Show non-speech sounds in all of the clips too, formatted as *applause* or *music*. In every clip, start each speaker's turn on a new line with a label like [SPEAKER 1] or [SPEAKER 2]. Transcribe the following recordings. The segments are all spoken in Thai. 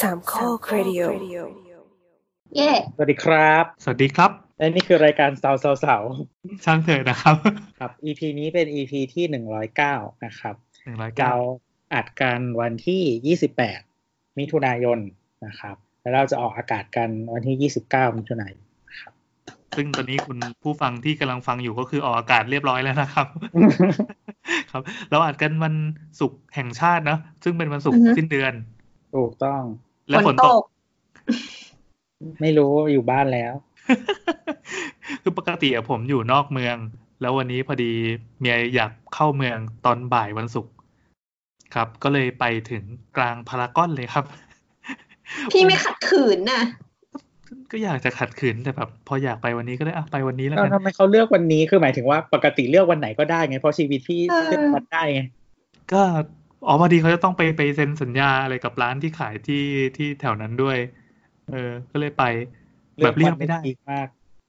[SPEAKER 1] สามข้อครดิโอ
[SPEAKER 2] เย่
[SPEAKER 3] สวัสดีครับ
[SPEAKER 4] สวัสดีครับ
[SPEAKER 3] และนี่คือรายการสาวสาวสาว
[SPEAKER 4] ช่างเถอะนะครับ
[SPEAKER 3] ครับ EP นี้เป็น EP ที่หนึ่งร้อยเก้านะครับ
[SPEAKER 4] หนึ่งร้อยเก้า
[SPEAKER 3] เราอัดกันวันที่ยี่สิบแปดมิถุนายนนะครับ แล้วเราจะออกอากาศกันวันที่ยี่สิบเก้ามิถุ
[SPEAKER 4] *laughs*
[SPEAKER 3] นายน
[SPEAKER 4] ซึ่งตอนนี้คุณผู้ฟังที่กำลังฟังอยู่ก็คือออกอากาศเรียบร้อยแล้วนะครับ ครับ เราอัดกันวันศุกร์แห่งชาตินะ ซึ่งเป็นวันศุกร์สิ้นเดือน
[SPEAKER 3] ถูกต้อง
[SPEAKER 4] และฝนตก
[SPEAKER 3] ไม่รู้อยู่บ้านแล้ว
[SPEAKER 4] *laughs* คือปกติอะผมอยู่นอกเมือง แล้ววันนี้พอดีเมียอยากเข้าเมืองตอนบ่ายวันศุกร์ครับ ก็เลยไปถึงกลางพารากอนเลยครับ
[SPEAKER 2] พี่ไม่ขัดขืนนะ
[SPEAKER 4] ก็อยากจะขัดขืนแต่แบบพออยากไปวันนี้ก็เลยอ่ะไปวันนี้แล้ว
[SPEAKER 3] เรา
[SPEAKER 4] กัน
[SPEAKER 3] ทำไมเขาเลือกวันนี้คือหมายถึงว่าปกติเลือกวันไหนก็ได้ไง เพราะชีวิตพี่เลือกวันได้ไง
[SPEAKER 4] ก็อ๋อพอดีเขาจะต้องไปไปเซ็นสัญญาอะไรกับร้านที่ขายที่ที่แถวนั้นด้วย เออ ก็เลยไป แบบเลี่ยงไม่ได้
[SPEAKER 3] เลือกวันกมาก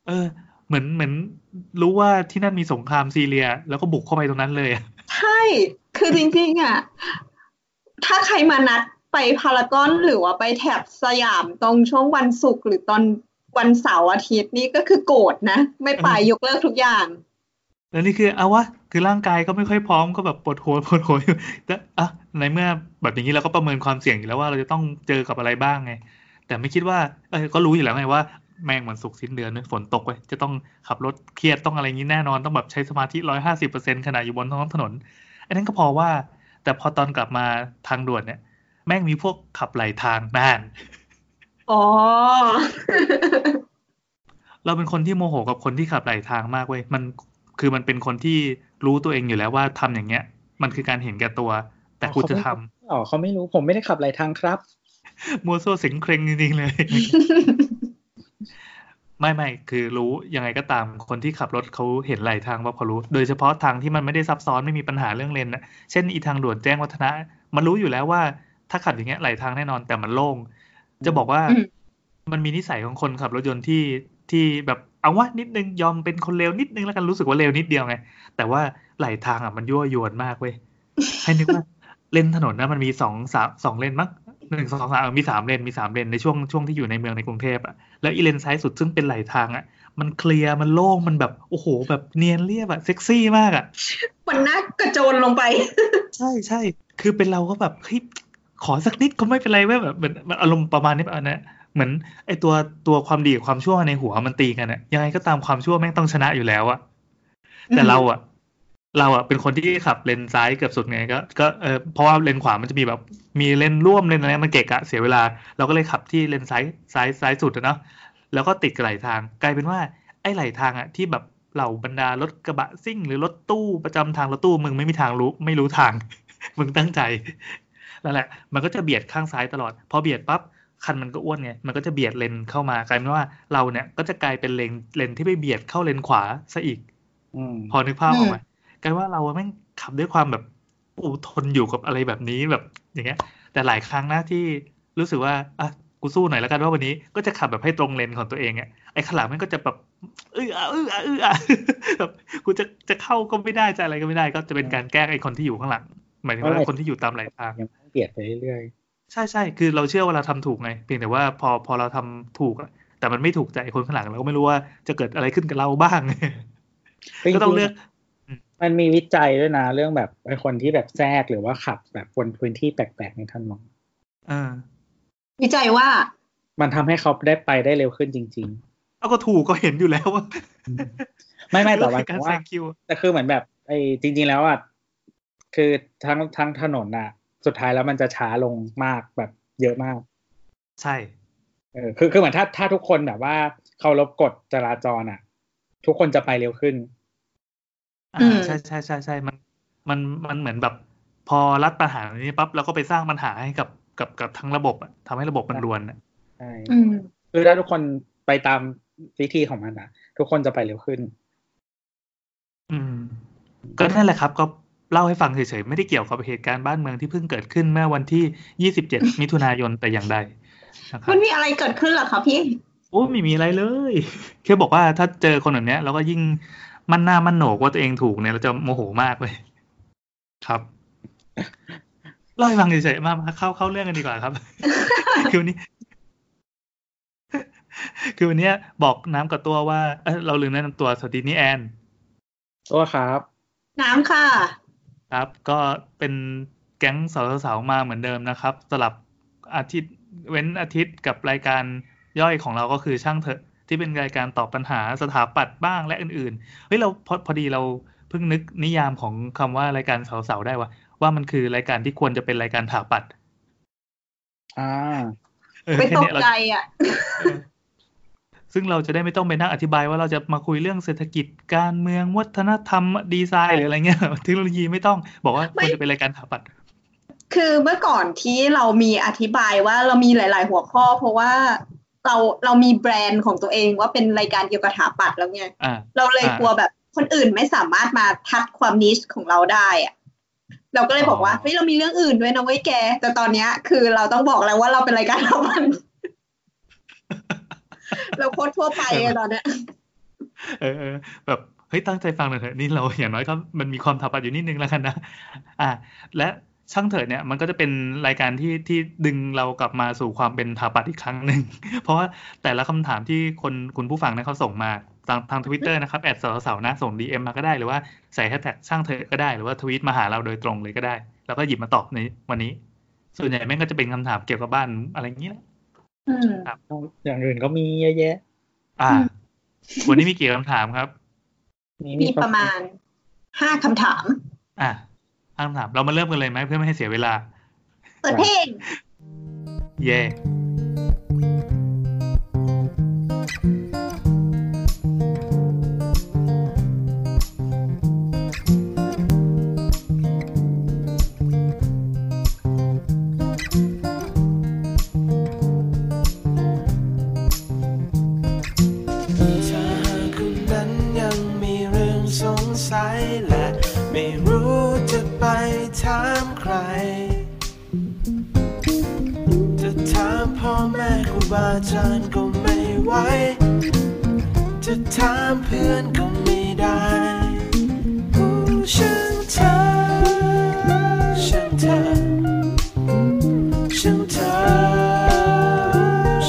[SPEAKER 4] เออ เหมือนเหมือน รู้ว่าที่นั่นมีสงครามซีเรีย แล้วก็บุกเข้าไปตรงนั้นเลยอะ
[SPEAKER 2] ใช่ คือจริงๆอ่ะ ถ้าใครมานัดไปพารากอนหรือว่าไปแถบสยามตรงช่วงวันศุกร์หรือตอนวันเสาร์อาทิตย์นี่ก็คือโกรธนะ ไม่ไปยกเลิกทุกอย่าง
[SPEAKER 4] แล้วนี่คือเอาวะคือร่างกายก็ไม่ค่อยพร้อมก็แบบปวด *laughs* หัวปวดหัวอยู่แต่อ่ะในเมื่อแบบอย่างนี้เราก็ประเมินความเสี่ยงอยู่แล้วว่าเราจะต้องเจอกับอะไรบ้างไง แต่ไม่คิดว่าเออก็รู้อยู่แล้วไงว่าแม่งมันสุกร์สิ้นเดือนเว้ยฝนตกเว้ยจะต้องขับรถเครียดต้องอะไรอย่างนี้แน่นอนต้องแบบใช้สมาธิร้อยห้าสิบเปอร์เซ็นขณะอยู่บนท้องถนน อันนั้นก็พอว่า แต่พอตอนกลับมาทางด่วนเนี่ย แม่งมีพวกขับไหลทางน่าน
[SPEAKER 2] อ๋อ
[SPEAKER 4] เราเป็นคนที่โมโหกับคนที่ขับไหลทางมากเว้ยมันคือมันเป็นคนที่รู้ตัวเองอยู่แล้วว่าทำอย่างเงี้ย มันคือการเห็นแก่ตัว แต่กูจะทำ
[SPEAKER 3] อ๋อเขาไม่รู้ผมไม่ได้ขับไหลทางครับ
[SPEAKER 4] มัวซั่วเสียงเคร่งจริงๆ
[SPEAKER 2] *laughs*
[SPEAKER 4] เลย ไม่ไม่คือรู้ยังไงก็ตามคนที่ขับรถเขาเห็นไหลทางว่าเขารู้ โดยเฉพาะทางที่มันไม่ได้ซับซ้อนไม่มีปัญหาเรื่องเลนนะเช่นอีทางด่วนแจ้งวัฒนะ มันรู้อยู่แล้วว่า ถ้าขับอย่างเงี้ยไหลทางแน่นอนแต่มันโล่ง จะบอกว่า
[SPEAKER 2] อืม
[SPEAKER 4] มันมีนิสัยของคนขับรถยนต์ที่ที่แบบเอาวะนิดนึงยอมเป็นคนเร็วนิดนึงแล้วกันรู้สึกว่าเร็วนิดเดียวไง แต่ว่าไหลทางอ่ะมันยั่วยวนมากเว้ย ให้นึกว่าเลนถนนนะมันมีสองสามสองเลนมั้งหนึ่งสองสามเออมีสามเลนมีสามเลนในช่วงช่วงที่อยู่ในเมืองในกรุงเทพอ่ะแล้วอีเลนซ้ายสุดซึ่งเป็นไหลทางอ่ะ มันเคลียร์มันโล่งมันแบบโอ้โห แบบเนียนเรียบอ่ะเซ็กซี่มากอ่ะ
[SPEAKER 2] มันน่ากระโจนลงไป
[SPEAKER 4] ใช่ใช่ คือเป็นเราก็แบบเฮ้ยขอสักนิดก็ไม่เป็นไรเว้ยแบบเหมือนมันอารมณ์ประมาณนี้แบบนะ เหมือนไอตัวตัวความดีกับความชั่วในหัวมันตีกันอะยังไงก็ตามความชั่วแม่งต้องชนะอยู่แล้วอะแต่เราอะเราอะเป็นคนที่ขับเลนซ้ายเกือบสุดไงก็ก็เออเพราะว่าเลนขวามันจะมีแบบ มีเลนร่วมเลนอะไรมันเกะกะเสียเวลา เราก็เลยขับที่เลนซ้ายซ้ายซ้ายสุดอะเนาะแล้วก็ติดกับไหลทาง กลายเป็นว่า ไอ้ไหลทางอะที่แบบเหล่าบรรดารถกระบะซิ่ง หรือรถตู้ประจำทางรถตู้มึงไม่มีทางรู้ไม่รู้ทาง *laughs* มึงตั้งใจนั่นแหละ มันก็จะเบียดข้างซ้ายตลอด พอเบียดปั๊บคันมันก็อ้วนไง มันก็จะเบียดเลนเข้ามากลายเป็นว่าเราเนี่ยก็จะกลายเป็นเลนเลนที่ไปเบียดเข้าเลนขวาซะอีก
[SPEAKER 3] อืม
[SPEAKER 4] พอนึกภาพออกไหมกลายว่าเราอะแม่งขับด้วยความแบบอูทนอยู่กับอะไรแบบนี้แบบอย่างเงี้ย แต่หลายครั้งนะที่รู้สึกว่าอ่ะกูสู้หน่อยแล้วกันว่าวันนี้ก็จะขับแบบให้ตรงเลนของตัวเองอะไอ้ขางหลังมันก็จะแบบเอออะเอออะเอออะ *laughs* แบบกูจะจะเข้าก็ไม่ได้จะอะไรก็ไม่ได้ ก็จะเป็นการแกล้งไอ้คนที่อยู่ข้างหลัง หมายถึงว่าคนที่อยู่ตามไหลทาง
[SPEAKER 3] ยังเปลี่ยนไปเรื่อย
[SPEAKER 4] ใช่ใช่คือเราเชื่อว่าเราทำถูกไง เพียงแต่ว่าพอพอเราทำถูกอะแต่มันไม่ถูกใจไอ้คนข้างหลังเราก็ไม่รู้ว่าจะเกิดอะไรขึ้นกับเราบ้าง *laughs*
[SPEAKER 3] ๆ
[SPEAKER 4] ก็ต้องเลือก
[SPEAKER 3] มันมีวิจัยด้วยนะ เรื่องแบบไอ้คนที่แบบแทรกหรือว่าขับแบบบนพื้นที่แปลกๆในถนน
[SPEAKER 4] เออ
[SPEAKER 2] วิจัยว่า
[SPEAKER 3] มันทำให้เขาได้ไปได้เร็วขึ้นจริง
[SPEAKER 4] เอาก็ถูกก็เห็นอยู่แล้วว่า
[SPEAKER 3] ๆ
[SPEAKER 4] *laughs*
[SPEAKER 3] ไม่ไม่แต่ว่า
[SPEAKER 4] เรื่องการ
[SPEAKER 3] ว่า
[SPEAKER 4] ใส่คิว
[SPEAKER 3] แต่คือเหมือนแบบไอ้จริง ๆ แล้วอ่ะคือทั้งทั้งถนนอ่ะ สุดท้ายแล้วมันจะช้าลงมากแบบเยอะมาก
[SPEAKER 4] ใช่
[SPEAKER 3] เออคือคือเหมือนถ้าถ้าทุกคนแบบว่าเคารพกฎจราจรอ่ะ ทุกคนจะไปเร็วขึ้น
[SPEAKER 2] อื
[SPEAKER 4] อ่าม ใช่ใช่ใช่ใช่มันมันมันเหมือนแบบ พอรัดปัญหานี้ปั๊บเราก็ไปสร้างปัญหาให้กับกับกับทั้งระบบอะทำให้ระบบมันรวนอะ
[SPEAKER 3] ใช่
[SPEAKER 2] อืม
[SPEAKER 3] คือถ้าทุกคนไปตามวิธีของมันอ่ะ ทุกคนจะไปเร็วขึ้น
[SPEAKER 4] อืม ก็นั่นแหละครับก็เล่าให้ฟังเฉยๆ ไม่ได้เกี่ยวกับเหตุการณ์บ้านเมืองที่เพิ่งเกิดขึ้นเมื่อวันที่ 27 มิถุนายนแต่อย่างใดนะครับ
[SPEAKER 2] มันมีอะไรเกิดขึ้นเหรอคะพี่
[SPEAKER 4] โอ้ไม่มีอะไรเลย *laughs* แค่บอกว่าถ้าเจอคนแบบเนี้ยเราก็ยิ่งมั่นหน้ามั่นโหนกว่าตัวเองถูกเนี่ยเราจะโมโหมากเลย ครับ เล่าให้ฟังเฉยๆมามาเข้าเข้าเรื่องกันดีกว่าครับ *laughs* คือวันนี้ *laughs* คือวันเนี้ยบอกน้ำกับตัวว่าเอ้ยเราลืมแนะนำตัวสวัสดีนี่แอน
[SPEAKER 3] ตัวครับ
[SPEAKER 2] น้ำค่ะ
[SPEAKER 4] ครับก็เป็นแก๊งสาวๆมาเหมือนเดิมนะครับ สลับอาทิตย์เว้นอาทิตย์กับรายการย่อยของเราก็คือช่างเถอะ ที่เป็นรายการตอบปัญหาสถาปัตย์บ้างและอื่นๆเฮ้ยเราพอพอดีเราเพิ่งนึกนิยามของคำว่ารายการสาวๆได้ว่าว่ามันคือรายการที่ควรจะเป็นรายการถาปัตย์
[SPEAKER 3] อ่า
[SPEAKER 4] เออ
[SPEAKER 2] ไป
[SPEAKER 4] แค่
[SPEAKER 2] ตก
[SPEAKER 4] เนี้ยเรา
[SPEAKER 2] ใจอ่ะ
[SPEAKER 4] เออซึ่งเราจะได้ไม่ต้องไปนั่งอธิบายว่าเราจะมาคุยเรื่องเศรษฐกิจการเมืองวัฒนธรรมดีไซน์หรืออะไรเงี้ย *laughs* เทคโนโลยีไม่ต้องบอกว่าควรจะเป็นรายการถาปัด
[SPEAKER 2] คือเมื่อก่อนที่เรามีอธิบายว่าเรามีหลาย ๆ หัวข้อ เพราะว่าเราเรามีแบรนด์ของตัวเองว่าเป็นรายการเกี่ยวกับถาปัดแล้วไง
[SPEAKER 4] อ่า
[SPEAKER 2] เราเลย
[SPEAKER 4] อ่าก
[SPEAKER 2] ลัวแบบคนอื่นไม่สามารถมาทัดความนิชของเราได้อะเราก็เลยบอกว่า
[SPEAKER 4] อ๋อ
[SPEAKER 2] เฮ้ยเรามีเรื่องอื่นด้วยนะเว้ยแก แต่ตอนเนี้ย คือเราต้องบอกแล้วว่าเราเป็นรายการเรามัน *laughs* เราโคตรทั่วไปอะตอนเนี้ย
[SPEAKER 4] *laughs* เออเออแบบเฮ้ยตั้งใจฟังหน่อยเถอะนี่เราอย่างน้อยก็มันมีความถาปัดอยู่นิดนึงแล้วกันนะ *laughs* อ่า และช่างเถิดเนี่ยมันก็จะเป็นรายการที่ที่ดึงเรากลับมาสู่ความเป็นถาปัดอีกครั้งหนึ่ง *laughs* เพราะว่าแต่ละคำถามที่คนคุณผู้ฟังนะเขาส่งมาทางทางทวิตเตอร์นะครับแอดสาวสาวๆนะส่ง DM มาก็ได้หรือว่าใส่แฮชแท็กช่างเถิดก็ได้หรือว่าทวีตมาหาเราโดยตรงเลยก็ได้ แล้วก็หยิบมาตอบในวันนี้ ส่วนใหญ่แม่งก็จะเป็นคำถามเกี่ยวกับบ้านอะไรอย่างเงี้ย
[SPEAKER 2] อืม
[SPEAKER 3] อย่างอื่นก็มีเยอะแยะ
[SPEAKER 4] อ่า
[SPEAKER 2] อืม
[SPEAKER 4] วันนี้มีกี่คำถามครับ
[SPEAKER 2] มีประมาณห้าคำถาม
[SPEAKER 4] อ่ะคำถามเรามาเริ่มกันเลยไหมเพื่อไม่ให้เสียเวลา
[SPEAKER 2] เปิดเพลง
[SPEAKER 4] เย่
[SPEAKER 1] เธอคนนั้นยังมีเรื่องสงสัยและไม่รู้จะไปถามใคร จะถามพ่อแม่ครูบาอาจารย์ก็ไม่ไหว จะถามเพื่อนก็ไม่ได้ผู้ช่างเธอช่างเธอช่างเธอช่างเธอ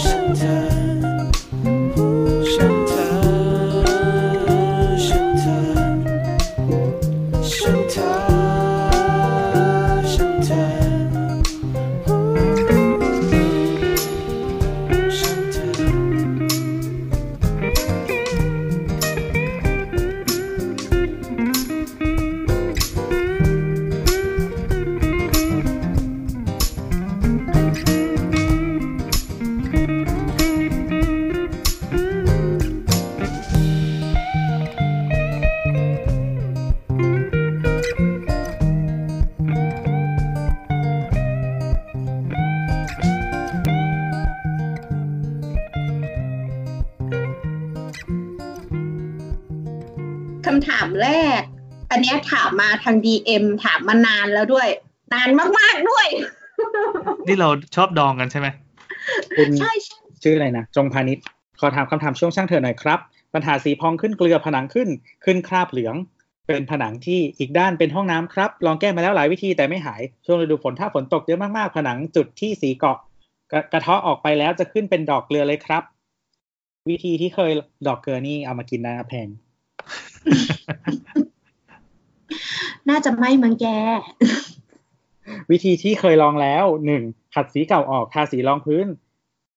[SPEAKER 1] ฉันเธอ ฉันเธอ ฉันเธอ ฉันเธอ ฉันเธอ
[SPEAKER 2] คำถามแรก อันเนี้ยถามมาทาง DM ถามมานานแล้วด้วย นานมาก ๆ ด้วย
[SPEAKER 4] นี่เราชอบดองกันใช่ไหม
[SPEAKER 3] คุณ
[SPEAKER 2] ใช่ใช่
[SPEAKER 3] ชื่ออะไรนะจงพาณิชย์ขอถามคำถามช่วงช่างเถอะหน่อยครับ ปัญหาสีพองขึ้นเกลือผนังขึ้น ขึ้นคราบเหลือง เป็นผนังที่อีกด้านเป็นห้องน้ำครับ ลองแก้มาแล้วหลายวิธีแต่ไม่หาย ช่วงฤดูฝนถ้าฝนตกเยอะมากๆ ผนังจุดที่สีเกาะกระกระเทาะออกไปแล้วจะขึ้นเป็นดอกเกลือเลยครับ วิธีที่เคยดอกเกลือนี่เอามากินนะแพง
[SPEAKER 2] น่าจะไม่มังแก
[SPEAKER 3] วิธีที่เคยลองแล้วหนึ่งขัดสีเก่าออกทาสีรองพื้น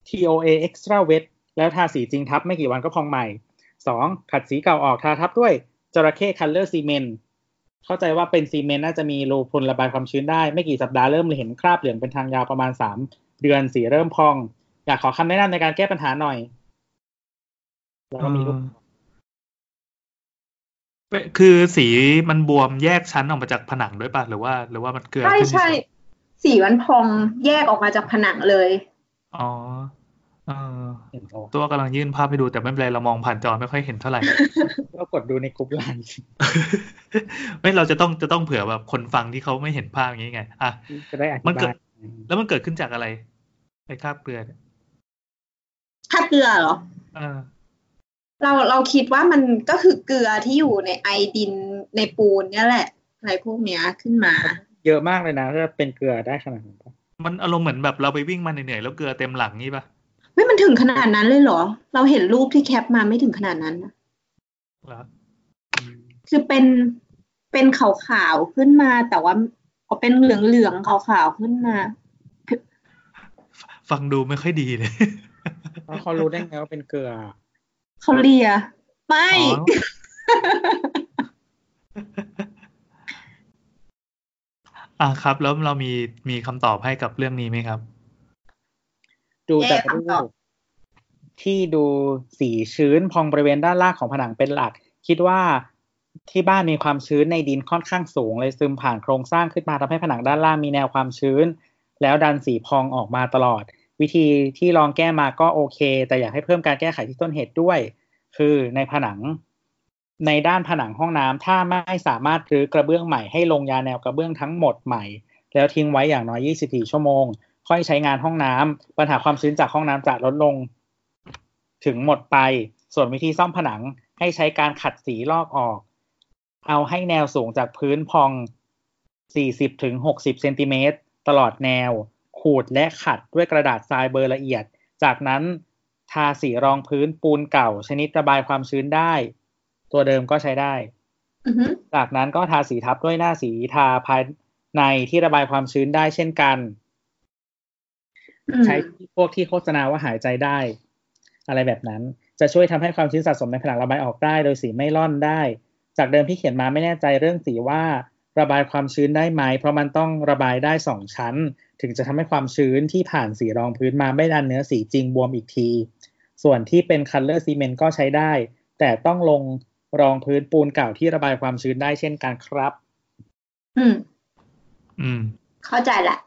[SPEAKER 3] TOA Extra Wet แล้วทาสีจริงทับไม่กี่วันก็พองใหม่สองขัดสีเก่าออกทาทับด้วยจระเข้ Color Cement เข้าใจว่าเป็นซีเมนต์น่าจะมีรูพรุนระบายความชื้นได้ ไม่กี่สัปดาห์เริ่มเห็นคราบเหลืองเป็นทางยาวประมาณสามเดือนสีเริ่มพอง อยากขอคำแนะนำในการแก้ปัญหาหน่อยแล้วก็มีรูป
[SPEAKER 4] เออคือสีมันบวมแยกชั้นออกมาจากผนังด้วยป่ะ หรือว่า หรือว่ามันเกลือ
[SPEAKER 2] ใช่
[SPEAKER 4] ขึ้น
[SPEAKER 2] ใช่สีมันพองแยกออกมาจากผนังเลย
[SPEAKER 4] อ๋อเออตัวกำลังยื่นภาพให้ดูแต่ไม่เป็นไรเรามองผ่านจอไม่ค่อยเห็นเท่า *laughs* ไหร่
[SPEAKER 3] ก็กดดูในกลุ่มไลน์
[SPEAKER 4] ไม่เราจะต้องจะต้องเผื่อแบบคนฟังที่เขาไม่เห็นภาพอย่างนี้ไงอ่ะ
[SPEAKER 3] จะได้อธิ
[SPEAKER 4] มันเกิ
[SPEAKER 3] บา
[SPEAKER 4] ด
[SPEAKER 3] ย
[SPEAKER 4] แล้วมันเกิดขึ้นจากอะไรไอ้คราบเกลือเนี่ย
[SPEAKER 2] ถ้าเกลือเหรอ
[SPEAKER 4] เออ
[SPEAKER 2] เราเราคิดว่ามันก็คือเกลือที่อยู่ในไอดินในปูนเนี่ยแหละ อะไรพวกเนี้ยขึ้นมา
[SPEAKER 3] เยอะมากเลยนะถ้าเป็นเกลือได้ขนาดนั้นปะ
[SPEAKER 4] มันอารมณ์เหมือนแบบเราไปวิ่งมาเหนื่อยๆแล้วเกลือเต็มหลังงี้ปะ
[SPEAKER 2] ไม่มันถึงขนาดนั้นเลยเหรอ เราเห็นรูปที่แคปมาไม่ถึงขนาดนั้นนะ
[SPEAKER 4] เหรอ
[SPEAKER 2] คือเป็นเป็นขาวๆขึ้นมา แต่ว่าเอาเป็นเหลืองๆขาวๆขึ้นมา
[SPEAKER 4] ฟังดูไม่ค่อยดีเลย
[SPEAKER 3] แล้วเขารู้ได้ไงว่าเป็นเกลือ
[SPEAKER 2] เขาเลีย ไม่ *laughs*
[SPEAKER 4] อ๋อ อ่ะครับ แล้วเรามีมีคำตอบให้กับเรื่องนี้ไหมครับ
[SPEAKER 3] ดูจาก
[SPEAKER 2] เอ๊ะ
[SPEAKER 3] รู
[SPEAKER 2] คำตอบ
[SPEAKER 3] ปที่ดูสีชื้นพองบริเวณด้านล่างของผนังเป็นหลัก คิดว่าที่บ้านมีความชื้นในดินค่อนข้างสูง เลยซึมผ่านโครงสร้างขึ้นมาทำให้ผนังด้านล่างมีแนวความชื้น แล้วดันสีพองออกมาตลอด วิธีที่ลองแก้มาก็โอเค แต่อยากให้เพิ่มการแก้ไขที่ต้นเหตุด้วย คือในผนัง ในด้านผนังห้องน้ำถ้าไม่สามารถรื้อกระเบื้องใหม่ให้ลงยาแนวกระเบื้องทั้งหมดใหม่ แล้วทิ้งไว้อย่างน้อย 24 ชั่วโมง ค่อยใช้งานห้องน้ำปัญหาความชื้นจากห้องน้ำจะลดลง ถึงหมดไป ส่วนวิธีซ่อมผนังให้ใช้การขัดสีลอกออก เอาให้แนวสูงจากพื้นพอง 40ถึง60เซนติเมตรตลอดแนว ขูดและขัดด้วยกระดาษทรายเบอร์ละเอียด จากนั้นทาสีรองพื้นปูนเก่า ชนิดระบายความชื้นได้ ตัวเดิมก็ใช้ได้
[SPEAKER 2] อือหือ
[SPEAKER 3] จากนั้นก็ทาสีทับด้วยหน้าสีทาภายในที่ระบายความชื้นได้เช่นกัน
[SPEAKER 2] อืม
[SPEAKER 3] ใช้พวกที่โฆษณาว่าหายใจได้ อะไรแบบนั้น จะช่วยทำให้ความชื้นสะสมในผนังระบายออกได้ โดยสีไม่ร่อนได้ จากเดิมที่เขียนมาไม่แน่ใจเรื่องสีว่าระบายความชื้นได้ไหม เพราะมันต้องระบายได้สองชั้น ถึงจะทำให้ความชื้นที่ผ่านสีรองพื้นมาไม่ดันเนื้อสีจริงบวมอีกที ส่วนที่เป็นคัลเลอร์ซีเมนต์ก็ใช้ได้ แต่ต้องลงรองพื้นปูนเก่าที่ระบายความชื้นได้เช่นกันครับ
[SPEAKER 2] อืม
[SPEAKER 4] อืม
[SPEAKER 2] เข้าใจละ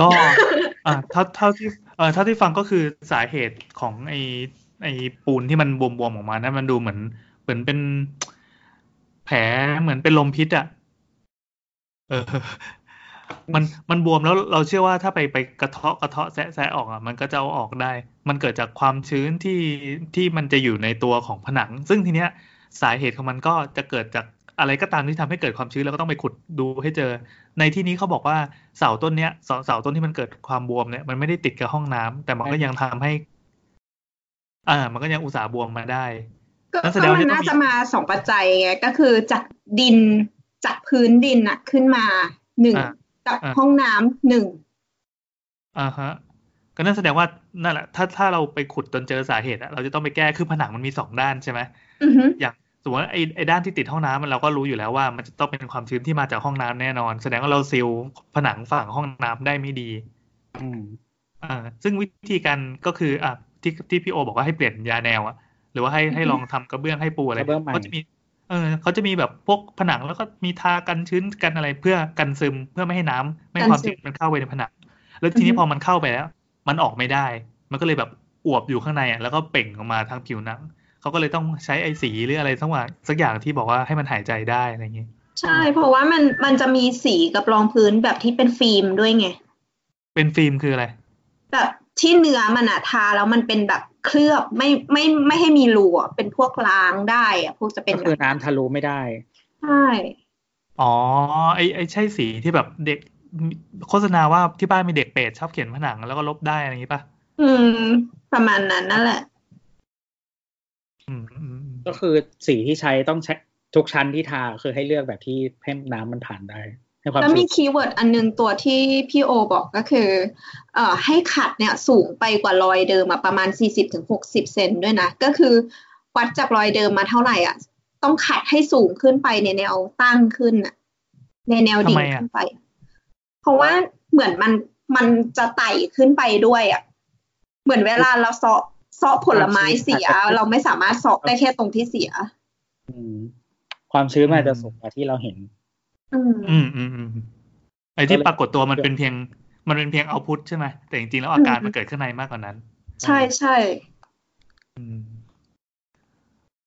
[SPEAKER 4] ก็อ่าเท่าเท่าที่เอ่อเท่าที่ฟังก็คือสาเหตุของไอไอปูนที่มันบวมๆออกมานั้นมันดูเหมือน เหมือนเป็นแผลเหมือนเป็นลมพิษอ่ะเออ มันมันบวมแล้วเราเชื่อว่าถ้าไปไปกระเทาะกระเทาะแซะแซะออกอ่ะมันก็จะเอาออกได้ มันเกิดจากความชื้นที่ที่มันจะอยู่ในตัวของผนัง ซึ่งทีเนี้ย สาเหตุของมันก็จะเกิดจากอะไรก็ตามที่ทำให้เกิดความชื้นแล้วก็ต้องไปขุดดูให้เจอ ในที่นี้เขาบอกว่าเสาต้นเนี้ยเสาเสาต้นที่มันเกิดความบวมเนี่ยมันไม่ได้ติดกับห้องน้ำแต่มันก็ยังทำให้ อ่า มันก็ยังอุตส่าห์บวมมาได้
[SPEAKER 2] ก็
[SPEAKER 4] งั้นแสด
[SPEAKER 2] ก็
[SPEAKER 4] งว่า
[SPEAKER 2] มัน
[SPEAKER 4] นี่ต้องมี
[SPEAKER 2] น่าจะมาสองปัจจัยไงก็คือจากดินจากพื้นดินอะขึ้นมาหนึ่ง
[SPEAKER 4] อ่า
[SPEAKER 2] จาก
[SPEAKER 4] อ่ะ
[SPEAKER 2] ห้องน้ำหนึ่ง
[SPEAKER 4] อ่าฮะ ก็นั่นแสดงว่านั่นแหละ ถ้าถ้าเราไปขุดจนเจอสาเหตุอะเราจะต้องไปแก้คือผนังมันมีสองด้านใช่ไหม
[SPEAKER 2] อือหือ
[SPEAKER 4] สมมติว่าไอ้ไอ้ด้านที่ติดห้องน้ำมันเราก็รู้อยู่แล้วว่า มันจะต้องเป็นความชื้นที่มาจากห้องน้ำแน่นอน แสดงว่าเราซีลผนังฝั่งห้องน้ำได้ไม่ดี
[SPEAKER 3] อืม
[SPEAKER 4] อ่าซึ่งวิธีการก็คืออ่ะที่ที่พี่โอบอกว่าให้เปลี่ยนยาแนวอะหรือว่าให้ให้ลองทำกระเบื้องให้ปูอะไร
[SPEAKER 3] กระเบื้องใหม่
[SPEAKER 4] เขาจะมีเออเขาจะมีแบบพวกผนังแล้วก็มีทากันชื้นกันอะไรเพื่อกันซึมเพื่อไม่ให้น้ำไม่ให้ความชื้นมันเข้าไปในผนัง แล้วทีนี้
[SPEAKER 2] อือฮึ
[SPEAKER 4] พอมันเข้าไปแล้ว มันออกไม่ได้ มันก็เลยแบบอวบอยู่ข้างในอ่ะแล้วก็เป่งออกมาทางผิวหนังเขาก็เลยต้องใช้ไอสีหรืออะไรสักอย่างสักอย่างที่บอกว่าให้มันหายใจได้อะไรอย่างงี้
[SPEAKER 2] ใช่ เพราะว่ามันมันจะมีสีกับรองพื้นแบบที่เป็นฟิล์มด้วยไง
[SPEAKER 4] เป็นฟิล์มคืออะไร
[SPEAKER 2] แบบที่เนื้อมันอะทาแล้วมันเป็นแบบเคลือบไม่ไม่ไม่ให้มีรูอะเป็นพวกล้างได้อะพวกจะเป็น
[SPEAKER 3] ก็
[SPEAKER 2] แบ
[SPEAKER 3] คือบ น้ำทะลุไม่ได้
[SPEAKER 2] ใช่
[SPEAKER 4] อ๋อไอไอใช่สีที่แบบเด็กโฆษณาว่าที่บ้านมีเด็กเปรตชอบเขียนผนังแล้วก็ลบได้อะไรอย่างนี้ป่ะ
[SPEAKER 2] อืม ประมาณนั้นนั่นแหละ
[SPEAKER 4] อืมอืมอื
[SPEAKER 3] ก็
[SPEAKER 4] ม
[SPEAKER 3] คือสีที่ใช้ต้องใช้ทุกชั้นที่ทาคือให้เลือกแบบที่ให้น้ำมันผ่านได้ ให้ความ
[SPEAKER 2] แล้ว
[SPEAKER 3] ชื้
[SPEAKER 2] มี
[SPEAKER 3] น
[SPEAKER 2] คีย์เวิร์ดอันนึงตัวที่พี่โอบอกก็คือเอ่อให้ขัดเนี่ยสูงไปกว่ารอยเดิมอะประมาณ 40-60 เซนด้วยนะ ก็คือวัดจากรอยเดิมมาเท่าไหร่อ่ะ ต้องขัดให้สูงขึ้นไปในแนวตั้งขึ้นอะในแนวดิ่งขึ้นไป เพราะว่าเหมือนมันมันจะไต่ขึ้นไปด้วยอ่ะเหมือนเวลาเราเซาะเซาะผลไม้เสีย เราไม่สามารถเซาะได้แค่ตรงที่เสีย
[SPEAKER 3] อืมความชื้นมันอาจจะสูงกว่าที่เราเห็น
[SPEAKER 2] อืม
[SPEAKER 4] อืมอืมอืมไอที่ปรากฏตัวมันเป็นเพียง มันเป็นเพียงเอาพุทใช่ไหมแต่จริงๆแล้วอาการ
[SPEAKER 2] อืม
[SPEAKER 4] มันเกิดข้างในมากกว่านั้น
[SPEAKER 2] ใช่ใช่
[SPEAKER 4] อืม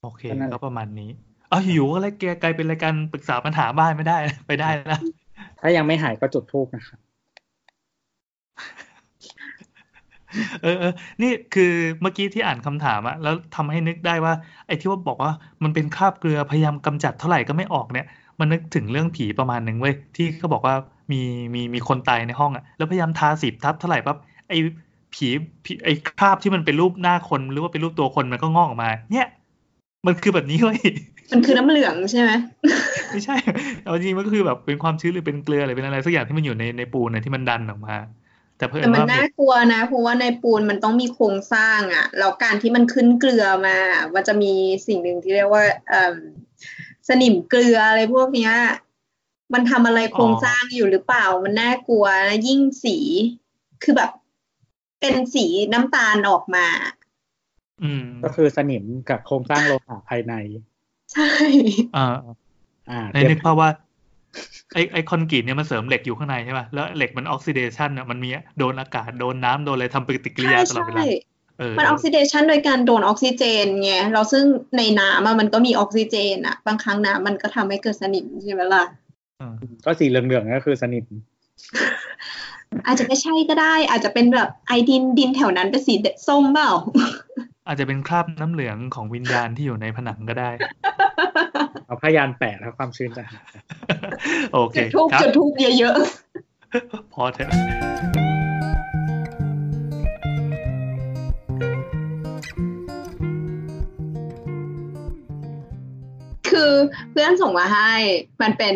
[SPEAKER 4] โอเค
[SPEAKER 3] ก็นั่นแหละ
[SPEAKER 4] ก็ประมาณนี้เอ้าอยู่ๆก็เลยแกกลายเป็นรายการปรึกษาปัญหาบ้านไม่ได้ *laughs* ไปได้แล้ว
[SPEAKER 3] ถ้ายังไม่หายก็จุดทูบนะครับ
[SPEAKER 4] เออเออนี่คือเมื่อกี้ที่อ่านคำถามอะแล้วทำให้นึกได้ว่า ไอ้ที่ว่าบอกว่ามันเป็นคราบเกลือพยายามกำจัดเท่าไหร่ก็ไม่ออกเนี่ย มันนึกถึงเรื่องผีประมาณหนึ่งเว้ยที่เขาบอกว่า มีมีมีคนตายในห้องอะแล้วพยายามทาสีทับเท่าไหร่ปั๊บไอ้ผีผีไอ้คราบที่มันเป็นรูปหน้าคนหรือว่าเป็นรูปตัวคนมันก็งอกออกมา เนี่ย มันคือแบบนี้เว้ย *laughs*
[SPEAKER 2] มันคือน้ำเหลืองใช่ไหม
[SPEAKER 4] ไม่ใช่ เอาจริงมันก็คือแบบเป็นความชื้นหรือเป็นเกลือหรือเป็นอะไรสักอย่างที่มันอยู่ในในปูนนะที่มันดันออกมา แต่เพื่อ
[SPEAKER 2] แต่
[SPEAKER 4] น
[SPEAKER 2] มัน
[SPEAKER 4] ว่า
[SPEAKER 2] น่ากลัวนะ เพราะว่าในปูนมันต้องมีโครงสร้างอะแล้วการที่มันขึ้นเกลือมา มันจะมีสิ่งหนึ่งที่เรียกว่าเอิ่มสนิมเกลืออะไรพวกเนี้ย มันทำอะไรโครงสร้างอยู่หรือเปล่า มันน่ากลัวนะยิ่งสีคือแบบ เป็นสีน้ำตาลออกมา
[SPEAKER 4] อืม
[SPEAKER 3] ก็คือสนิมกับโครงสร้างโลหะภายใน
[SPEAKER 2] ใช่
[SPEAKER 4] อ่า
[SPEAKER 3] อ่า
[SPEAKER 4] ใน
[SPEAKER 3] เตรียม
[SPEAKER 4] นึกภาพว่าไอไอคอนกรีตเนี่ยมันเสริมเหล็กอยู่ข้างในใช่ป่ะแล้วเหล็กมันออกซิเดชันอ่ะมันมีโดนอากาศโดนน้ำโดนอะไรทำปฏิกิริ
[SPEAKER 2] ใช่
[SPEAKER 4] ยาตลอดเวลา
[SPEAKER 2] ใช่
[SPEAKER 4] เออ
[SPEAKER 2] มันออกซิเดชันโดยการโดนออกซิเจนไงเราซึ่งในน้ำอะมันก็มีออกซิเจนอะบางครั้งน้ำมันก็ทำให้เกิดสนิมใช่ไหมล่ะ
[SPEAKER 4] เออ
[SPEAKER 3] ก็สีเหลืองๆก็คือสนิม
[SPEAKER 2] อาจจะไม่ใช่ก็ได้ อาจจะเป็นแบบไอดินดินแถวนั้นเป็นสีส้มเปล่า
[SPEAKER 4] อาจจะเป็นคราบน้ำเหลืองของวิญญาณที่อยู่ในผนังก็ได้
[SPEAKER 3] เอาผ้ายันแปะแล้วความชื้นจะหาย
[SPEAKER 4] โอเค
[SPEAKER 2] จุ *laughs* ดทูบ
[SPEAKER 4] ครับ
[SPEAKER 2] จุดทูบเยอะ
[SPEAKER 4] พอเถอะ
[SPEAKER 2] ๆ คือเพื่อนส่งมาให้ มันเป็น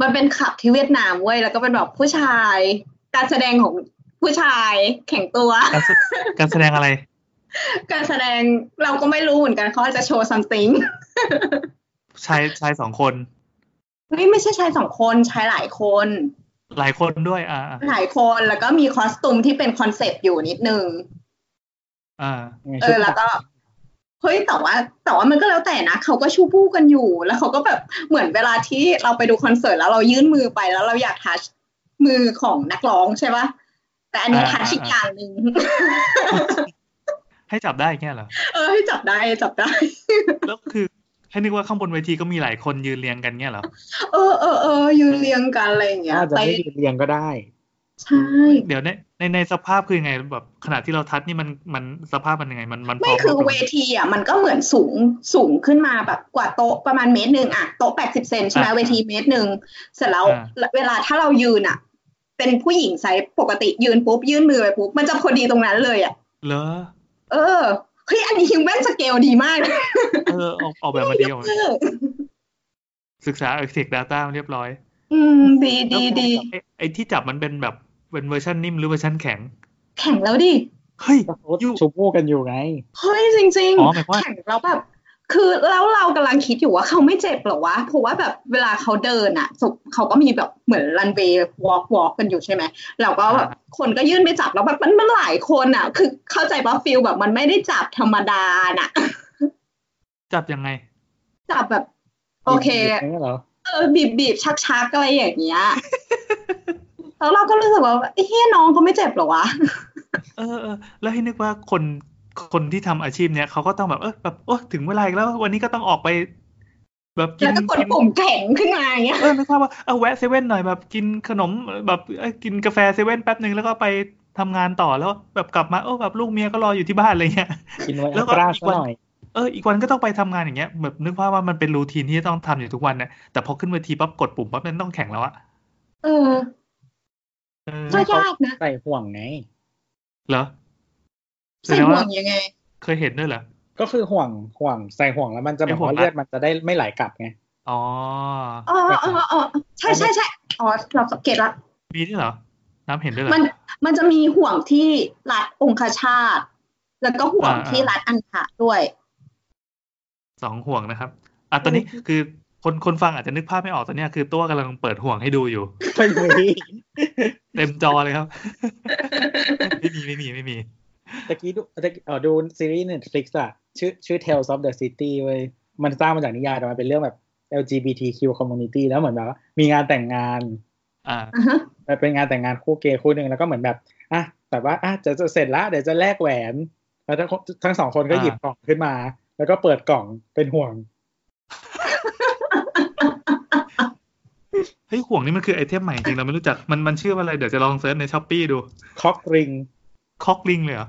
[SPEAKER 2] มันเป็นขับที่เวียดนามเว้ยแล้วก็เป็นแบบผู้ชาย การแสดงของผู้ชายแข็งตัว
[SPEAKER 4] การแสการแสดงอะไร
[SPEAKER 2] การแสดงเราก็ไม่รู้เหมือนกันเขาอาจจะโชว์ something
[SPEAKER 4] ชายชายสองคน
[SPEAKER 2] เฮ้ยไม่ใช่ชายสองคนชายหลายคน
[SPEAKER 4] หลายคนด้วย อ่าอ่า
[SPEAKER 2] หลายคนแล้วก็มีคอสตูมที่เป็นคอนเซปต์อยู่นิดนึง
[SPEAKER 4] อ่า
[SPEAKER 2] เออแล้วก็เฮ้ยแต่ว่า แต่ว่ามันก็แล้วแต่นะเขาก็ชูพู่กันอยู่ แล้วเขาก็แบบเหมือนเวลาที่เราไปดูคอนเสิร์ตแล้วเรายื่นมือไปแล้วเราอยากทัชมือของนักร้องใช่ปะแต่อันนี้ทัชอีกอย่างหนึ่ง
[SPEAKER 4] ให้จับได้อย่างเงี้ยเหรอ
[SPEAKER 2] เออให้จับได้จับได้
[SPEAKER 4] แล้วคือให้นึกว่าข้างบนเวทีก็มีหลายคนยืนเรียงกันเงี้ยเหรอ
[SPEAKER 2] เออเออเออยืนเรียงกันอะไรอย่างเงี้ย
[SPEAKER 3] อาจจะ
[SPEAKER 2] ไป
[SPEAKER 3] ไม่ดีเรียงก็ได้
[SPEAKER 2] ใช่
[SPEAKER 4] เดี๋ยวในในในสภาพคือยังไงแบบขนาดที่เราทัดนี่มันมันสภาพมันยังไง มันมัน
[SPEAKER 2] ไม่
[SPEAKER 4] พ
[SPEAKER 2] คือ
[SPEAKER 4] กับ
[SPEAKER 2] เวทีอ่ะมันก็เหมือนสูงสูงขึ้นมาแบบกว่าโต๊ะประมาณเมตรหนึ่งอะโต๊ะแปดสิบเซนใช่ไหมเวทีเมตรหนึ่งเสร็จแล้วเวลาถ้าเรายืนอะเป็นผู้หญิงไซส์ปกติยืนปุ๊บยื่นมือไปปุ๊บมันจะพอดีตรงนั้นเลยอะ
[SPEAKER 4] เหรอ
[SPEAKER 2] เออเฮ้ยอันนี้ฮิวแมนสเกลดีมากนะ
[SPEAKER 4] เออออกออกแบบมาดีออก
[SPEAKER 2] เออ
[SPEAKER 4] ศึกษา Architect Data เรียบร้อย
[SPEAKER 2] *laughs* อืม ดีดีดี
[SPEAKER 4] ไอ้ไอที่จับมันเป็นแบบเป็นเวอร์ชันนิ่มหรือเวอร์ชันแข็ง
[SPEAKER 2] แข่งแล้วดิ
[SPEAKER 4] เฮ้ย
[SPEAKER 3] ก็เขาชูพูกันอยู่ไง
[SPEAKER 2] เฮ้ย จริง
[SPEAKER 4] อ๋อหมายความว่า
[SPEAKER 2] แข่งแล้วแบบ คือแล้วเรากำลังคิดอยู่ว่าเขาไม่เจ็บเหรอวะ เพราะว่าแบบเวลาเขาเดินอ่ะสุเขาก็มีแบบเหมือนรันเวย์วอล์กวอล์กกันอยู่ใช่ไหมเราก็แบบคนก็ยื่นไปจับแล้วแบบมันมันหลายคนอ่ะ คือเข้าใจป่ะฟิลแบบมันไม่ได้จับธรรมดาน่ะ *laughs*
[SPEAKER 4] จับยังไง
[SPEAKER 2] จับแบบ โอเค
[SPEAKER 3] อย่างนี้ยเหรอ
[SPEAKER 2] เออบีบบีบชักชักอะไรอย่างเงี้ย แล้วเราก็รู้สึกว่าไอ้เฮียน้องเขาไม่เจ็บเหรอวะ
[SPEAKER 4] เออเออแล้วให้นึกว่าคนคนที่ทำอาชีพเนี้ยเขาก็ต้องแบบเออแบบโอ้ถึงเวลาอีกแล้ววันนี้ก็ต้องออกไป แบบกิ
[SPEAKER 2] แล้ว
[SPEAKER 4] น
[SPEAKER 2] ก็กด
[SPEAKER 4] กิน
[SPEAKER 2] ปุ่มแข็งขึ้นมาอย่างเงี้ย
[SPEAKER 4] เออนึกภาพว่าเอาแวะเซเว่นหน่อยแบบกินขนมแบบเอ้ยกินกาแฟเซเว่นแป๊บหนึ่งแล้วก็ไปทำงานต่อแล้วแบบกลับมาเออแบบลูกเมียก็รออยู่ที่บ้านอะไรเงี้ย
[SPEAKER 3] กินไว้
[SPEAKER 4] แล้
[SPEAKER 3] อั
[SPEAKER 4] วก็
[SPEAKER 3] ตรา
[SPEAKER 4] อี
[SPEAKER 3] ซะ
[SPEAKER 4] กวัน
[SPEAKER 3] หน่อย
[SPEAKER 4] เอออีกวันก็ต้องไปทำงานอย่างเงี้ยแบบนึกภาพว่ามันเป็นรูทีนที่จะต้องทำอยู่ทุกวันเนี่ยแต่พอขึ้นเวทีปั๊บกดปุ่มปั๊บมันต้องแข่งแล้วอะ
[SPEAKER 2] เออ
[SPEAKER 4] เออ
[SPEAKER 2] ก็ยากนะ
[SPEAKER 3] ใส่ห่วงไง
[SPEAKER 4] เหรอแส
[SPEAKER 2] ใส่
[SPEAKER 4] ดง
[SPEAKER 2] ห่ว
[SPEAKER 4] ว่าง
[SPEAKER 2] ยังไง
[SPEAKER 4] เคยเห็นด้วยเหรอ
[SPEAKER 3] ก็คือห่วงห่วงใส่ห่วงแล้วมันจะแบ
[SPEAKER 4] ไอ้
[SPEAKER 3] บ
[SPEAKER 4] ห่วง
[SPEAKER 3] ว่า
[SPEAKER 4] รัด
[SPEAKER 3] เลือดมันจะได้ไม่ไหลกลับไง
[SPEAKER 4] อ๋อ
[SPEAKER 2] อ๋ออ๋ออ๋ออ๋อใช่ใช่ใช่อ๋อ เราสังเกตละ
[SPEAKER 4] มีด้วยเหรอ น้ำเห็นด้วยเหรอ
[SPEAKER 2] มัน มันจะมีห่วงที่รัดองคชาต แล้วก็ห่วง
[SPEAKER 4] อ่า
[SPEAKER 2] ที่รัดอันทะด้วย
[SPEAKER 4] สองห่วงนะครับอ่ะตอนนี้คือคนคนฟังอาจจะนึกภาพไม่ออกตอนเนี้ยคือตัวกำลังเปิดห่วงให้ดูอยู่ *laughs*
[SPEAKER 3] ไม่มี
[SPEAKER 4] เต็มจอเลยครับ *laughs* ไม่มีไม่มีไม่มี
[SPEAKER 3] ตะกี้ดูตะกี้เออดูซีรีส์ Netflix อะชื่อชื่อ Tales of the City เว้ยมันสร้างมาจากนิยายแต่มันเป็นเรื่องแบบ LGBTQ community แล้วเหมือนแบบว่ามีงานแต่งงาน
[SPEAKER 4] อ่า
[SPEAKER 2] อ่ะฮะ
[SPEAKER 3] เป็นงานแต่งงานคู่เกย์คู่หนึ่งแล้วก็เหมือนแบบอ่ะแบบว่าอ่ะจะจะเสร็จละเดี๋ยวจะแลกแหวนแล้วทั้งคนทั้งสองคนก็
[SPEAKER 4] อ่า
[SPEAKER 3] หยิบกล่องขึ้นมา แล้วก็เปิดกล่องเป็นห่วง
[SPEAKER 4] เฮ้ยห่วงนี่มันคือไอเทมใหม่จริงเราไม่รู้จักมันมันชื่อว่าอะไรเดี๋ยวจะลองเซิร์ชในช้อปปีดู
[SPEAKER 3] คอกริง
[SPEAKER 4] คอกลิงเลยเหรอ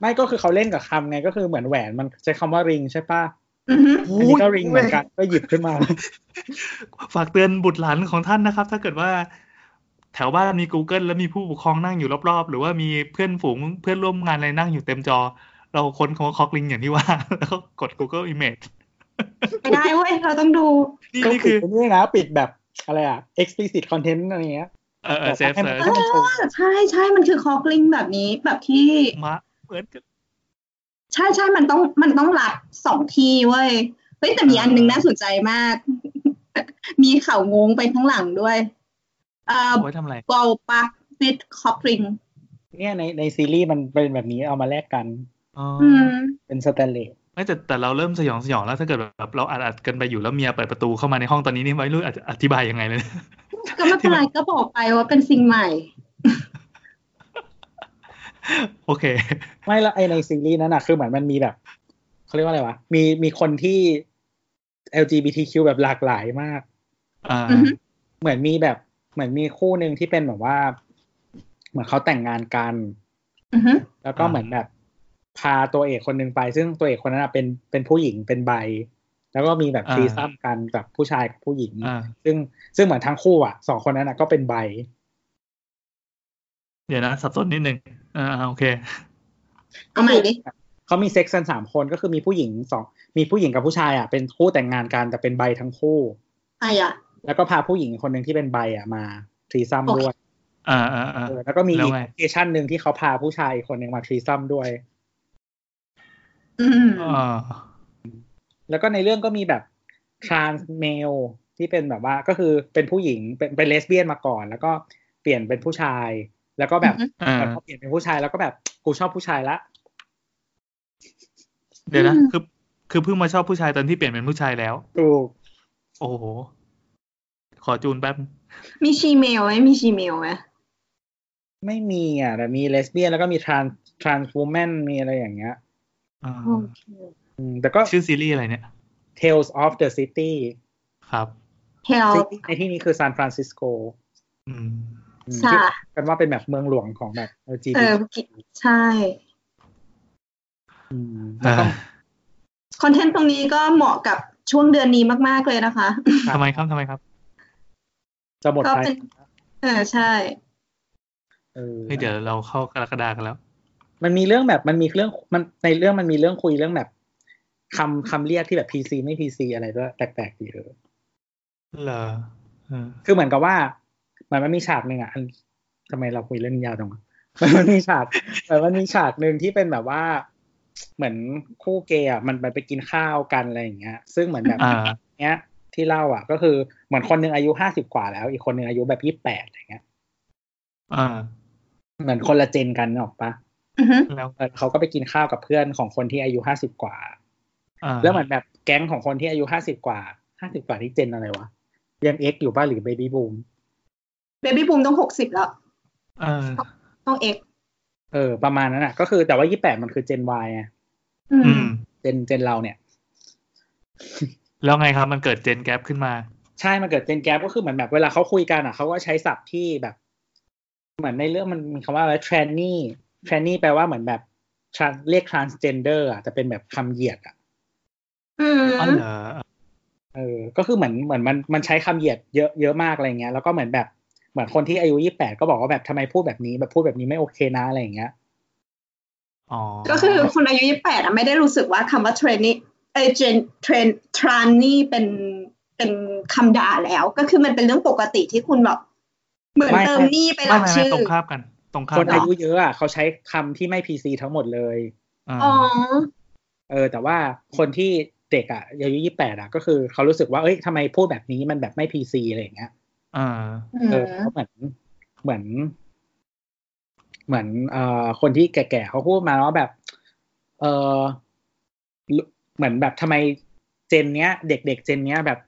[SPEAKER 3] ไม่ก็คือเขาเล่นกับคำไงก็คือเหมือนแหวนมันใช้คำว่าริงใช่ปะ
[SPEAKER 2] อือหือ
[SPEAKER 4] โอ้
[SPEAKER 3] อันนี้
[SPEAKER 4] ย
[SPEAKER 3] ก็ริงเหมือนกันก็หยิบขึ้นมา
[SPEAKER 4] ฝากเตือนบุตรหลานของท่านนะครับ ถ้าเกิดว่าแถวบ้านมี Google แล้วมีผู้ปกครองนั่งอยู่รอบๆ หรือว่ามีเพื่อนฝูงเพื่อนร่วมงานอะไรนั่งอยู่เต็มจอ เราค้นคำว่าคอกลิงอย่างที่ *laughs* ว่า แล้วก็กด Google Image
[SPEAKER 2] ไม่ได้เว้ย เราต้องดู
[SPEAKER 4] *laughs* นี่
[SPEAKER 3] ก็
[SPEAKER 4] นี่
[SPEAKER 3] ปิ
[SPEAKER 4] คื
[SPEAKER 3] ด
[SPEAKER 4] อ
[SPEAKER 3] ไปนี่นะ ปิดแบบอะไรอ่ะ explicit content อะไรเงี้ย
[SPEAKER 4] เออเออเซฟ
[SPEAKER 3] ให้มัน
[SPEAKER 4] เซฟ
[SPEAKER 3] ให้มันโชว์
[SPEAKER 2] ใช่ใช่มันคือคอกลิงแบบนี้แบบที่
[SPEAKER 4] มาเหมือนกัน
[SPEAKER 2] ใช่ใช่มันต้องมันต้องรับสองที่เว้ยเฮ้ยแต่มี
[SPEAKER 4] อ่า
[SPEAKER 2] อันหนึงน่าสนใจมาก *laughs* มีเข่าวงงไปข้างหลังด้วยเอ่อ
[SPEAKER 4] ไว้ทำอะไร
[SPEAKER 2] บอลปักวิดคอกลิง
[SPEAKER 3] เนี่ยในในซีรีส์มันเป็นแบบนี้เอามาแลกกัน
[SPEAKER 4] อ๋อ
[SPEAKER 2] อืม
[SPEAKER 3] เป็นสแตนเลส
[SPEAKER 4] ไม่แต่แต่เราเริ่มสยองสยองแล้วถ้าเกิดแบบเราอัดอัดกันไปอยู่แล้วเมียเปิดประตูเข้ามาในห้องตอนนี้นี่ไม่รู้อธิบายยังไง *laughs* เลยนะ
[SPEAKER 2] ก็ไม่เป็นไรก็บอกไปว่าเป็นสิ่งใหม่
[SPEAKER 4] โอเค
[SPEAKER 3] ไม่และไอในซีรีส์นั้นอ่ะ คือเหมือนมันมีแบบเขาเรียกว่าอะไรวะ มีมีคนที่ LGBTQ แบบหลากหลายมาก
[SPEAKER 4] อ่า
[SPEAKER 2] อือฮึ
[SPEAKER 3] เหมือนมีแบบเหมือนมีคู่หนึ่งที่เป็นแบบว่า เหมือนเขาแต่งงานกัน
[SPEAKER 2] อือฮึ
[SPEAKER 3] แล้วก็
[SPEAKER 4] อ่า
[SPEAKER 3] เหมือนแบบ พาตัวเอกคนหนึ่งไป ซึ่งตัวเอกคนนั้นอะเป็นเป็นผู้หญิงเป็นใบ แล้วก็มีแบบทีซับกันกับผู้ชายกับผู้หญิง
[SPEAKER 4] อ่า
[SPEAKER 3] ซึ่งซึ่งเหมือนทั้งคู่อ่ะสองคนนั้นอะก็เป็นใบ
[SPEAKER 4] เดี๋ยวนะ สับสนนิดนึงอ่าโอเค
[SPEAKER 2] เอาใหม่ดิ
[SPEAKER 3] เขามีเซ็กซ์กันสามคนก็คือมีผู้หญิงสองมีผู้หญิงกับผู้ชายอ่ะเป็นคู่แต่งงานกันแต่เป็นใบทั้งคู่
[SPEAKER 2] ไอ้อะ
[SPEAKER 3] แล้วก็พาผู้หญิงคนหนึ่งที่เป็นใบอ่ะมาทรีซัมด้วย
[SPEAKER 4] อ่าอ่าอ่า
[SPEAKER 3] เออแล้วก็มี
[SPEAKER 4] แล้
[SPEAKER 3] อี
[SPEAKER 4] ว
[SPEAKER 3] ก
[SPEAKER 4] ไง
[SPEAKER 3] เคชั่นหนึ่งที่เขาพาผู้ชายอีกคนหนึ่งมาทรีซัมด้วย
[SPEAKER 2] อืม
[SPEAKER 4] อ่า
[SPEAKER 3] แล้วก็ในเรื่องก็มีแบบ trans male ที่เป็นแบบว่าก็คือเป็นผู้หญิงเป็นเป็นเลสเบี้ยนมาก่อน แล้วก็เปลี่ยนเป็นผู้ชาย แล้วก็แบบ
[SPEAKER 4] อ่า
[SPEAKER 3] แบบพอเปลี่ยนเป็นผู้ชายแล้วก็แบบกูชอบผู้ชายละ
[SPEAKER 4] เดี๋ยวนะคือคือเพิ่งมาชอบผู้ชายตอนที่เปลี่ยนเป็นผู้ชายแล้ว
[SPEAKER 3] ถูก
[SPEAKER 4] โอ้โห ขอจูนแป๊บ
[SPEAKER 2] มีชีเมลไหมมีชีเมลไหม
[SPEAKER 3] ไม่มีอ่ะแต่มีเลสเบี้ยนแล้วก็มี trans trans woman มีอะไรอย่างเงี้ย
[SPEAKER 4] อ่า
[SPEAKER 2] โอเค
[SPEAKER 3] อืมแต่ก็
[SPEAKER 4] ชื่อซีรีส์อะไรเนี่ย
[SPEAKER 3] Tales of the City
[SPEAKER 4] ครับ
[SPEAKER 2] เฮล
[SPEAKER 3] ซึ่งในที่นี้คือซานฟรานซิสโก
[SPEAKER 4] อืม
[SPEAKER 3] อืม
[SPEAKER 2] ใช่
[SPEAKER 3] ที่กันว่าเป็นแบบเมืองหลวงของแบบ LGBT
[SPEAKER 2] เออใช่
[SPEAKER 3] มแล้วก็
[SPEAKER 4] อ่า
[SPEAKER 2] คอนเทนต์ตรงนี้ก็เหมาะกับช่วงเดือนนี้มาก ๆ เลยนะคะ
[SPEAKER 4] *laughs* ทำไมครับทำไมครับ
[SPEAKER 3] จะหมด
[SPEAKER 2] ก็
[SPEAKER 3] ไป
[SPEAKER 2] เป็น เออใช่
[SPEAKER 3] เออ
[SPEAKER 4] เฮ้ยเดี๋ยวเราเข้ากรกฎากันแล้ว
[SPEAKER 3] มันมีเรื่องแบบมันมีเรื่องมันในเรื่องมันมีเรื่องคุยเรื่องแบบคำคำเรียกที่แบบ PC ไม่ PC อะไรด้วยแปลกๆดีเออ
[SPEAKER 4] เหรอเออ
[SPEAKER 3] คือเหมือนกับว่าเหมันมันมีฉากหนึ่งอ่ะอันทำไมเราคุยเรื่องยาวตรงวะมันมันมีฉากมันมันมีฉากหนึ่งที่เป็นแบบว่า เหมือนคู่เกย์อ่ะมันมันไปกินข้าวกันอะไรอย่างเงี้ย ซึ่งเหมือนแบบ
[SPEAKER 4] อ่า
[SPEAKER 3] เนี้ยที่เล่าอ่ะ ก็คือเหมือนคนหนึ่งอายุห้าสิบกว่าแล้ว อีกคนหนึ่งอายุแบบยี่สิบแปดอะไรเงี้ย
[SPEAKER 4] อ่า
[SPEAKER 3] เหมือนคนละเจนกันนึกออกปะ
[SPEAKER 2] อือฮึ
[SPEAKER 4] แล้ว
[SPEAKER 3] เออเขาก็ไปกินข้าวกับเพื่อนของคนที่อายุห้าสิบกว่า
[SPEAKER 4] อ่า
[SPEAKER 3] แล้วเหมือนแบบแก๊งของคนที่อายุห้าสิบกว่าห้าสิบกว่าที่เจนอะไรวะยังเอ็กอยู่ป้ะหรือเบบี้บูม
[SPEAKER 2] เบบี้บูมต้องหกสิบแล้ว
[SPEAKER 4] เออ
[SPEAKER 2] ต้องเอก
[SPEAKER 3] เออประมาณนั้นอ่ะ ก็คือแต่ว่ายี่แปดมันคือเจนวายไง
[SPEAKER 2] อื
[SPEAKER 4] อื
[SPEAKER 2] ม
[SPEAKER 4] ม
[SPEAKER 3] เจนเจนเราเนี่ย
[SPEAKER 4] แล้วไงครับมันเกิดเจนแกปขึ้นมา
[SPEAKER 3] ใช่มันเกิดเจนแกปก็คือเหมือนแบบเวลาเขาคุยกันอ่ะเขาก็ใช้ศัพท์ที่แบบ เหมือนในเรื่องมันมีคำว่าอะไร t r a n n y t r a n n y แปลว่าเหมือนแบบ trans- เรียก transgender อ่ะแต่เป็นแบบคำเหยียดอ่ะ
[SPEAKER 2] อืม
[SPEAKER 4] อ๋อเหรอ
[SPEAKER 3] เออก็คือเหมือนเหมือนมันมันใช้คำเหยียดเยอะเยอะมากอะไรเงี้ยแล้วก็เหมือนแบบเหมือนคนที่อายุยี่แปดก็บอกว่าแบบทำไมพูดแบบนี้แบบพูดแบบนี้ไม่โอเคนะอะไรอย่างเงี้ย
[SPEAKER 4] อ๋อ
[SPEAKER 2] ก็คือคนอายุยี่แปดอะไม่ได้รู้สึกว่าคำว่าเทรนนี่เอเจนเทรนทรานนี่เป็นเป็นคำด่าแล้ว ก็คือมันเป็นเรื่องปกติที่คุณแบบเหมือนเติมนี่ไปห
[SPEAKER 4] ไม่
[SPEAKER 2] ลัง
[SPEAKER 4] ไม่ไม่
[SPEAKER 2] ชื่อ
[SPEAKER 4] ตรงข้ามกัน ตรงข้าม
[SPEAKER 3] คน
[SPEAKER 4] กั
[SPEAKER 3] อาน ยุเยอะอ่ะเขาใช้คำที่ไม่พีซีทั้งหมดเลย
[SPEAKER 4] อ่า
[SPEAKER 2] อ๋อ
[SPEAKER 3] เออแต่ว่าคนที่เด็กอ่ะอายุยี่แปดอ่ะก็คือเขารู้สึกว่าเอ้ยทำไมพูดแบบนี้มันแบบไม่พีซีอะไรอย่างเงี้ย
[SPEAKER 4] อ่า
[SPEAKER 2] อื
[SPEAKER 3] เอ
[SPEAKER 2] ม
[SPEAKER 3] อเขาเหมือนเหมือน เหมือนเอ่อคนที่แก่ๆเขาพูดมาว่าแบบ เออลุเหมือนแบบทำไมเจนเนี้ย เด็กๆเจนเนี้ยแบบ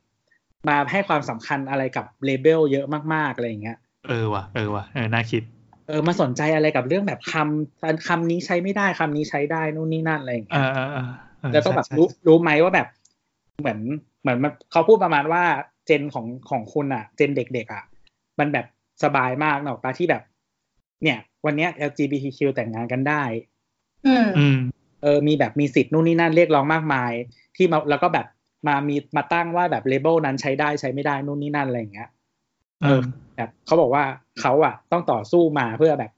[SPEAKER 3] มาให้ความสำคัญอะไรกับเลเบลเยอะมากๆอะไรอย่างเงี้ย
[SPEAKER 4] เออว่ะเออว่ะเออน่าคิด
[SPEAKER 3] เออมาสนใจอะไรกับเรื่องแบบคำคำนี้ใช้ไม่ได้คำนี้ใช้ได้นู่นนี่นั่นอะไรอย่าง
[SPEAKER 4] เอ
[SPEAKER 3] เงี้ย
[SPEAKER 4] อเออเออเออ
[SPEAKER 3] แล้วก็แบบ
[SPEAKER 4] ใช่ใช่
[SPEAKER 3] รู้รู้ไหมว่าแบบ เหมือนเหมือนมันเขาพูดประมาณว่าเจนของของคุณอ่ะ เจนเด็กๆอ่ะ มันแบบสบายมากเนาะปะที่แบบ เนี่ย วันเนี้ย LGBTQ แต่งงานกันได้
[SPEAKER 2] อืม
[SPEAKER 4] อืม
[SPEAKER 3] เออมีแบบมีสิทธิ์นู่นนี่นั่นเรียกร้องมากมาย ที่มาแล้วก็แบบมามีมาตั้งว่าแบบเลเบลนั้นใช้ได้ใช้ไม่ได้นู่นนี่นั่นอะไรอย่างเงี้ย
[SPEAKER 4] เออ
[SPEAKER 3] แบบเขาบอกว่าเขาอ่ะต้องต่อสู้มาเพื่อแบบ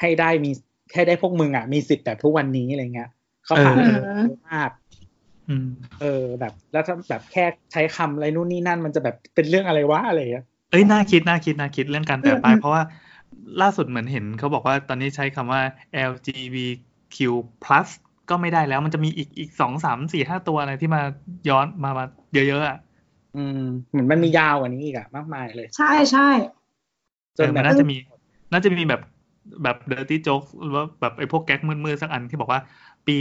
[SPEAKER 3] ให้ได้มีให้ได้พวกมึงอ่ะมีสิทธิ์แบบทุกวันนี้อะไรเงี้ยเขาผ่าน
[SPEAKER 4] เออ
[SPEAKER 3] เยอะมาก
[SPEAKER 4] อืม
[SPEAKER 3] เออแบบแล้วถ้าแบบแค่ใช้คำอะไรนู่นนี่นั่น มันจะแบบเป็นเรื่องอะไรวะอะไรอย่างเงี้ย
[SPEAKER 4] เอ้ยน่าคิดน่าคิดน่าคิดเรื่องการแปลป้าย
[SPEAKER 2] อืมอืม
[SPEAKER 4] เพราะว่าล่าสุดเหมือนเห็นเขาบอกว่าตอนนี้ใช้คำว่า LGBTQ+ ก็ไม่ได้แล้วมันจะมีอีกอีกสองสามสี่ห้าตัวอะไรที่มาย้อนมามาเยอะๆอ่ะ
[SPEAKER 3] อืมเหมือนมันมียาวกว่านี้อีกอะมากมายเลย
[SPEAKER 2] ใช่ใช่
[SPEAKER 3] จน
[SPEAKER 4] เออ
[SPEAKER 3] แบ
[SPEAKER 4] มัน
[SPEAKER 3] บ
[SPEAKER 4] น่าจะมี น่าจะมีแบบแบบเดอร์ตี้โจ๊กหรือว่าแบบไอ้พวกแก๊กมืดๆสักอันที่บอกว่าปี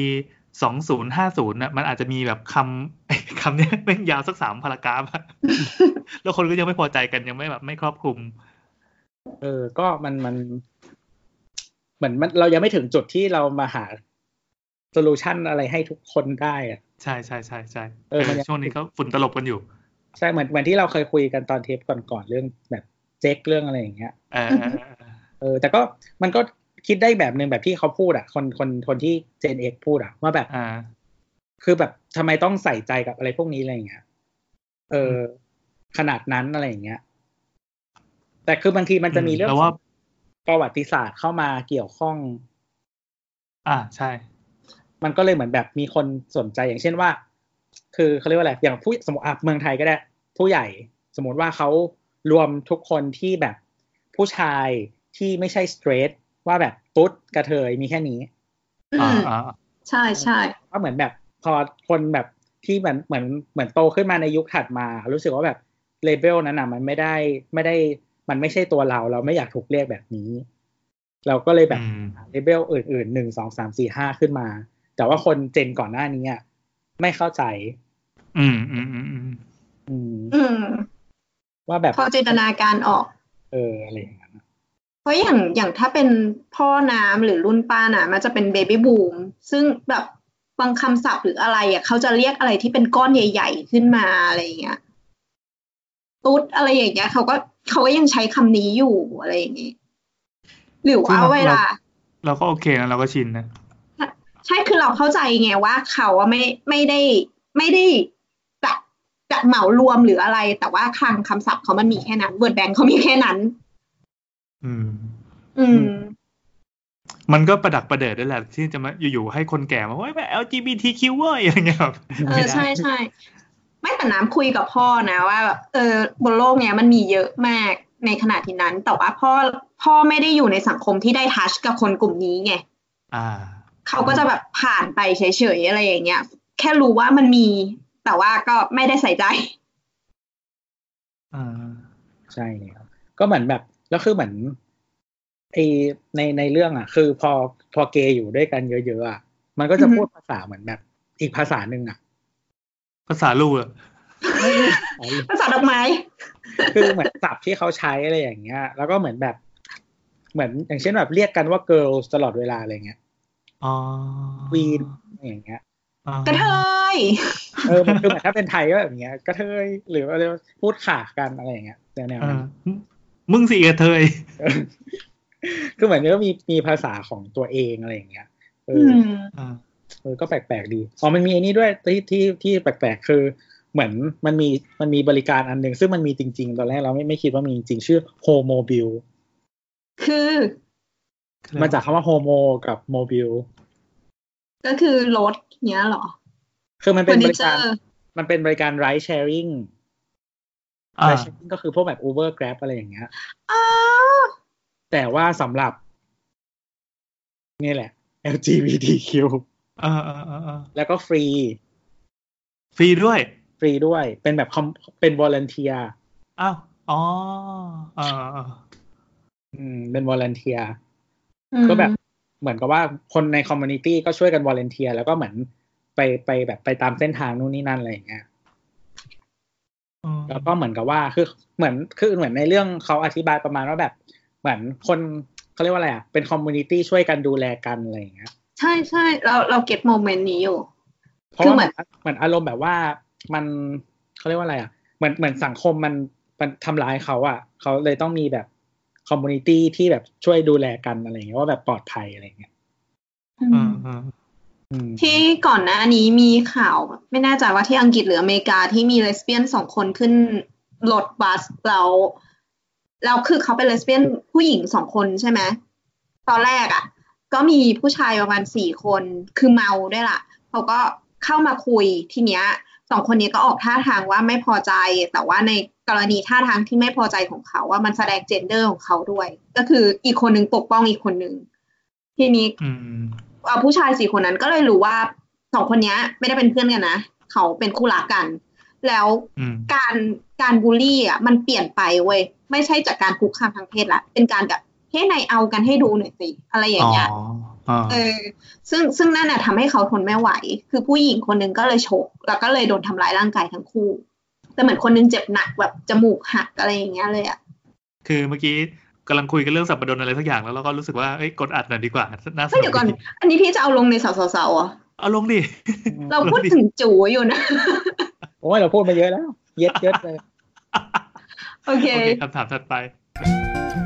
[SPEAKER 4] สองศูนย์ห้าศูนย์น่ะมันอาจจะมีแบบคำ ไอ้คำเนี้ *laughs* ยแม่งยาวสักสามพารากราฟอะ *laughs* แล้วคนก็ยังไม่พอใจกันยังไม่แบบไม่ครอบคลุม
[SPEAKER 3] เออ ก็มันมัน เหมือนมันเรายังไม่ถึงจุดที่เรามาหาโซลูชันอะไรให้ทุกคนได้อะ
[SPEAKER 4] ใช่ใช่ใช่ใช่
[SPEAKER 3] เออ
[SPEAKER 4] เออ
[SPEAKER 3] มันยัง
[SPEAKER 4] ช่วงนี้ก็ฝุ่นตลบกันอยู่
[SPEAKER 3] ใช่เหมือนเหมือนที่เราเคยคุยกันตอนเทปก่อนๆเรื่องแบบเจ๊กเรื่องอะไรอย่างเงี้ย
[SPEAKER 4] เออ
[SPEAKER 2] อือฮึ
[SPEAKER 3] เออแต่ก็มันก็คิดได้แบบหนึ่งแบบที่เขาพูดอ่ะ คนคนคนที่เจนเอกพูดอ่ะว่าแบบ
[SPEAKER 4] อ่า
[SPEAKER 3] คือแบบทำไมต้องใส่ใจกับอะไรพวกนี้อะไรอย่างเงี้ย เออ ขนาดนั้นอะไรอย่างเงี้ย แต่คือบางทีมันจะมีเรื่อง
[SPEAKER 4] อืมแล้วว่า
[SPEAKER 3] ประวัติศาสตร์เข้ามาเกี่ยวข้อง
[SPEAKER 4] อ่าใช่
[SPEAKER 3] มันก็เลยเหมือนแบบมีคนสนใจอย่างเช่นว่า คือเขาเรียกว่าอะไรอย่างผู้สมมติอ่ะเมืองไทยก็ได้ ผู้ใหญ่ สมมติว่าเขารวมทุกคนที่แบบผู้ชายที่ไม่ใช่สเตรทว่าแบบตุ๊ดกระเทยมีแค่นี้
[SPEAKER 2] อื
[SPEAKER 4] อ่าม อ่า
[SPEAKER 2] ใช่ใช่
[SPEAKER 3] ก็เหมือนแบบพอคนแบบที่เหมือนเหมือนเหมือนโตขึ้นมาในยุคถัดมา รู้สึกว่าแบบเลเบลนั้นน่ะมันไม่ได้ไม่ได้มันไม่ใช่ตัวเรา เราไม่อยากถูกเรียกแบบนี้ เราก็เลยแบบ
[SPEAKER 4] อืม
[SPEAKER 3] เลเบลอื่นๆหนึ่งสองสามสี่ห้าขึ้นมา แต่ว่าคนเจนก่อนหน้านี้อ่ะไม่เข้าใจ
[SPEAKER 4] อืมอืมอืมอืม
[SPEAKER 3] อืม
[SPEAKER 2] อืม
[SPEAKER 3] ว่าแบบ
[SPEAKER 2] พอจินตนาการออก
[SPEAKER 3] เอออะไรอย่างเงี้ย
[SPEAKER 2] เพราะอย่างอย่างถ้าเป็นพ่อน้ำหรือรุ่นป้าน่ะ มันจะเป็นเบบี้บูมซึ่งแบบบางคำศัพท์หรืออะไรอ่ะเขาจะเรียกอะไรที่เป็นก้อนใหญ่ ๆ ขึ้นมาอะไรอย่างเงี้ยตุ๊ดอะไรอย่างเงี้ยเขาก็เขาก็ยังใช้คำนี้อยู่อะไรอย่างงี้หรือว่าเวลา
[SPEAKER 4] เราก็โอเคนะเราก็ชินนะ
[SPEAKER 2] ใช่คือเราเข้าใจไงว่าเขาอะไม่ไม่ได้ไม่ได้จะจะเหมารวมหรืออะไร แต่ว่าคลังคำศัพท์เขามันมีแค่นั้นเวิร์ดแบงเขามีแค่นั้น
[SPEAKER 4] อืม
[SPEAKER 2] อืม
[SPEAKER 4] มันก็ประดักประเดิดด้วยแหละที่จะมาอยู่ๆให้คนแก่มาว่าแบบ LGBTQ เว้ย *laughs* อะไรเงี้ยแบบ
[SPEAKER 2] เอ
[SPEAKER 4] ไม่
[SPEAKER 2] อ
[SPEAKER 4] ได้
[SPEAKER 2] ใช่ใช่ไม่แต่น้ำคุยกับพ่อนะว่าแบบเออบนโลกเนี้ยมันมีเยอะมากในขณะที่นั้น แต่ว่าพ่อพ่อไม่ได้อยู่ในสังคมที่ได้ทัชกับคนกลุ่มนี้ไง
[SPEAKER 4] อ่า
[SPEAKER 2] เขาก็จะแบบผ่านไปเฉยๆอะไรอย่างเงี้ย แค่รู้ว่ามันมี แต่ว่าก็ไม่ได้ใส่ใจ *laughs*
[SPEAKER 4] อ่า
[SPEAKER 3] ใช่ครับก็เหมือนแบบแล้วคือเหมือนไอในในเรื่องอ่ะ คือพอพอเกย์อยู่ด้วยกันเยอะๆอ่ะมันก็จะ
[SPEAKER 2] อือฮึ
[SPEAKER 3] พูดภาษาเหมือนแบบ อีกภาษาหนึ่งอ่ะ
[SPEAKER 4] ภาษาลูกอะ
[SPEAKER 2] ภาษาดอกไม้
[SPEAKER 3] คือเหมือนศัพท์ที่เขาใช้อะไรอย่างเงี้ย แล้วก็เหมือนแบบ เหมือนอย่างเช่นแบบเรียกกันว่า girls ตลอดเวลาอะไรเงี้ย
[SPEAKER 4] อ๋อ
[SPEAKER 3] queen อะไรอย่างเงี้ย
[SPEAKER 4] อ่าก
[SPEAKER 2] ระเทย
[SPEAKER 3] เออมันคือเหมือนถ้าเป็นไทยก็แบบเงี้ยกระเทยหรือว่าเรียกว่าพูดขากันอะไรอย่างเงี้ยแนวๆ
[SPEAKER 4] อ่า
[SPEAKER 3] นั้น
[SPEAKER 4] มึงสิกระเทย
[SPEAKER 3] คือเหมือนก็มีมีภาษาของตัวเองอะไรอย่างเงี้ย เอ
[SPEAKER 2] อื
[SPEAKER 3] อ
[SPEAKER 2] ม
[SPEAKER 4] อ่า
[SPEAKER 3] เออก็แปลกๆดี อ๋อ มันมีไอันนี้ด้วยที่ที่ที่แปลกๆ คือเหมือนมันมีมันมีบริการอันหนึ่งซึ่งมันมีจริงๆ ตอนแรกเราไม่ไม่คิดว่ามีจริงๆ ชื่อ Homo b i l
[SPEAKER 2] คือ
[SPEAKER 3] มาจากคำว่า Homo กับ Mobile
[SPEAKER 2] ก็คือรถเนี้ยเหรอ
[SPEAKER 3] คือมัน
[SPEAKER 2] เฟอ
[SPEAKER 3] เป็น
[SPEAKER 2] ร์นิ
[SPEAKER 3] บริ
[SPEAKER 2] เจ
[SPEAKER 3] กา
[SPEAKER 2] อ
[SPEAKER 3] ร
[SPEAKER 2] ร์
[SPEAKER 3] มันเป็นบริการ ride sharing
[SPEAKER 4] อ่า
[SPEAKER 3] ride sharing ก็คือพวกแบบ Uber Grab อะไรอย่างเงี้ย
[SPEAKER 2] อ๋อ
[SPEAKER 3] แต่ว่าสำหรับนี่แหละ LGBTQ
[SPEAKER 4] อ่าอ่าอ่าอ่า
[SPEAKER 3] แล้วก็ฟรี
[SPEAKER 4] ฟรีด้วย
[SPEAKER 3] ฟรีด้วย เป็นแบบ com- เป็น volunteer
[SPEAKER 4] อ้าว อ๋ออ่าอ่า
[SPEAKER 3] อืมเป็น volunteer
[SPEAKER 2] อืม
[SPEAKER 3] ก็แบบเหมือนกับว่าคนในคอมมูนิตี้ก็ช่วยกันวอลเนเทียแล้วก็เหมือนไปไปแบบไปตามเส้นทางนู่นนี่นั่นอะไรอย่างเงี้ย
[SPEAKER 4] อืม
[SPEAKER 3] แล้วก็เหมือนกับว่าคือเหมือนคือเหมือนในเรื่องเขาอธิบายประมาณว่าแบบ เหมือนคนเขาเรียกว่าอะไรอ่ะเป็นคอมมูนิตี้ช่วยกันดูแลกันอะไรอย่างเงี้ย
[SPEAKER 2] ใช่ใช่เราเราเก็ตโมเมนต์นี้อยู่
[SPEAKER 3] เพราะ
[SPEAKER 2] คือ
[SPEAKER 3] ว่า
[SPEAKER 2] เห
[SPEAKER 3] เห
[SPEAKER 2] มื
[SPEAKER 3] มื
[SPEAKER 2] อ
[SPEAKER 3] อน นเหมือนอารมณ์แบบว่ามันเขาเรียกว่าอะไรอ่ะเหมือนเหมือนสังคมมันมันทำร้ายเขาอ่ะเขาเลยต้องมีแบบคอมมูนิตี้ที่แบบช่วยดูแลกันอะไรอย่างเงี้ยว่าแบบปลอดภัยอะไรอย่างเงี้ย
[SPEAKER 2] อื
[SPEAKER 4] อื
[SPEAKER 2] ม
[SPEAKER 4] มอืม
[SPEAKER 3] อืม
[SPEAKER 2] ที่ก่อนหน้านี้มีข่าว ไม่แน่ใจว่าที่อังกฤษหรืออเมริกาที่มีเลสเบี้ยนสองคนขึ้นรถบัสแล้วแล้วคือเขาเป็นเลสเบี้ยนผู้หญิงสองคนใช่ไหมตอนแรกอะ่ะ ก็มีผู้ชายประมาณสี่คนคือเมาด้วยล่ะเขาก็เข้ามาคุยทีเนี้ยสองคนนี้ก็ออกท่าทางว่าไม่พอใจ แต่ว่าในกรณีท่าทางที่ไม่พอใจของเขาว่ามันแสดงเจนเดอร์ของเขาด้วย ก็คืออีกคนนึงปกป้องอีกคนนึงทีนี้
[SPEAKER 4] อืม
[SPEAKER 2] เอ่อผู้ชายสี่คนนั้นก็เลยรู้ว่าสองคนเนี้ย ไม่ได้เป็นเพื่อนกันนะ เขาเป็นคู่รักกัน แล้ว
[SPEAKER 4] อืม
[SPEAKER 2] การการบูลลี่อ่ะมันเปลี่ยนไปเว้ยไม่ใช่จากการคุกคามทางเพศละเป็นการแบบเฮ้ยนายเอากันให้ดูหน่อยสิอะไรอย่าง
[SPEAKER 4] อ๋อ
[SPEAKER 2] เงี้ย
[SPEAKER 4] อ๋อ
[SPEAKER 2] เออ ซึ่งซึ่งนั่นน่ะทำให้เขาทนไม่ไหว คือผู้หญิงคนหนึงก็เลยฉกแล้วก็เลยโดนทำร้ายร่างกายทั้งคู่ แต่เหมือนคนหนึงเจ็บหนักแบบจมูกหักอะไรอย่างเงี้ยเลยอ่ะ
[SPEAKER 4] คือเมื่อกี้กำลังคุยกันเรื่องสัปดาห์อะไรสักอย่างแล้วเราก็รู้สึกว่าเอ้ยกดอัดหน่อยดีกว่าน่าส
[SPEAKER 2] เฮ้ย
[SPEAKER 4] นุ
[SPEAKER 2] เดี๋ยวก่อน
[SPEAKER 4] ดี
[SPEAKER 2] อันนี้พี่จะเอาลงในสาวๆๆอ่ะ
[SPEAKER 4] เอาลงดิ
[SPEAKER 2] เราพูดถึงจู๋อยู่นะ *laughs*
[SPEAKER 3] โอ้ยเราพูดมาเยอะแล้ว เย็ดเย็ดเลย
[SPEAKER 2] โอเค
[SPEAKER 4] โอเคคำถามถัดไป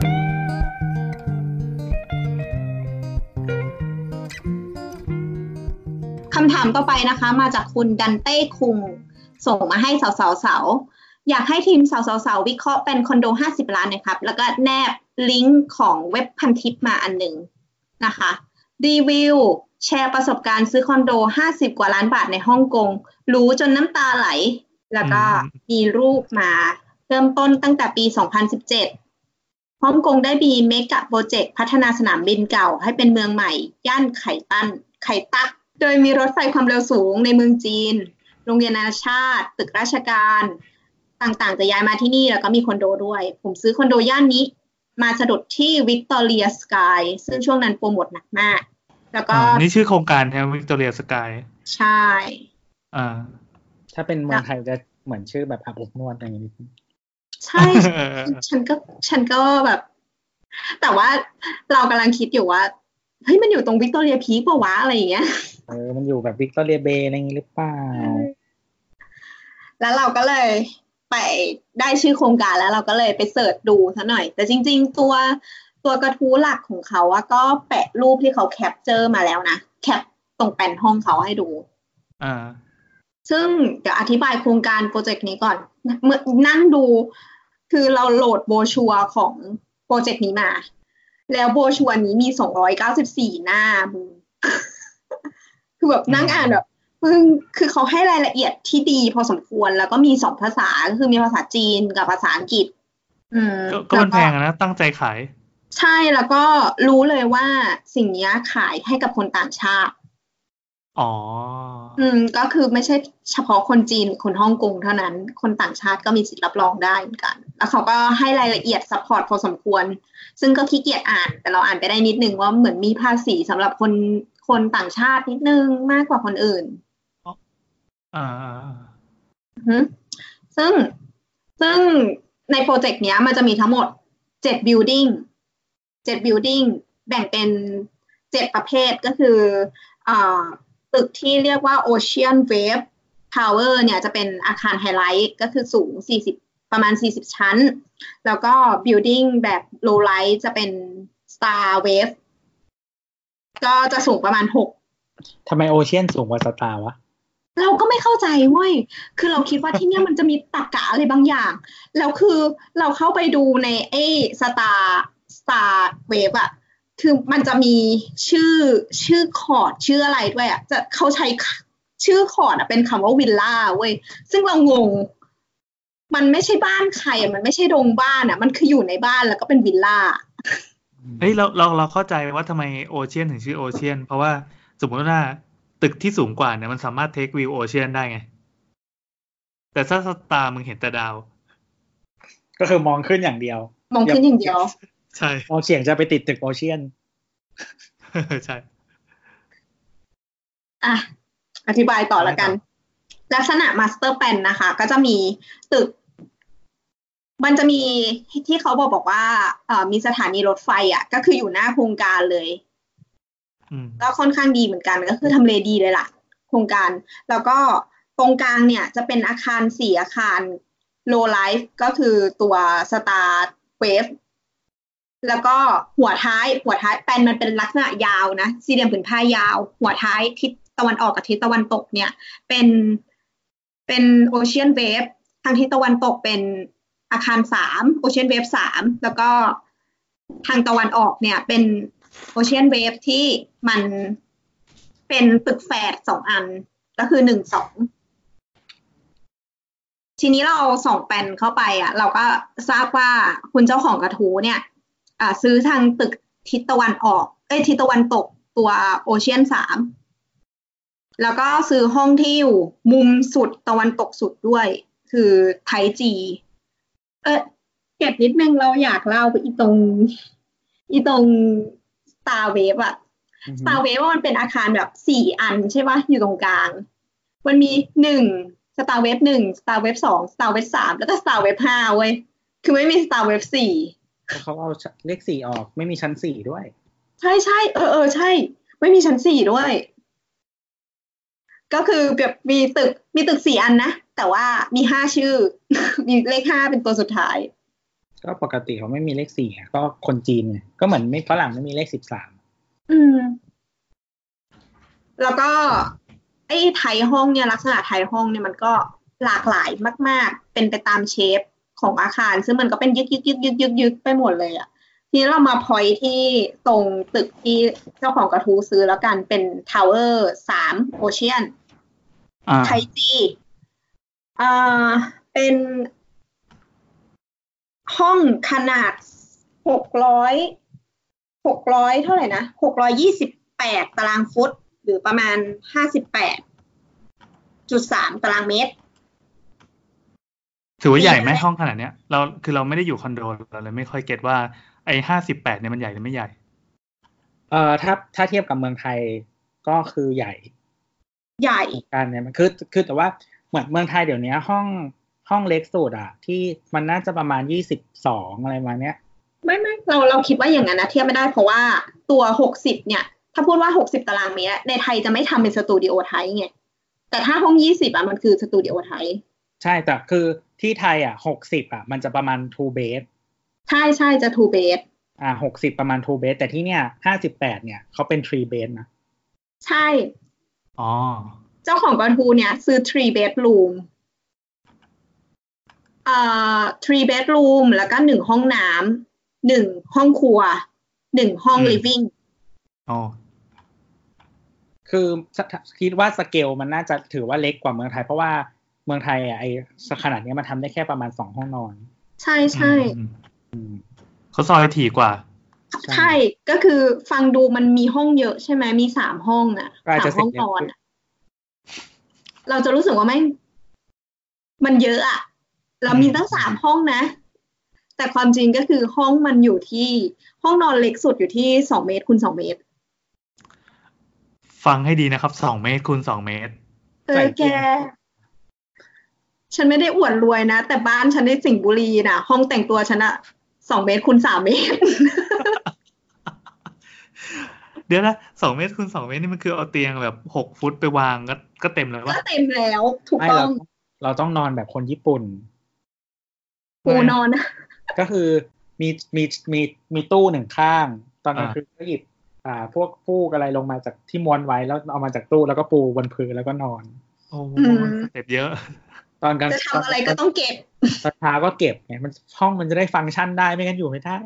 [SPEAKER 2] คำถามต่อไปนะคะ มาจากคุณดันเต้คุง ส่งมาให้สาวๆๆอยากให้ทีมสาวๆๆวิเคราะห์เป็นคอนโด 50 ล้านนะครับ แล้วก็แนบลิงก์ของเว็บพันทิปมาอันหนึ่งนะคะ รีวิว แชร์ประสบการณ์ซื้อคอนโด 50 กว่าล้านบาทในฮ่องกง รู้จนน้ำตาไหล แล้วก็
[SPEAKER 4] อืม
[SPEAKER 2] มีรูปมา เริ่มต้นตั้งแต่ปี 2017 ฮ่องกงได้มีเมกะโปรเจกต์พัฒนาสนามบินเก่าให้เป็นเมืองใหม่ ย่านไข่ตันไข่ตัก โดยมีรถไฟความเร็วสูงในเมืองจีน โรงเรียนนานาชาติ ตึกราชการ ต่างๆ จะย้ายมาที่นี่แล้วก็มีคอนโดด้วย ผมซื้อคอนโดย่านนี้ มาสะดุดที่วิกตอเรียสกายซึ่งช่วงนั้นโปรโมทหนักมาก แล้วก็
[SPEAKER 4] อ่านี่ชื่อโครงการแทนวิกตอเรียสกาย
[SPEAKER 2] ใช่
[SPEAKER 4] อ่า
[SPEAKER 3] ถ้าเป็นเมืองไทยจะเหมือนชื่อแบบอาบอบนวดอะไรอย่างนี้
[SPEAKER 2] ใช่
[SPEAKER 4] *laughs*
[SPEAKER 2] ฉันก็ฉันก็แบบ แต่ว่าเรากำลังคิดอยู่ว่าเฮ้ยมันอยู่ตรงวิกตอเรียพีกปะวะอะไรอย่างเงี้ย
[SPEAKER 3] เออ มันอยู่แบบวิกตอเรียเบย์อะไรอย่างนี้หรือเปล่า
[SPEAKER 2] แล้วเราก็เลยไปได้ชื่อโครงการแล้วเราก็เลยไปเสิร์ชดูซะหน่อย แต่จริง ๆ ตัวตัวกระทู้หลักของเขาอะก็แปะรูปที่เขาแคปเจอร์มาแล้วนะแคปตรงแผ่นห้องเขาให้ดู
[SPEAKER 4] อ่า
[SPEAKER 2] ซึ่งเดี๋ยวอธิบายโครงการโปรเจกต์นี้ก่อนเมื่อนั่งดู คือเราโหลดโบรชัวร์ของโปรเจกต์นี้มา แล้วโบรชัวร์นี้มี 294 หน้ามึง *laughs* คือแบบนั่งอ่านแบบมึงคือเขาให้รายละเอียดที่ดีพอสมควรแล้วก็มีสองภาษาก็คือมีภาษาจีนกับภาษาอังกฤษ อืม
[SPEAKER 4] ก็ก็มันแพงอะนะ ตั้งใจขาย
[SPEAKER 2] ใช่แล้วก็รู้เลยว่าสิ่งเนี้ยขายให้กับคนต่างชาติ
[SPEAKER 4] อ๋อ
[SPEAKER 2] อืมก็คือไม่ใช่เฉพาะคนจีนหรือคนฮ่องกงเท่านั้น คนต่างชาติก็มีสิทธิ์รับรองได้เหมือนกัน แล้วเขาก็ให้รายละเอียดซัพพอร์ตพอสมควร ซึ่งก็ขี้เกียจอ่าน แต่เราอ่านไปได้นิดนึงว่าเหมือนมีภาษีสำหรับคนคนต่างชาตินิดนึงมากกว่าคนอื่น
[SPEAKER 4] อ่า
[SPEAKER 2] อือฮึซึ่งซึ่งในโปรเจกต์เนี้ยมันจะมีทั้งหมดเจ็ดบิลดิ้งเจ็ดบิลดิ้งแบ่งเป็นเจ็ดประเภทก็คือเอ่อตึกที่เรียกว่า Ocean Wave Tower เนี่ยจะเป็นอาคารไฮไลท์ก็คือสูง 40 ประมาณ 40 ชั้น แล้วก็บิลดิ้งแบบ low light จะเป็น Star Wave ก็จะสูงประมาณ 6
[SPEAKER 3] ทำไมโอเชียนสูงกว่าสตาร์วะ
[SPEAKER 2] เราก็ไม่เข้าใจเว้ย คือเราคิดว่าที่เนี่ยมันจะมีตรรกะอะไรบางอย่าง แล้วคือเราเข้าไปดูในไอ้สตาร์สตาร์เวฟอะคือมันจะมีชื่อชื่อคอร์ดชื่ออะไรด้วยอะจะเขาใช้ชื่อคอร์ดอะเป็นคำว่าวิลล่าเว้ย ซึ่งเรางง มันไม่ใช่บ้านใครอะมันไม่ใช่โรงบ้านอะมันคืออยู่ในบ้านแล้วก็เป็นวิลล่า
[SPEAKER 4] เฮ้ยเราเราเราเข้าใจว่าทำไมโอเชียนถึงชื่อโอเชียน เพราะว่าสมมติว่าตึกที่สูงกว่าเนี่ยมันสามารถเทควิวโอเชียนได้ไง แต่ถ้าสตาร์มึงเห็นแต่ดาว
[SPEAKER 3] ก็คือมองขึ้นอย่างเดียว
[SPEAKER 2] มองขึ้นอย่างเดียว
[SPEAKER 4] ใช่
[SPEAKER 3] มองเฉียงจะไปติดตึกโอเชียน
[SPEAKER 4] *laughs* ใช่
[SPEAKER 2] อ่ะอธิบายต่อละกัน ลักษณะมาสเตอร์ a n นนะคะ ก็จะมีตึก มันจะมีที่เขาบอกบอกว่าเอ่อมีสถานีรถไฟอ่ะ ก็คืออยู่หน้าโครงการเลย
[SPEAKER 4] อืม
[SPEAKER 2] ก็ค่อนข้างดีเหมือนกันก็คือทำเลดีเลยล่ะ โครงการ แล้วก็ตรงกลางเนี่ยจะเป็นอาคารสี่อาคาร low life ก็คือตัวสตาร์เวฟแล้วก็หัวท้ายหัวท้ายแปลนมันเป็นลักษณะยาวนะ สี่เหลี่ยมผืนผ้ายาว หัวท้ายทิศ ตะวันออกกับทิศตะวันตกเนี่ย เป็นเป็นโอเชียนเวฟทางทิศตะวันตกเป็นอาคารสามโอเชียนเวฟสามแล้วก็ทางตะวันออกเนี่ย เป็นโอเชียนเวฟที่มันเป็นตึกแฝดสองอันก็คือหนึ่งสองทีนี้เราเอาสองแปลนเข้าไปอ่ะ เราก็ทราบว่าคุณเจ้าของกระทู้เนี่ย อ่าซื้อทางตึกทิศตะวันออก เอ้ยทิศตะวันตกตัวโอเชียนสาม แล้วก็ซื้อห้องที่อยู่มุมสุดตะวันตกสุดด้วย คือไทจี เออเก็บนิดนึงเราอยากเล่าไปอีตรง อีตรงสตาร์เวฟอะ
[SPEAKER 3] อือ
[SPEAKER 2] ส
[SPEAKER 3] ฮึ
[SPEAKER 2] ตาร์เวฟว่ามันเป็นอาคารแบบสี่อันใช่ปะอยู่ตรงกลาง มันมีหนึ่งสตาร์เวฟหนึ่งสตาร์เวฟสองสตาร์เวฟสามแล้วก็สตาร์เวฟห้าเว้ย คือไม่มีสตาร์เวฟสี่
[SPEAKER 3] เขาเอาเลขสี่ออกไม่มีชั้นสี่ด้วย
[SPEAKER 2] ใช่ใช่เออเออใช่ ไม่มีชั้นสี่ด้วย ก็คือแบบมีตึกมีตึกสี่อันนะ แต่ว่ามีห้าชื่อ *laughs* มีเลขห้าเป็นตัวสุดท้าย
[SPEAKER 3] ก็ปกติเขาไม่มีเลขสี่อะก็คนจีนไงก็เหมือนไม่ฝรั่งไม่มีเลขสิบสาม
[SPEAKER 2] อืม แล้วก็ไอ้ไทยห้องเนี่ยลักษณะไทยห้องเนี่ยมันก็หลากหลายมาก ๆ เป็นไปตามเชฟของอาคาร ซึ่งมันก็เป็นยึกยึกยึกยึกยึกยึกไปหมดเลยอะ่ะ ทีนี้เรามาพอยที่ตรงตึกที่เจ้าของกระทู้ซื้อแล้วกันเป็นทาวเวอร์สามโอเชียน
[SPEAKER 4] อ่า
[SPEAKER 2] ไทจีเอ่อเป็นห้องขนาดหกร้อยหกร้อยเท่าไหร่นะหกร้อยี่สิบแปดตารางฟุต หรือประมาณห้าสิบแปดจุดสามตารางเมตร
[SPEAKER 4] ถือว่าใหญ่ไหมห้องขนาดเนี้ยเราคือเราไม่ได้อยู่คอนโดเราเลยไม่ค่อยเก็ตว่าไอ้ห้าสิบแปดเนี่ยมันใหญ่หรือไม่ใหญ่
[SPEAKER 3] เอ่อถ้าถ้าเทียบกับเมืองไทยก็คือใหญ่
[SPEAKER 2] ใหญ่
[SPEAKER 3] กันเนี่ยมันคือคือแต่ว่าเหมือนเมืองไทยเดี๋ยวนี้ห้องห้องเล็กสุดอะที่มันน่าจะประมาณยี่สิบสองอะไรประมาณเนี้ย
[SPEAKER 2] ไม่ไม่เราเราคิดว่าอย่างนั้นนะเทียบไม่ได้เพราะว่าตัวหกสิบเนี่ย ถ้าพูดว่าหกสิบตารางเมตร ในไทยจะไม่ทำเป็นสตูดิโอไทยไงแต่ถ้าห้องยี่สิบอ่ะมันคือสตูดิโอไทย
[SPEAKER 3] ใช่แต่คือที่ไทยอะหกสิบอะมันจะประมาณ two bed
[SPEAKER 2] ใช่ใช่จะทูเบส
[SPEAKER 3] อ่าหกสิบประมาณ two bed แต่ที่เนี่ยห้าสิบแปดเนี่ยเขาเป็น three bed นะ
[SPEAKER 2] ใช่
[SPEAKER 4] อ๋อ
[SPEAKER 2] เจ้าของกระทูเนี่ยซื้อ three bedroom เอ่อ three bedroom แล้วก็หนึ่งห้องน้ำหนึ่งห้องครัวหนึ่งห้อง
[SPEAKER 4] อืม
[SPEAKER 2] living
[SPEAKER 4] อ๋อ
[SPEAKER 3] คือคิดว่าสเกลมันน่าจะถือว่าเล็กกว่าเมืองไทย เพราะว่าเมืองไทยอะไอขนาดเนี้ยมันทำได้แค่ประมาณสองห้องนอน
[SPEAKER 2] ใช่ใช่
[SPEAKER 4] อืม
[SPEAKER 3] อืม
[SPEAKER 4] เขาซอยถี่กว่า
[SPEAKER 3] ใช่
[SPEAKER 2] ใช่ ก็คือฟังดูมันมีห้องเยอะใช่ไหมมีสามห้องน่ะ
[SPEAKER 3] ก็อาจ
[SPEAKER 2] สา
[SPEAKER 3] จะ
[SPEAKER 2] ม
[SPEAKER 3] เสร็
[SPEAKER 2] ห้
[SPEAKER 3] จ
[SPEAKER 2] องนอ
[SPEAKER 3] เร็ว
[SPEAKER 2] นน่ะเราจะรู้สึกว่าแม่งมันเยอะอะเรามีตั้งสามห้องนะ แต่ความจริงก็คือห้องมันอยู่ที่ห้องนอนเล็กสุดอยู่ที่สองเมตรคูณสองเมตร
[SPEAKER 4] ฟังให้ดีนะครับสองเมตรคูณสองเมตร
[SPEAKER 2] เอ
[SPEAKER 3] ใส่
[SPEAKER 2] อ
[SPEAKER 3] จ
[SPEAKER 2] แก
[SPEAKER 3] ริง
[SPEAKER 2] ฉันไม่ได้อวดรวยนะ แต่บ้านฉันในสิงห์บุรีนะห้องแต่งตัวฉันอะสองเมตรคูณสามเมตร
[SPEAKER 4] เดี๋ยวนะสองเมตรคูณสองเมตรนี่มันคือเอาเตียงแบบหกฟุตไปวางก็ก็เต็มเลย
[SPEAKER 2] ก็
[SPEAKER 4] วะ
[SPEAKER 2] เต็มแล้วถูก
[SPEAKER 3] ไม่
[SPEAKER 2] ต้อ
[SPEAKER 3] เรา
[SPEAKER 2] ง
[SPEAKER 3] เราต้องนอนแบบคนญี่ปุ่น
[SPEAKER 2] ปูนอนนะ
[SPEAKER 3] ก็คือมีมีมีมีตู้หนึ่งข้าง ตอนกลาง
[SPEAKER 4] อ่า
[SPEAKER 3] คืนก็หยิบอ่า พวกฟูกอะไรลงมาจากที่ม้วนไว้แล้วเอามาจากตู้แล้วก็ปูบนพื้นแล้วก็นอน
[SPEAKER 4] โอ้โหสเต็ปเยอะ *laughs*
[SPEAKER 3] ตอนกลาง
[SPEAKER 2] จะทำอะไรก็
[SPEAKER 3] ต
[SPEAKER 2] ต้องเก็บ
[SPEAKER 3] อนเช้าก็เก็บไงมันห้องมันจะได้ฟังก์ชันได้ไม่งั้นอยู่ไม่ได้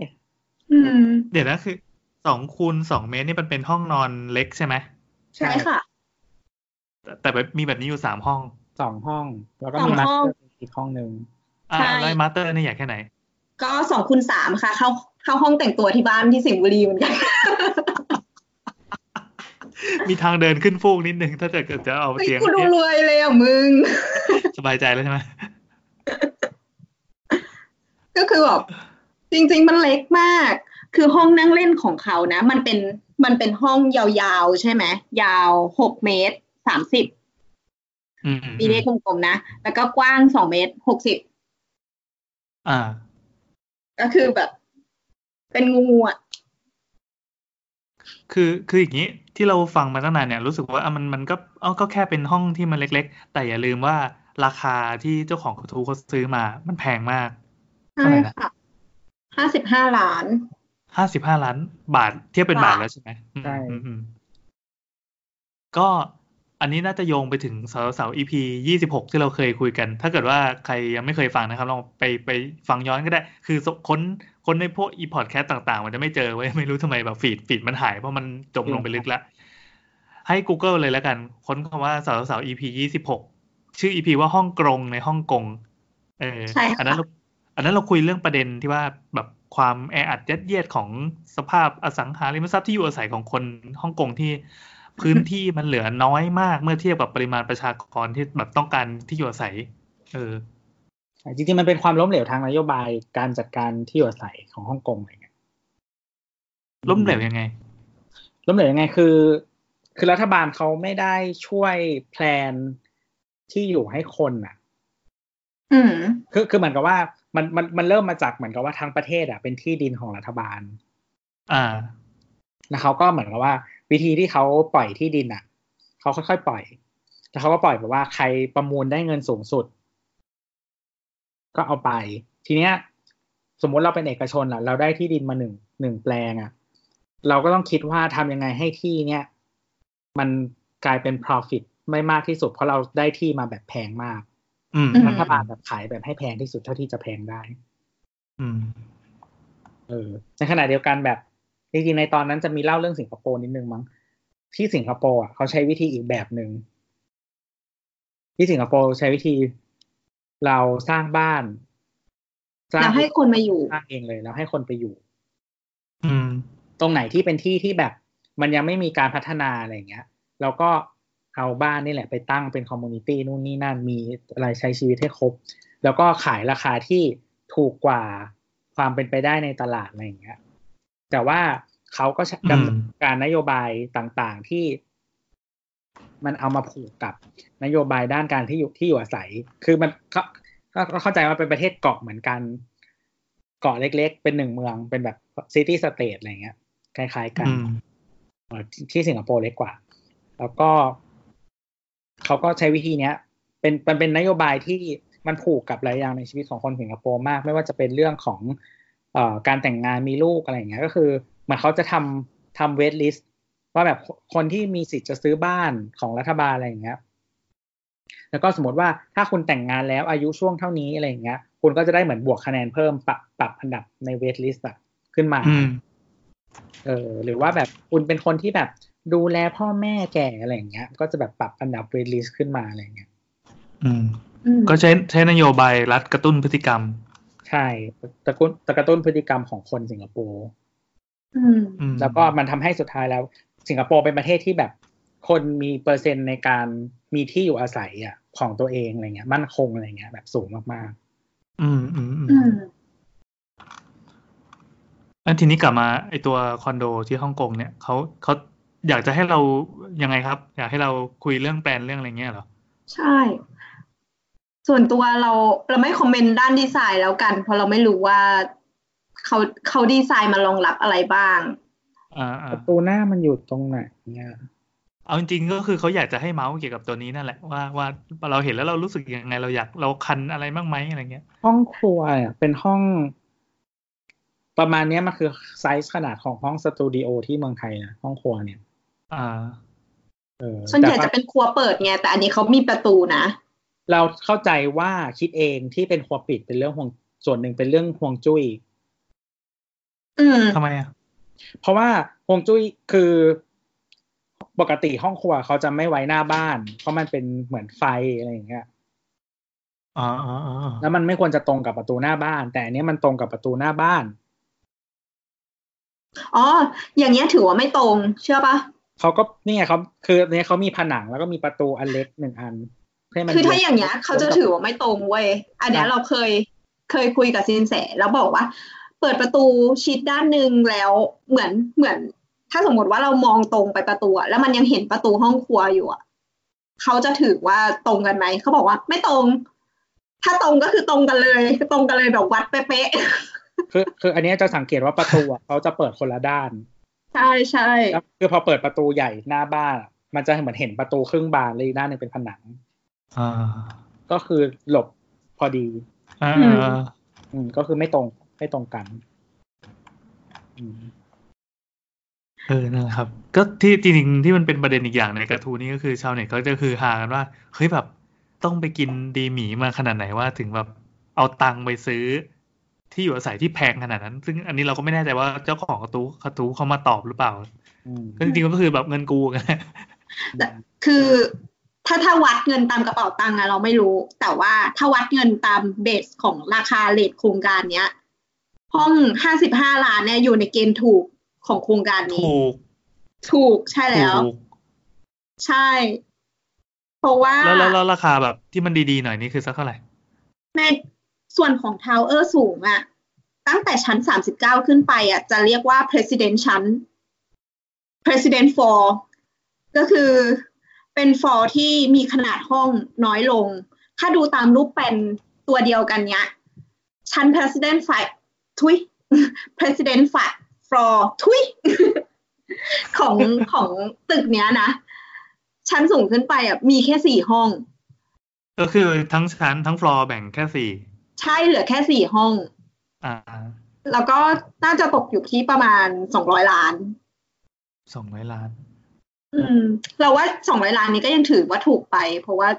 [SPEAKER 2] อืม
[SPEAKER 4] เดี๋ยวนะคือสองคูณสองเมตรนี่มันเป็นห้องนอนเล็กใช่ไหม
[SPEAKER 2] ใช่ค่ะ
[SPEAKER 4] แต่แต่แบบมีแบบนี้อยู่สามห้อง
[SPEAKER 3] สองห้องแล้วก็
[SPEAKER 2] สอง
[SPEAKER 3] มีมาส
[SPEAKER 2] ห้อง
[SPEAKER 3] เตอร์อีกห้องหนึ่ง
[SPEAKER 4] อ่า
[SPEAKER 2] ใช่
[SPEAKER 4] ไลวไอ้มาสเตอร์นี่ใหญ่แค่ไหน *laughs*
[SPEAKER 2] ก็สองคูณสามค่ะ เข้าเข้าห้องแต่งตัวที่บ้านที่สิงห์บุรีเหมือนกัน
[SPEAKER 4] มีทางเดินขึ้นฟูกนิดนึง *laughs* ถ้าเกิดจะเอา
[SPEAKER 2] เฮ้ย
[SPEAKER 4] เตียง
[SPEAKER 2] กูดูร
[SPEAKER 4] เนี่ย
[SPEAKER 2] วยเลยอ่ะมึง
[SPEAKER 4] สบายใจแล้วใช่ไหม
[SPEAKER 2] ก็คือแบบจริง ๆ มันเล็กมาก คือห้องนั่งเล่นของเขานะ มันเป็นมันเป็นห้องยาวๆ ใช่ไหมยาวหกเมตรสามสิบ
[SPEAKER 4] อืม
[SPEAKER 2] มีเลขกลมๆนะ แล้วก็กว้างสองเมตรหกสิบ
[SPEAKER 4] อ่า
[SPEAKER 2] ก็คือแบบ เป็นงูอ่ะ
[SPEAKER 4] คือคืออย่างนี้ที่เราฟังมาตั้งนานเนี่ยรู้สึกว่าอ่ะมันมันก็เอ้าก็แค่เป็นห้องที่มันเล็ก ๆ แต่อย่าลืมว่าราคาที่เจ้าของกระทู้เขาซื้อมา มันแพงมาก เท่า
[SPEAKER 2] ใช่
[SPEAKER 4] ไหร่นะ
[SPEAKER 2] ค่ะห้าสิบห้าล้าน
[SPEAKER 4] ห้าสิบห้าล้านบาทเทียบเป็นบาทแล้วใช่ไหม
[SPEAKER 3] ใช่
[SPEAKER 4] อืมอืมอืมก็ อันนี้น่าจะโยงไปถึงสาวสาว EP ยี่สิบหกที่เราเคยคุยกัน ถ้าเกิดว่าใครยังไม่เคยฟังนะครับลองไปไปฟังย้อนก็ได้ คือค้นค้นในพวกอีพอดแคสต์ต่างๆ มันจะไม่เจอเว้ยไม่รู้ทำไมแบบฟีดฟีดมันหายเพราะมันจมลงไปลึกละ ให้ Google เลยแล้วกัน ค้นคำว่าสาวสาว EP ยี่สิบหกชื่อ EP ว่าห้องกรงในฮ่องกงเออ
[SPEAKER 2] ใช่ค่ะ
[SPEAKER 4] อันนั้นเราอันนั้นเราคุยเรื่องประเด็นที่ว่าแบบความแออัดยัดเยียดของสภาพอสังหาริมทรัพย์ที่อยู่อาศัยของคนฮ่องกงที่ พื้นที่มันเหลือน้อยมากเมื่อเทียบกับปริมาณประชากรที่แบบต้องการที่อยู่อาศัย เออ
[SPEAKER 3] จริงๆ มันเป็นความล้มเหลวทางนโยบายการจัดการที่อยู่อาศัยของฮ่องกงอะไรเงี้ย
[SPEAKER 4] ล้มเหลวยังไง
[SPEAKER 3] ล้มเหลวยังไงคือ คือรัฐบาลเขาไม่ได้ช่วยแพลนที่อยู่ให้คนอ่ะ
[SPEAKER 2] อืม
[SPEAKER 3] คือคือเหมือนกับว่ามันมันมันเริ่มมาจากเหมือนกับว่าทั้งประเทศอ่ะเป็นที่ดินของรัฐบาล
[SPEAKER 4] อ่า
[SPEAKER 3] แล้วเขาก็เหมือนกับว่า วิธีที่เขาปล่อยที่ดินอ่ะเขาค่อยๆปล่อยแล้วเขาก็ปล่อยแบบว่าใครประมูลได้เงินสูงสุด ก็เอาไป ทีเนี้ย สมมุติเราเป็นเอกชนล่ะ เราได้ที่ดินมาหนึ่งหนึ่งแปลงอ่ะ เราก็ต้องคิดว่าทำยังไงให้ที่เนี้ยมันกลายเป็น profit ไม่มากที่สุด เพราะเราได้ที่มาแบบแพงมาก
[SPEAKER 4] อืม
[SPEAKER 2] อืม
[SPEAKER 3] รัฐบาลแบบขายแบบให้แพงที่สุดเท่าที่จะแพงได้
[SPEAKER 4] อืม
[SPEAKER 3] เออในขณะเดียวกันแบบจริงๆในตอนนั้นจะมีเล่าเรื่องสิงคโปร์นิดนึงมั้งที่สิงคโปร์อ่ะเขาใช้วิธีอีกแบบหนึ่งที่สิงคโปร์ใช้วิธีเราสร้างบ้านสร้าง
[SPEAKER 2] แล้วให้คนมาอยู่
[SPEAKER 3] สร้างเองเลยแล้วให้คนไปอยู่
[SPEAKER 4] อืม
[SPEAKER 3] ตรงไหนที่เป็นที่ที่แบบมันยังไม่มีการพัฒนาอะไรอย่างเงี้ยเราก็เอาบ้านนี่แหละไปตั้งเป็นคอมมูนิตี้นู่นนี่นั่นมีอะไรใช้ชีวิตให้ครบ แล้วก็ขายราคาที่ถูกกว่าความเป็นไปได้ในตลาดอะไรอย่างเงี้ย แต่ว่าเขาก็ใช้
[SPEAKER 4] อืม
[SPEAKER 3] ดำเนินการนโยบายต่างๆที่ มันเอามาผูกกับนโยบายด้านการที่อยู่ที่อยู่อาศัย คือมันเขาก็ก็เข้าใจว่าเป็นประเทศเกาะเหมือนกัน เกาะเล็ก ๆ เป็นหนึ่งเมืองเป็นแบบซิตี้สเตทอะไรอย่างเงี้ย คล้ายๆกัน
[SPEAKER 4] อืม
[SPEAKER 3] เอ่อที่ที่สิงคโปร์เล็กกว่า แล้วก็ เขาก็ใช้วิธีเนี้ย เป็นมันเป็นนโยบายที่มันผูกกับหลายอย่างในชีวิตของคนสิงคโปร์มาก ไม่ว่าจะเป็นเรื่องของเอ่อการแต่งงานมีลูกอะไรอย่างเงี้ย ก็คือเหมันเขาจะทำทำเวทลิสต์ว่าแบบคนที่มีสิทธิ์จะซื้อบ้านของรัฐบาลอะไรอย่างเงี้ย แล้วก็สมมติว่าถ้าคุณแต่งงานแล้วอายุช่วงเท่านี้อะไรอย่างเงี้ย คุณก็จะได้เหมือนบวกคะแนนเพิ่มปรับปรับอันดับในเวทลิสต์อะขึ้นมา
[SPEAKER 4] อืม
[SPEAKER 3] เออหรือว่าแบบคุณเป็นคนที่แบบดูแลพ่อแม่แก่อะไรอย่างเงี้ย ก็จะแบบปรับอันดับเวทลิสต์ขึ้นมาอะไรอย่างเงี้ย
[SPEAKER 4] อืม
[SPEAKER 2] อืม
[SPEAKER 4] ก็ใช้ใช้นโยบายรัฐกระตุ้นพฤติกรรม
[SPEAKER 3] ใช่ตะกุนตะกระตุ้นพฤติกรรมของคนสิงคโปร์
[SPEAKER 2] อืม
[SPEAKER 4] อืม
[SPEAKER 3] แล้วก็มันทำให้สุดท้ายแล้ว สิงคโปร์เป็นประเทศที่แบบคนมีเปอร์เซ็นต์ในการมีที่อยู่อาศัยอ่ะของตัวเองอะไรเงี้ย มั่นคงอะไรเงี้ยแบบสูงมาก
[SPEAKER 4] อืมอืมอืม
[SPEAKER 2] อืม
[SPEAKER 4] อันทีนี้กลับมาไอตัวคอนโดที่ฮ่องกงเนี่ยเขาเขาอยากจะให้เรายังไงครับ อยากให้เราคุยเรื่องแปลนเรื่องอะไรเงี้ยเหรอ
[SPEAKER 2] ใช่ ส่วนตัวเราเราไม่คอมเมนต์ด้านดีไซน์แล้วกัน เพราะเราไม่รู้ว่าเขาเขาดีไซน์มารองรับอะไรบ้าง
[SPEAKER 4] อ่า
[SPEAKER 3] ๆ
[SPEAKER 4] อ่า
[SPEAKER 3] ประตูหน้ามันอยู่ตรงไหนเนี่ย
[SPEAKER 4] เอาจริงๆก็คือเขาอยากจะให้เมาส์เกี่ยวกับตัวนี้นั่นแหละว่าว่าเราเห็นแล้วเรารู้สึกยังไงเราอยากเราคันอะไรบ้างไหมอะไรเงี้ย
[SPEAKER 3] ห้องครัวอ่ะเป็นห้อง ประมาณเนี้ยมันคือไซส์ขนาดของห้องสตูดิโอที่เมืองไทยนะห้องครัวเนี่ย
[SPEAKER 4] อ่า
[SPEAKER 3] เออ
[SPEAKER 2] ส่วนใหญ่
[SPEAKER 3] แต่
[SPEAKER 2] จะ
[SPEAKER 3] ว่า
[SPEAKER 2] เป็นครัวเปิดไง แต่อันนี้เขามีประตูนะ
[SPEAKER 3] เราเข้าใจว่าคิดเองที่เป็นครัวปิดเป็นเรื่องห่วงส่วนหนึ่งเป็นเรื่องห่วงจุ้ย
[SPEAKER 2] อืม
[SPEAKER 4] ทำไมอ่ะ
[SPEAKER 3] เพราะว่าห่วงจุ้ยคือปกติห้องครัวเขาจะไม่ไว้หน้าบ้าน เพราะมันเป็นเหมือนไฟอะไรอย่างเงี้ย
[SPEAKER 4] อ๋ออ๋ออ๋อ
[SPEAKER 3] แล้วมันไม่ควรจะตรงกับประตูหน้าบ้าน แต่อันเนี้ยมันตรงกับประตูหน้าบ้าน
[SPEAKER 2] อ๋อ อย่างเงี้ยถือว่าไม่ตรง เชื่อปะ
[SPEAKER 3] เขาก็เนี่ยเขาคืออันเนี้ยเขามีผนังแล้วก็มีประตูอันเล็กหนึ่งอันให้มัน
[SPEAKER 2] คือถ้าอย่างเงี้ยเขาจะถือว่าไม่ตรงเว้ย อันเนี้ยเราเคยเคยคุยกับซินแสแล้วบอกว่า เปิดประตูชิดด้านหนึ่งแล้วเหมือนเหมือน ถ้าสมมติว่าเรามองตรงไปประตูอะแล้วมันยังเห็นประตูห้องครัวอยู่อะเขาจะถือว่าตรงกันไหมเขาบอกว่าไม่ตรง ถ้าตรงก็คือตรงกันเลยตรงกันเลยแบบวัดเป๊ะ
[SPEAKER 3] คือคืออันเนี้ยจะสังเกตว่าประตูอะเขาจะเปิดคนละด้าน
[SPEAKER 2] ๆ *laughs* ใช่ใช่
[SPEAKER 3] แล้วคือพอเปิดประตูใหญ่หน้าบ้านอะมันจะเหมือนเห็นประตูครึ่งบานเลยอีกด้านหนึ่งเป็นผนัง
[SPEAKER 4] อ่า
[SPEAKER 3] ก็คือหลบพอดี
[SPEAKER 4] อ่าอ่า
[SPEAKER 3] อืมก็คือไม่ตรงไม่ตรงกันอืม
[SPEAKER 4] เออนั่นแหละครับ ก็ที่จริงๆที่มันเป็นประเด็นอีกอย่างในกระทูนี่ก็คือชาวเน็ตเขาจะคือฮากันว่าเฮ้ยแบบต้องไปกินดีหมีมาขนาดไหนว่าถึงแบบเอาตังค์ไปซื้อ ที่อยู่อาศัยที่แพงขนาดนั้น ซึ่งอันนี้เราก็ไม่แน่ใจว่าเจ้าของกระทูกระทูเขามาตอบหรือเปล่า
[SPEAKER 3] อืม
[SPEAKER 4] ก็จริงๆก็คือแบบเงินกูไง
[SPEAKER 2] คือถ้าถ้าวัดเงินตามกระเป๋าตังค์อะเราไม่รู้ แต่ว่าถ้าวัดเงินตามเบสของราคาเลทโครงการเนี้ย ห้องห้าสิบห้าล้านเนี่ยอยู่ในเกณฑ์ถูกของโครงการนี้
[SPEAKER 4] ถูก
[SPEAKER 2] ถูกใช่
[SPEAKER 4] ถู
[SPEAKER 2] แล้ว
[SPEAKER 4] ก
[SPEAKER 2] ใช่ เพราะว่า
[SPEAKER 4] แล้วแล้วแล้วราคาแบบที่มันดีๆหน่อยนี่คือสักเท่าไหร่
[SPEAKER 2] ในส่วนของทาวเออร์สูงอะตั้งแต่ชั้นสามสิบเก้าขึ้นไปอะจะเรียกว่า president ชั้น president floor ก็คือเป็นฟอร์ที่มีขนาดห้องน้อยลง ถ้าดูตามรูปเป็นตัวเดียวกันเนี้ย ชั้น president ฝ่ายทุย *laughs* president ฝ่ายฟอร์ทุย *laughs* ของของตึกเนี้ยนะ ชั้นสูงขึ้นไปอ่ะมีแค่สี่ห้อง
[SPEAKER 4] ก็คือทั้งชั้นทั้งฟลอร์แบ่งแค่สี่
[SPEAKER 2] ใช่เหลือแค่สี่ห้อง
[SPEAKER 4] อ่า
[SPEAKER 2] แล้วก็น่าจะตกอยู่ที่ประมาณสองร้อยล้าน
[SPEAKER 4] สองร้อยล้าน
[SPEAKER 2] อืม เราว่าสองร้อยล้านนี้ก็ยังถือว่าถูกไป เพราะว่า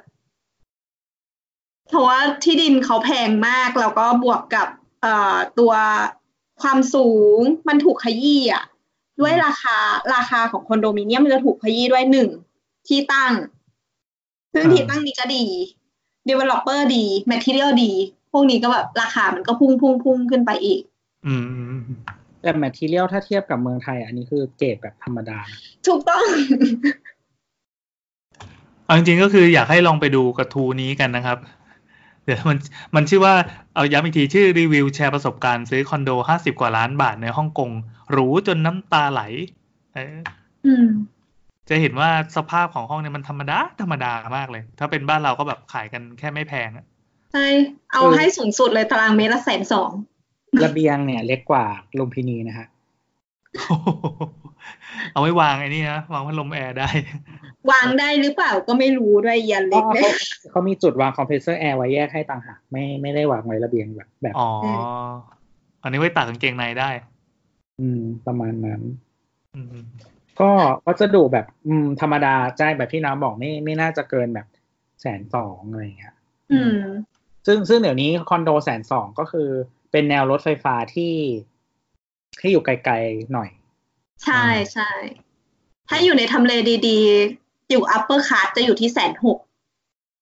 [SPEAKER 2] เพราะว่าที่ดินเขาแพงมาก แล้วก็บวกกับ เอ่อตัวความสูงมันถูกขยี้อ่ะ ด้วยราคาราคาของคอนโดมิเนียมมันจะถูกขยี้ด้วยหนึ่งที่ตั้ง ซึ่ง
[SPEAKER 4] อ่า
[SPEAKER 2] ที่ตั้งนี้ก็ดี developer ดี material ดี พวกนี้ก็แบบราคามันก็พุ่งพุ่งพุ่งขึ้นไปอีก
[SPEAKER 4] อืมอืม
[SPEAKER 3] แต่แมทเทียลถ้าเทียบกับเมืองไทย อันนี้คือเกรดแบบธรรมดา
[SPEAKER 2] ถูกต้อง
[SPEAKER 4] เอาจริงๆก็คืออยากให้ลองไปดูกระทูนี้กันนะครับ *laughs* เดี๋ยวมันมันชื่อว่าเอาย้ำอีกทีชื่อรีวิวแชร์ประสบการณ์ซื้อคอนโดห้าสิบกว่าล้านบาทในฮ่องกงหรูจนน้ำตาไหลเออ
[SPEAKER 2] อืม
[SPEAKER 4] จะเห็นว่าสภาพของห้องเนี่ยมันธรรมดาธรรมดามากเลย ถ้าเป็นบ้านเราก็แบบขายกันแค่ไม่แพงอะ *laughs*
[SPEAKER 2] ใช่ เอา
[SPEAKER 3] เออ
[SPEAKER 2] ให้สูงสุดเลยตารางเมตรละแสนสอง
[SPEAKER 3] ระเบียงเนี่ยเล็กกว่าลุมพินีนะฮะ
[SPEAKER 4] โอ้โหเอาไว้วางไอ้นี่นะ วางพัดลมแอร์ได้
[SPEAKER 2] *laughs* วางได้หรือเปล่าก็ไม่รู้ด้วยยัน
[SPEAKER 3] อ๋
[SPEAKER 2] เล็
[SPEAKER 3] อก เขา
[SPEAKER 2] เนี่ย
[SPEAKER 3] เขามีจุดวางคอมเพรสเซอร์แอร์ไว้แยกให้ต่างหากไม่ไม่ได้วางไว้ระเบียงแบบแบบ
[SPEAKER 4] อ๋อ
[SPEAKER 2] เอ
[SPEAKER 4] อันนี้ไว้ตากกางเกงในได้
[SPEAKER 3] อืม ประมาณนั้น
[SPEAKER 4] อืม
[SPEAKER 3] ก็วัสดุแบบ อืม ธรรมดาใช่แบบที่น้ำบอกไม่ไม่น่าจะเกินแบบแสนสองอะไรอย่างเงี้ย
[SPEAKER 2] อืม
[SPEAKER 3] ซึ่งซึ่งเดี๋ยวนี้คอนโดแสนสองก็คือเป็นแนวรถไฟฟ้าที่ที่อยู่ไกลๆหน่อย
[SPEAKER 2] ใช่ใช่ ถ้าอยู่ในทำเลดีๆ อยู่อัปเปอร์คาร์จะอยู่ที่แสนหก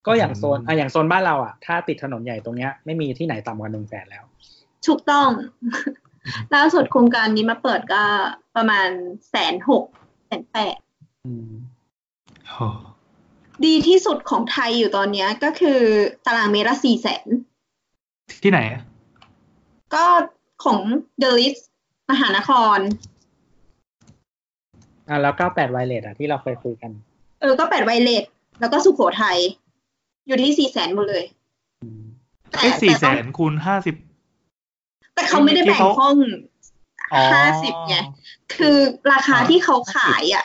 [SPEAKER 3] ก็อย่างโซนอ่ะอย่างโซนบ้านเราอ่ะถ้าติดถนนใหญ่ตรงเนี้ยไม่มีที่ไหนต่ำกว่าหนึ่งแสนแล้ว
[SPEAKER 2] ถูกต้อง ล่าสุดโครงการนี้มาเปิดก็ประมาณแสนหกแสนแปด
[SPEAKER 3] อืม
[SPEAKER 4] โอ้
[SPEAKER 2] ดีที่สุดของไทยอยู่ตอนเนี้ยก็คือตารางเมตรละสี่แสน
[SPEAKER 4] ที่ไหนอะ
[SPEAKER 2] ก็ของ The List มหานคร
[SPEAKER 3] อ่ะแล้วเก้าแปดไวเลสอ่ะที่เราเคยคุยกัน
[SPEAKER 2] เออ ก็แปดไวเลสแล้วก็สุขโขทัย อยู่ที่สี่แสนหมดเลย
[SPEAKER 3] อืม
[SPEAKER 2] แต่
[SPEAKER 4] ไอ้สี่แส
[SPEAKER 2] แต่
[SPEAKER 4] นคูณห้าสิบ
[SPEAKER 2] แต่เขาไม่ได้แบ่ง
[SPEAKER 4] ที่เขา
[SPEAKER 2] ห้อง 50ไง คือราคาที่เขาขายอ่ะ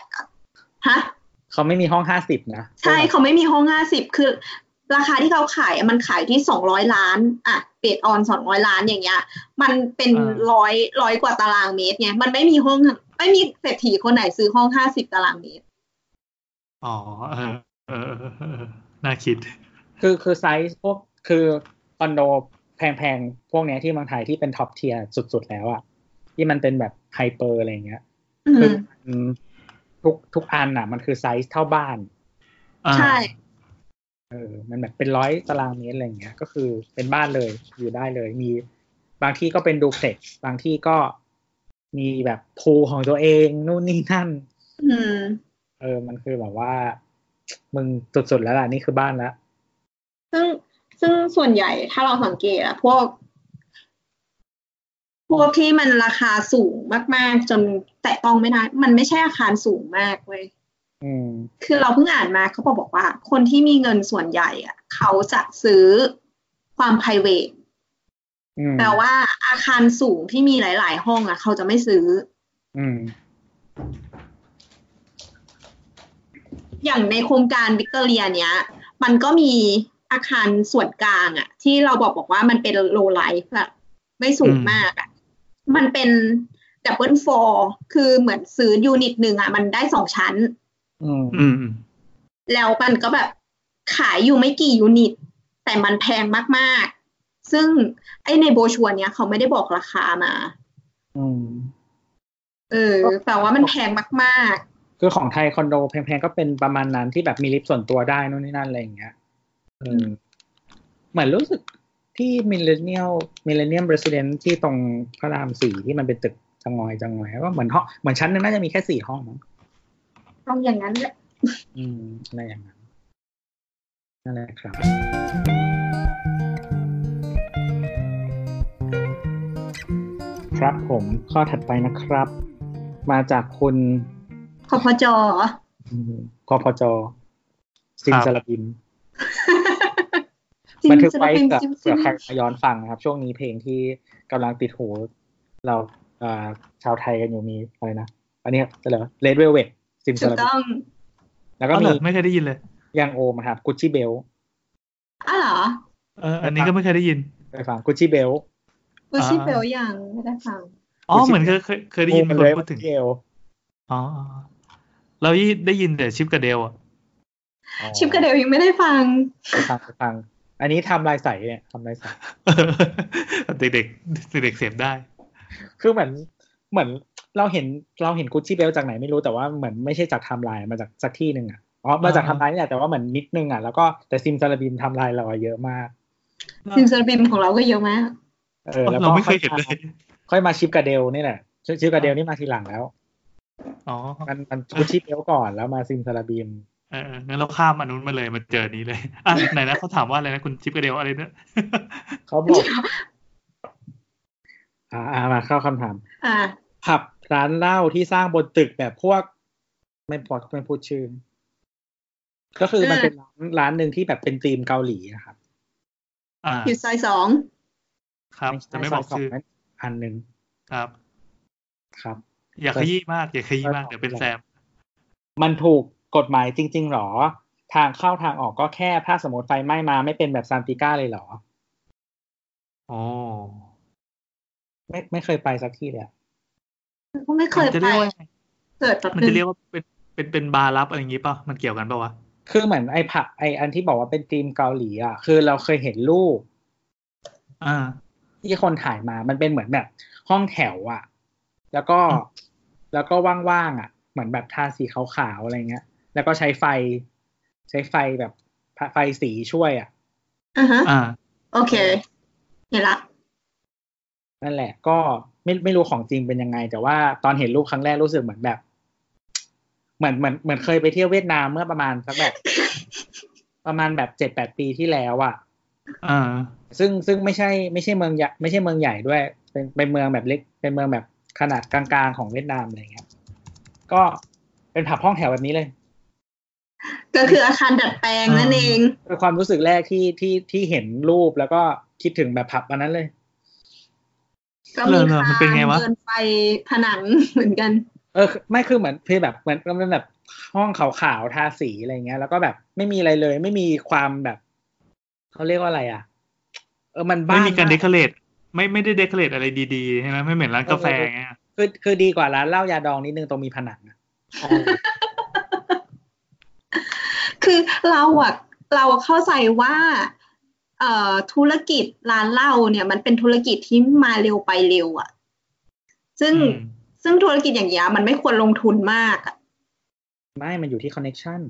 [SPEAKER 2] ฮะ
[SPEAKER 3] เขาไม่มีห้องห้าสิบนะ
[SPEAKER 2] ใช่เขาไม่มีห้องห้าสิบคือ ราคาที่เขาขายอะมันขายที่สองร้อยล้าน อ่ะเบดออนสองร้อยล้านอย่างเงี้ย มันเป็น
[SPEAKER 4] อ่า
[SPEAKER 2] ร้อยร้อยกว่าตารางเมตรไงมันไม่มีห้อง ไม่มีเศรษฐีคนไหนซื้อห้องห้าสิบตารางเมตร
[SPEAKER 4] อ๋อ เออเออเออเออน่าคิด
[SPEAKER 3] คือคือไซส์พวกคือคอนโดแพงๆ พวกเนี้ยที่เมืองไทยที่เป็นท็อปเทียร์สุดๆ แล้วอะที่มันเป็นแบบไฮเปอร์อะไรเงี้ย
[SPEAKER 2] อื
[SPEAKER 3] คือ
[SPEAKER 2] ม
[SPEAKER 3] อืมทุกทุกอันอะมันคือไซส์เท่าบ้าน
[SPEAKER 4] อ่า
[SPEAKER 2] ใช่
[SPEAKER 3] เออมันแบบเป็นร้อยตารางเมตรอะไรเงี้ย ก็คือเป็นบ้านเลยอยู่ได้เลย มีบางที่ก็เป็นดูเพล็กซ์บางที่ก็มีแบบพูลของตัวเองนู่นนี่นั่น
[SPEAKER 2] อืม
[SPEAKER 3] เออ มันคือแบบว่า มึงสุดๆแล้วล่ะนี่คือบ้านละ
[SPEAKER 2] ซึ่งซึ่งส่วนใหญ่ถ้าเราสังเกตอะพวก พวกที่มันราคาสูงมาก ๆ จนแตะต้องไม่ได้ มันไม่ใช่อาคารสูงมากเว้ย
[SPEAKER 3] อืม
[SPEAKER 2] คือเราเพิ่งอ่านมาเขาบอกบอกว่า คนที่มีเงินส่วนใหญ่อะเขาจะซื้อความ p r i v a t
[SPEAKER 3] อืม
[SPEAKER 2] แปลว่าอาคารสูงที่มีหลาย ๆ ห้องอะเขาจะไม่ซื้อ
[SPEAKER 3] อืม
[SPEAKER 2] อย่างในโครงการวิกตอเรียเนี้ย มันก็มีอาคารส่วนกลางอะที่เราบอกบอกว่ามันเป็นโลไลฟ์แบบไม่สูงมากอะมันเป็น ดับเบิลฟอร์คือเหมือนซื้อยูนิตหนึ่งอ่ะ มันได้สองชั้น
[SPEAKER 3] อืม
[SPEAKER 4] อืมอืม
[SPEAKER 2] แล้วมันก็แบบขายอยู่ไม่กี่ยูนิต แต่มันแพงมากๆ ซึ่งไอในโบรชัวร์เนี้ยเขาไม่ได้บอกราคามา
[SPEAKER 3] อืม
[SPEAKER 2] เออแปลว่ามันแพงมาก
[SPEAKER 3] คือของไทยคอนโดแพงๆก็เป็นประมาณนั้นที่แบบมีลิฟต์ส่วนตัวได้นู่นนี่นั่นอะไรอย่างเงี้ยอืมเหมือนรู้สึกที่มิเลเนียลมิเลเนียมเรสเดนที่ตรงพระรามสี่ที่มันเป็นตึกจังงอยจังงอยก็เหมือนห้องเหมือนชั้นหนึ่งน่าจะมีแค่สี่ห้องมั้ง
[SPEAKER 2] ๆ ต้องอย่างนั้นแหละ
[SPEAKER 3] อืมอะไรอย่างนั้นนั่นแหละครับ ครับผมข้อถัดไปนะครับ มาจากคุณ
[SPEAKER 2] พอพอจ *laughs* อเหรอ
[SPEAKER 3] อืมกพจซิมสลาบิม
[SPEAKER 2] จิ
[SPEAKER 3] บั
[SPEAKER 2] ม
[SPEAKER 3] นทึก
[SPEAKER 2] ส
[SPEAKER 3] ไว้
[SPEAKER 2] ปิม
[SPEAKER 3] กับ
[SPEAKER 2] จิมจิ
[SPEAKER 3] เผื่อ
[SPEAKER 2] ม
[SPEAKER 3] ใครมาย้อนฟังนะครับ ช่วงนี้เพลงที่กำลังติดหูเราเอ่อชาวไทยกันอยู่มีอะไรนะ อันนี้จะเหรอเลดเวลเวทซิมส
[SPEAKER 2] ถูก
[SPEAKER 3] ลาบิ
[SPEAKER 2] ต้
[SPEAKER 3] ม
[SPEAKER 2] อง
[SPEAKER 3] แล้วก็
[SPEAKER 4] อ๋อเหร
[SPEAKER 3] มี
[SPEAKER 4] อไม่เคยได้ยินเลย
[SPEAKER 3] ยังโอมครับกุชชี่เบล
[SPEAKER 2] อ้าวเหรอ
[SPEAKER 4] เอออันนี้ก็ไม่เคยได้ยิน
[SPEAKER 3] ไปฟังกุชชี่เบล
[SPEAKER 2] กูชิเปลยังไม่ได้ฟัง
[SPEAKER 4] อ๋อเหมือนเคยเคยเคยได้ยินมีคนพูดถึง
[SPEAKER 3] เอล
[SPEAKER 4] อ๋อ เรายี่ได้ยินแต่ชิปกับเดลอะ
[SPEAKER 2] ชิปกระเดวยังไม่ได้ฟัง
[SPEAKER 3] ไปฟังไปฟัง อันนี้ทำลายใสเนี่ยทำลายใส
[SPEAKER 4] *laughs* เด็กๆเด็กๆเสพได้
[SPEAKER 3] คือเหมือนเหมือนเราเห็นเราเห็นกุชชี่เบลจากไหนไม่รู้แต่ว่าเหมือนไม่ใช่จากไทำลายมาจากจากที่หนึ่งอ่ะอ๋อมาจากไทำลายนี่แหละแต่ว่าเหมือนนิดนึงอ่ะแล้วก็แต่ซิมซาลาบิมไทำลายเราอะเยอะมาก
[SPEAKER 2] จิมสปิมของเราก็เยอะมาก
[SPEAKER 3] เออแล้วก็
[SPEAKER 4] เราไม่เคยเห็นเลย
[SPEAKER 3] ค่อยมาชิปกระเดลนี่แหละชิชิปกระเดลนี่มาทีหลังแล้ว
[SPEAKER 4] อ๋อ
[SPEAKER 3] มันมันกุชชี่เบลก่อนแล้วมาซิมซาลาบิม
[SPEAKER 4] เอองั้นเราข้ามอันนู้นมาเลยมาเจอนี้เลย
[SPEAKER 2] *laughs*
[SPEAKER 4] อ่ะไหนนะเขาถามว่าอะไรนะคุณชิปกับเดลอะไรนะ
[SPEAKER 3] เขาบอกอ่าอ่ามาเข้าคำถาม
[SPEAKER 2] อ่า
[SPEAKER 3] ผับร้านเหล้าที่สร้างบนตึกแบบพวก ไม่พอไม่พูดชื่อ ก็คือมัน
[SPEAKER 2] อ่า
[SPEAKER 3] เป็นร้านร้านหนึ่งที่แบบเป็นธีมเกาหลีนะครับ
[SPEAKER 4] *laughs* อ่า
[SPEAKER 2] อยู่ซอยสอง
[SPEAKER 4] ครับจะไม่
[SPEAKER 3] ใช่
[SPEAKER 4] บอก
[SPEAKER 3] ซยสง
[SPEAKER 4] ชื่อ
[SPEAKER 3] นั้นอันหนึ่ง
[SPEAKER 4] ครับ
[SPEAKER 3] ครับ
[SPEAKER 4] อย่าขยี้มากอย่าขยี้มากเดี๋ยวเป็นแซม
[SPEAKER 3] มันถูกกฎหมายจริง ๆหรอ ทางเข้าทางออกก็แค่ถ้าสมมติไฟไหม้มาไม่เป็นแบบซานติก้าเลยหรอ
[SPEAKER 4] โอ้
[SPEAKER 3] ไม่ไม่เคยไปสักที่เลยอะ
[SPEAKER 2] ก็ไม่เคย
[SPEAKER 4] มันจะ
[SPEAKER 2] ไป
[SPEAKER 4] เรียกว่า
[SPEAKER 2] เกิดแบบ
[SPEAKER 4] มัน
[SPEAKER 2] นึ
[SPEAKER 4] จะ
[SPEAKER 2] ง
[SPEAKER 4] เรียกว่าเป็นเป็นเป็นบาร์ลับอะไรอย่างงี้ป่ะมันเกี่ยวกันป่าวะ
[SPEAKER 3] คือเหมือนไอผับไออันที่บอกว่าเป็นธีมเกาหลีอ่ะคือเราเคยเห็นรูป
[SPEAKER 4] อ่า
[SPEAKER 3] ที่คนถ่ายมา มันเป็นเหมือนแบบห้องแถวอะแล้วก็
[SPEAKER 4] อืม
[SPEAKER 3] แล้วก็ว่างๆอะเหมือนแบบทาสีขาวๆอะไรเงี้ย แล้วก็ใช้ไฟ ใช้ไฟแบบไฟสีช่วยอะ
[SPEAKER 2] อ่าฮะ
[SPEAKER 4] อ่า
[SPEAKER 2] โอเค เห็นละ
[SPEAKER 3] นั่นแหละ ก็ไม่ไม่รู้ของจริงเป็นยังไง แต่ว่าตอนเห็นรูปครั้งแรกรู้สึกเหมือนแบบ เหมือนเหมือนเหมือนเคยไปเที่ยวเวียดนามเมื่อประมาณสักแบบ ประมาณแบบเจ็ดแปดปีที่แล้วอะ
[SPEAKER 4] อ่า
[SPEAKER 3] ซึ่งซึ่งไม่ใช่ไม่ใช่เมืองใหญ่ไม่ใช่เมืองใหญ่ด้วย เป็นเป็นเมืองแบบเล็ก เป็นเมืองแบบขนาดกลางๆของเวียดนามอะไรเงี้ยก็เป็นผับห้องแถวแบบนี้เลย
[SPEAKER 2] ก็คืออาคารดัดแปลงนั่นเอง
[SPEAKER 3] เป็นความรู้สึกแรกที่ที่ที่เห็นรูปแล้วก็คิดถึงแบบผับอันนั้นเลย
[SPEAKER 2] ก็มี
[SPEAKER 4] เหรอเหรอมันเป็นไงวะ
[SPEAKER 2] เดินไปผนังเหมือนกัน
[SPEAKER 3] เออไม่คือเหมือนเพื่อแบบเหมือนมันเป็นแบบห้องขาวๆทาสีอะไรเงี้ย แล้วก็แบบไม่มีอะไรเลย ไม่มีความแบบเขาเรียกว่าอะไรอ่ะ เออมันบ้า
[SPEAKER 4] ไม่
[SPEAKER 3] น
[SPEAKER 4] มีการ
[SPEAKER 3] ม
[SPEAKER 4] เดคอเรทไม่ไม่ได้เดคอเรทอะไรดีๆใช่ไหมไม่เหมือนร้านกาแฟ
[SPEAKER 3] เออเออ
[SPEAKER 4] ไงอ่ะ
[SPEAKER 3] คือคือดีกว่าร้านเหล้ายาดองนิดนึงตรงมีผนังอะ
[SPEAKER 2] คือเราอะเราเข้าใจว่า เอ่อธุรกิจร้านเหล้าเนี่ย มันเป็นธุรกิจที่มาเร็วไปเร็วอะซึ่ง
[SPEAKER 4] อืม
[SPEAKER 2] ซึ่งธุรกิจอย่างเงี้ยมันไม่ควรลงทุนมากอะ
[SPEAKER 3] ไม่มันอยู่ที่คอนเน็ชัน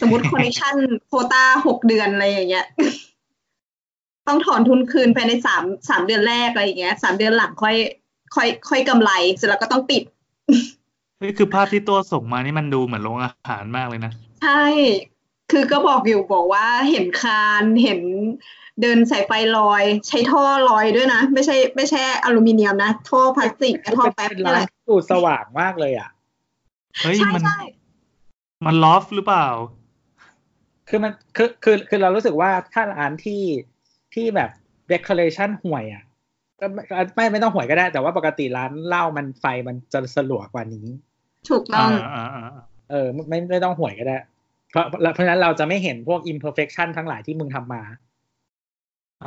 [SPEAKER 2] สมมติ คอนเนคชั่นโควตาหกเดือนอะไรอย่างเงี้ย *laughs* ต้องถอนทุนคืนภายในสามสามเดือนแรกอะไรอย่างเงี้ยสามเดือนหลังค่อย ค่อย ค่อยกำไรเสร็จแล้วก็ต้องปิด
[SPEAKER 4] เฮ้ยคือภาพที่ตัวส่งมานี่มันดูเหมือนโรงอาหารมากเลยนะ
[SPEAKER 2] ใช่ คือก็บอกอยู่บอกว่าเห็นคานเห็นเดินสายไฟลอย ใช้ท่อลอยด้วยนะ ไม่ใช่ไม่ใช่อลูมิเนียมนะ ท่อพลาสติกกับท่อแป๊บ
[SPEAKER 3] เป็น
[SPEAKER 2] นี่
[SPEAKER 3] ร้า
[SPEAKER 2] แห
[SPEAKER 3] น
[SPEAKER 2] ละ
[SPEAKER 3] ที่ดูสว่างมากเลยอ่ะ
[SPEAKER 4] เฮ้ย
[SPEAKER 2] ใช่
[SPEAKER 4] มัน
[SPEAKER 2] ใช่
[SPEAKER 4] มันลอฟหรือเปล่า
[SPEAKER 3] คือมันคือคือคือเรารู้สึกว่าถ้าร้านที่ที่แบบ decoration ห่วยอ่ะก็ไม่ไม่ไม่ต้องห่วยก็ได้ แต่ว่าปกติร้านเหล้ามันไฟมันจะสลัวกว่านี้
[SPEAKER 2] ถูกต้
[SPEAKER 4] อ่า
[SPEAKER 2] อง
[SPEAKER 4] อ่าอ่า
[SPEAKER 3] เออไม่ไม่ไม่ต้องห่วยก็ได้ เพราะเพราะฉะนั้นเราจะไม่เห็นพวก imperfection ทั้งหลายที่มึงทำมา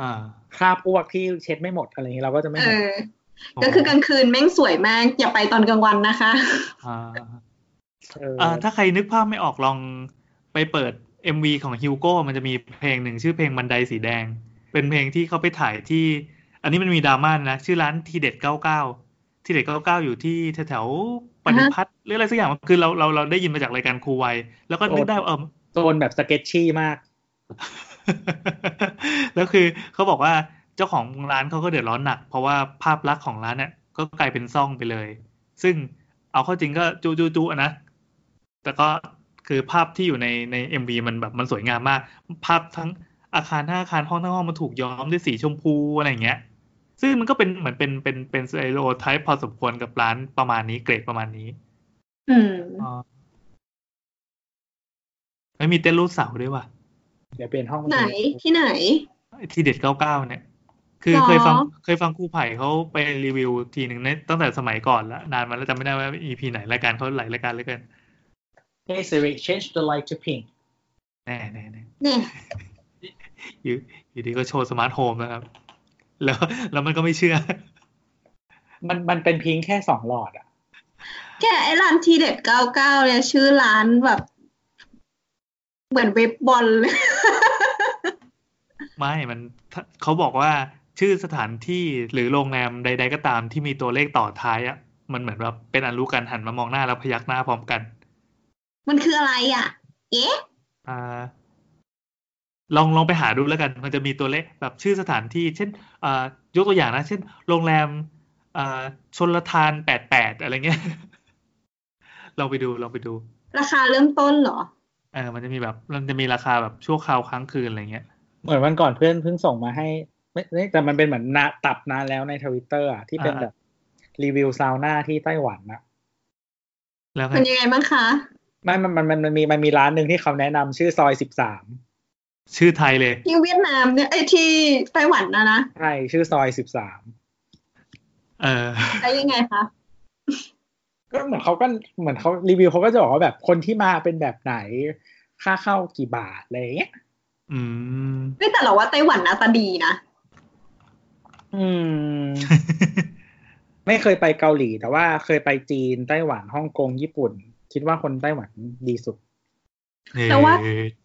[SPEAKER 4] อ่า
[SPEAKER 3] คราบอ้วกที่เช็ดไม่หมดอะไรอย่างนี้เราก็จะไม่
[SPEAKER 2] เอ
[SPEAKER 3] เห็น
[SPEAKER 2] อ ก็คือกลางคืนแม่งสวยมาก อย่าไปตอนกลางวันนะคะ *laughs*
[SPEAKER 4] อ่า
[SPEAKER 3] เอออ
[SPEAKER 4] อ่าถ้าใครนึกภาพไม่ออกลองไปเปิด MV ของฮิวโก้มันจะมีเพลงหนึ่งชื่อเพลงบันไดสีแดง เป็นเพลงที่เขาไปถ่ายที่ อันนี้มันมีดราม่านะ ชื่อร้านทีเด็ด99 ทีเด็ด99 อยู่ที่แถวๆปฏิพัฒน์หรืออะไรสักอย่างคือเราเราเราได้ยินมาจากรายการครูไวยแล้วก็นึกได้ว่าเออ
[SPEAKER 3] โซนแบบสเก็ตชี่มาก
[SPEAKER 4] *laughs* แล้วคือเขาบอกว่าเจ้าของร้านเขาก็เดือดร้อนหนัก เพราะว่าภาพลักษณ์ของร้านเนี่ยก็กลายเป็นซ่องไปเลย ซึ่งเอาเข้าจริงก็จูจูจูอะนะ แต่ก็คือภาพที่อยู่ในในเอ็มวีมันแบบมันสวยงามมาก ภาพทั้งอาคารทั้งอาคารห้องทั้งห้องมันถูกย้อมด้วยสีชมพูอะไรอย่างเงี้ย ซึ่งมันก็เป็นเหมือนเป็นเป็นเป็นสเตโอไทป์พอสมควรกับร้านประมาณนี้เกรดประมาณนี้
[SPEAKER 2] อืม
[SPEAKER 4] อ๋อไม่มีเต้นรูปเสาด้วยว่ะ
[SPEAKER 3] เดี๋ยวเปลี่ยนห้อง
[SPEAKER 2] ไหนที่ไหน
[SPEAKER 4] ทีเด็ดเก้าเก้าเนี่ย คื
[SPEAKER 2] ห
[SPEAKER 4] อ
[SPEAKER 2] รอ
[SPEAKER 4] เคยฟังเคยฟังครูไผ่เขาไปรีวิวทีหนึ่งในตั้งแต่สมัยก่อนละนานมาแล้วจำไม่ได้ว่า EP ไหนรายการเขาหลายรายการเหลยกัน
[SPEAKER 5] Hey Siri change the light to pink
[SPEAKER 4] แน่แน่แน่
[SPEAKER 2] เนี่ย
[SPEAKER 4] อยู่อยู่ดีก็โชว์สมาร์ทโฮมนะครับ แล้วแล้วมันก็ไม่เชื่อ *laughs*
[SPEAKER 3] มันมันเป็นพิงค์แค่สองหลอดอ่ะ
[SPEAKER 2] แกไอ้ร้านทีเด็ดเก้าเก้าเนี่ยชื่อร้านแบบ เหมือนเว็บบอล *laughs* เลย
[SPEAKER 4] ไม่มันถ้าเขาบอกว่าชื่อสถานที่หรือโรงแรมใด ๆ ก็ตามที่มีตัวเลขต่อท้ายอะมันเหมือนแบบเป็นอันรู้กันหันมามองหน้าแล้วพยักหน้าพร้อมกัน
[SPEAKER 2] มันคืออะไรอ่ะ เอ๊ะ
[SPEAKER 4] อ่าลองลองไปหาดูแล้วกัน มันจะมีตัวเลขแบบชื่อสถานที่ เช่นอ่ายกตัวอย่างนะ เช่น โรงแรมอ่าชนลทานแปดแปดอะไรเงี้ย *laughs* ลองไปดูลองไปดู
[SPEAKER 2] ราคาเริ่มต้นเหรอ
[SPEAKER 4] เออมันจะมีแบบ มันจะมีราคาแบบชั่วคราวค้างคืนอะไรเงี้ย
[SPEAKER 3] เหมือนวันก่อนเพื่อนเพิ่งส่งมาให้ไม่ไม่แต่มันเป็นเหมือนนาตับนานแล้วในทวิตเตอร์อ่ะที่เป็น
[SPEAKER 4] อ่า
[SPEAKER 3] แบบรีวิวซาวน่าที่ไต้หวันนะ
[SPEAKER 4] แล้วไง
[SPEAKER 2] มันยังไงบ้างคะ
[SPEAKER 3] ไม่มันมันมันมันมีมันมีร้านหนึ่งที่เขาแนะนำชื่อซอยสิบสาม
[SPEAKER 4] ชื่อไทยเลย
[SPEAKER 2] ที่เวียดนามเนี่ยไอ้ยที่ไต้หวันนะนะ
[SPEAKER 3] ใช่ชื่อซอยสิบสาม
[SPEAKER 4] เอ *laughs* อ
[SPEAKER 2] ได้ยังไงคะ
[SPEAKER 3] ก็เหมือนเขาก็เหมือนเขารีวิวเขาก็จะบอกว่าแบบคนที่มาเป็นแบบไหน ค่าเข้ากี่บาทอะไรอย่างเงี้ย
[SPEAKER 4] อืม
[SPEAKER 2] เฮ้ยแต่เราว่าไต้หวันหนะตาดีนะ
[SPEAKER 3] อืม ไม่เคยไปเกาหลี แต่ว่าเคยไปจีนไต้หวันฮ่องกงญี่ปุ่น คิดว่าคนไต้หวันดีสุด
[SPEAKER 2] แต่ว่า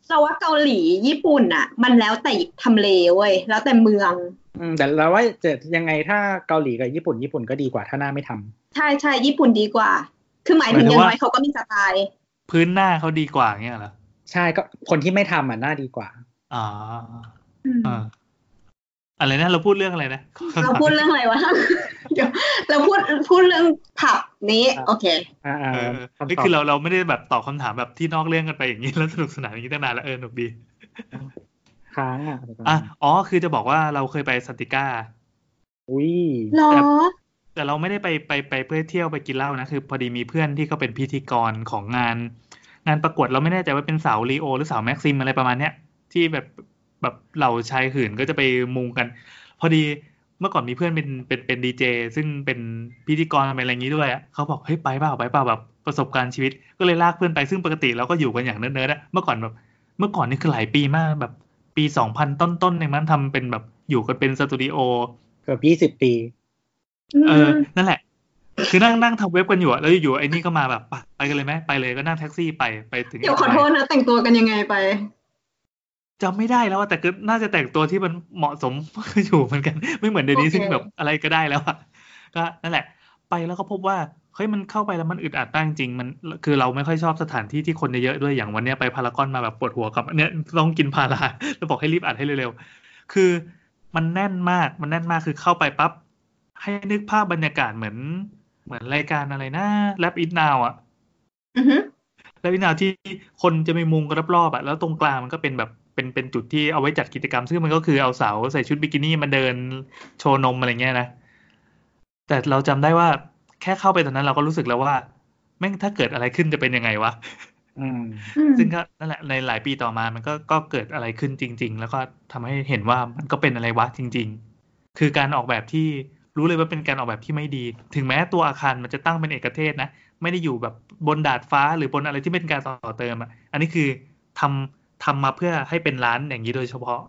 [SPEAKER 2] เราว่าเกาหลีญี่ปุ่นอะมันแล้วแต่ทำเลเว้ยแล้วแต่เมือง
[SPEAKER 3] อืมแต่เราว่าจะยังไงถ้าเกาหลีกับญี่ปุ่นญี่ปุ่นก็ดีกว่าถ้าหน้าไม่ทำ
[SPEAKER 2] ใช่ใช่ญี่ปุ่นดีกว่า คือหมายถึง
[SPEAKER 4] หมายถึ
[SPEAKER 2] ยัง ง
[SPEAKER 4] ว่า
[SPEAKER 2] ไงเขาก็มีสไตล์
[SPEAKER 4] พื้นหน้าเขาดีกว่าเงี้ยเหรอ
[SPEAKER 3] ใช่ก็คนที่ไม่ทำอ่ะหน้าดีกว่า
[SPEAKER 4] อ๋อ
[SPEAKER 2] อืม
[SPEAKER 4] เอออะไรนะ เราพูดเรื่องอะไรนะ
[SPEAKER 2] เราพูดเรื่องอะไรวะ เดี๋ยวเราพูดพูดเรื่องผับนี้
[SPEAKER 3] ครับ
[SPEAKER 2] โอเค
[SPEAKER 3] อ่าอ่า
[SPEAKER 4] เออ
[SPEAKER 3] ำตบ
[SPEAKER 4] นี่คือเราเราไม่ได้แบบตอบคำถามแบบที่นอกเรื่องกันไปอย่างนี้ แล้วสนุกสนานอย่างนี้ตั้งนานแล้วเออหนุกดี
[SPEAKER 3] ค้างอ่ะอะไรประมาณ
[SPEAKER 4] อ่ะ
[SPEAKER 3] นั้น
[SPEAKER 4] อ๋อคือจะบอกว่าเราเคยไปสันติก้า
[SPEAKER 3] อุ้ย
[SPEAKER 2] หรอ
[SPEAKER 4] แต่เราไม่ได้ไปไปไปเพื่อเที่ยวไปกินเหล้านะคือพอดีมีเพื่อนที่เขาเป็นพิธีกรของงาน งานประกวดเราไม่แน่ใจว่าเป็นสาวลีโอ หรือสาวแม็กซิมอะไรประมาณเนี้ยที่แบบแบบเหล่าชายหื่นก็จะไปมุงกัน พอดีเมื่อก่อนมีเพื่อนเป็นเป็นเป็นดีเจซึ่งเป็นพิธีกรเป็นอะไรอย่างนี้ด้วยอะเขาบอกเฮ้ยไปเปล่าไปเปล่าแบบประสบการณ์ชีวิต ก็เลยลากเพื่อนไปซึ่งปกติเราก็อยู่กันอย่างเนิร์ดๆนะเมื่อก่อนแบบเมื่อก่อนนี่คือหลายปีมากแบบปีสองพันต้นๆเองมั้งทำเป็นแบบอยู่กันเป็นสตูดิโอ
[SPEAKER 3] เกือบยี่สิบ20 ปี
[SPEAKER 4] เออ นั่นแหละ คือนั่งนั่งทำเว็บกันอยู่อะแล้วอยู่ๆไอ้นี่ก็มาแบบไปไปกันเลยไหมไปเลยก็นั่งแท็กซี่ไปไปถึง
[SPEAKER 2] เดี๋ยวขอโทษนะ แต่งตัวกันยังไงไป
[SPEAKER 4] จำไม่ได้แล้วอะแต่ก็น่าจะแต่งตัวที่มันเหมาะสม *laughs* อยู่เหมือนกัน ไม่เหมือนเดี๋ยวนี้
[SPEAKER 2] โอเค
[SPEAKER 4] ซึ่งแบบอะไรก็ได้แล้วอะ *laughs* ก็นั่นแหละ ไปแล้วก็พบว่าเฮ้ยมันเข้าไปแล้วมันอึดอัดมากจริงๆมันคือเราไม่ค่อยชอบสถานที่ที่คนเยอะๆด้วยอย่างวันเนี้ยไปพารากอนมาแบบปวดหัวกับเนี่ยต้องกินพารา *laughs* แล้วบอกให้รีบอัดให้เร็วๆคือมันแน่นมากมันแน่นมากคือเข้าไปปั๊บให้นึกภาพบรรยากาศเหมือน เหมือนรายการอะไรนะแลบอินนาวอะ
[SPEAKER 2] อือฮึ
[SPEAKER 4] แล้ววินาทีที่คนจะไปมุงกันรอบๆอะแล้วตรงกลางมันก็เป็นแบบเป็นเป็นจุดที่เอาไว้จัดกิจกรรม ซึ่งมันก็คือเอาสาวใส่ชุดบิกินี่มาเดินโชว์นมอะไรเงี้ยนะ แต่เราจำได้ว่าแค่เข้าไปตอนนั้นเราก็รู้สึกแล้วว่า แม่งถ้าเกิดอะไรขึ้นจะเป็นยังไงวะ
[SPEAKER 3] อืม
[SPEAKER 2] อืม
[SPEAKER 4] ซึ่งก็นั่นแหละในหลายปีต่อมามันก็ก็เกิดอะไรขึ้นจริง ๆ แล้วก็ทำให้เห็นว่ามันก็เป็นอะไรวะจริง ๆ คือการออกแบบที่รู้เลยว่าเป็นการออกแบบที่ไม่ดี ถึงแม้ตัวอาคารมันจะตั้งเป็นเอกเทศนะ ไม่ได้อยู่แบบบนดาดฟ้าหรือบนอะไรที่เป็นการต่อเติมอ่ะอันนี้คือทำทำมาเพื่อให้เป็นร้านอย่างนี้โดยเฉพาะ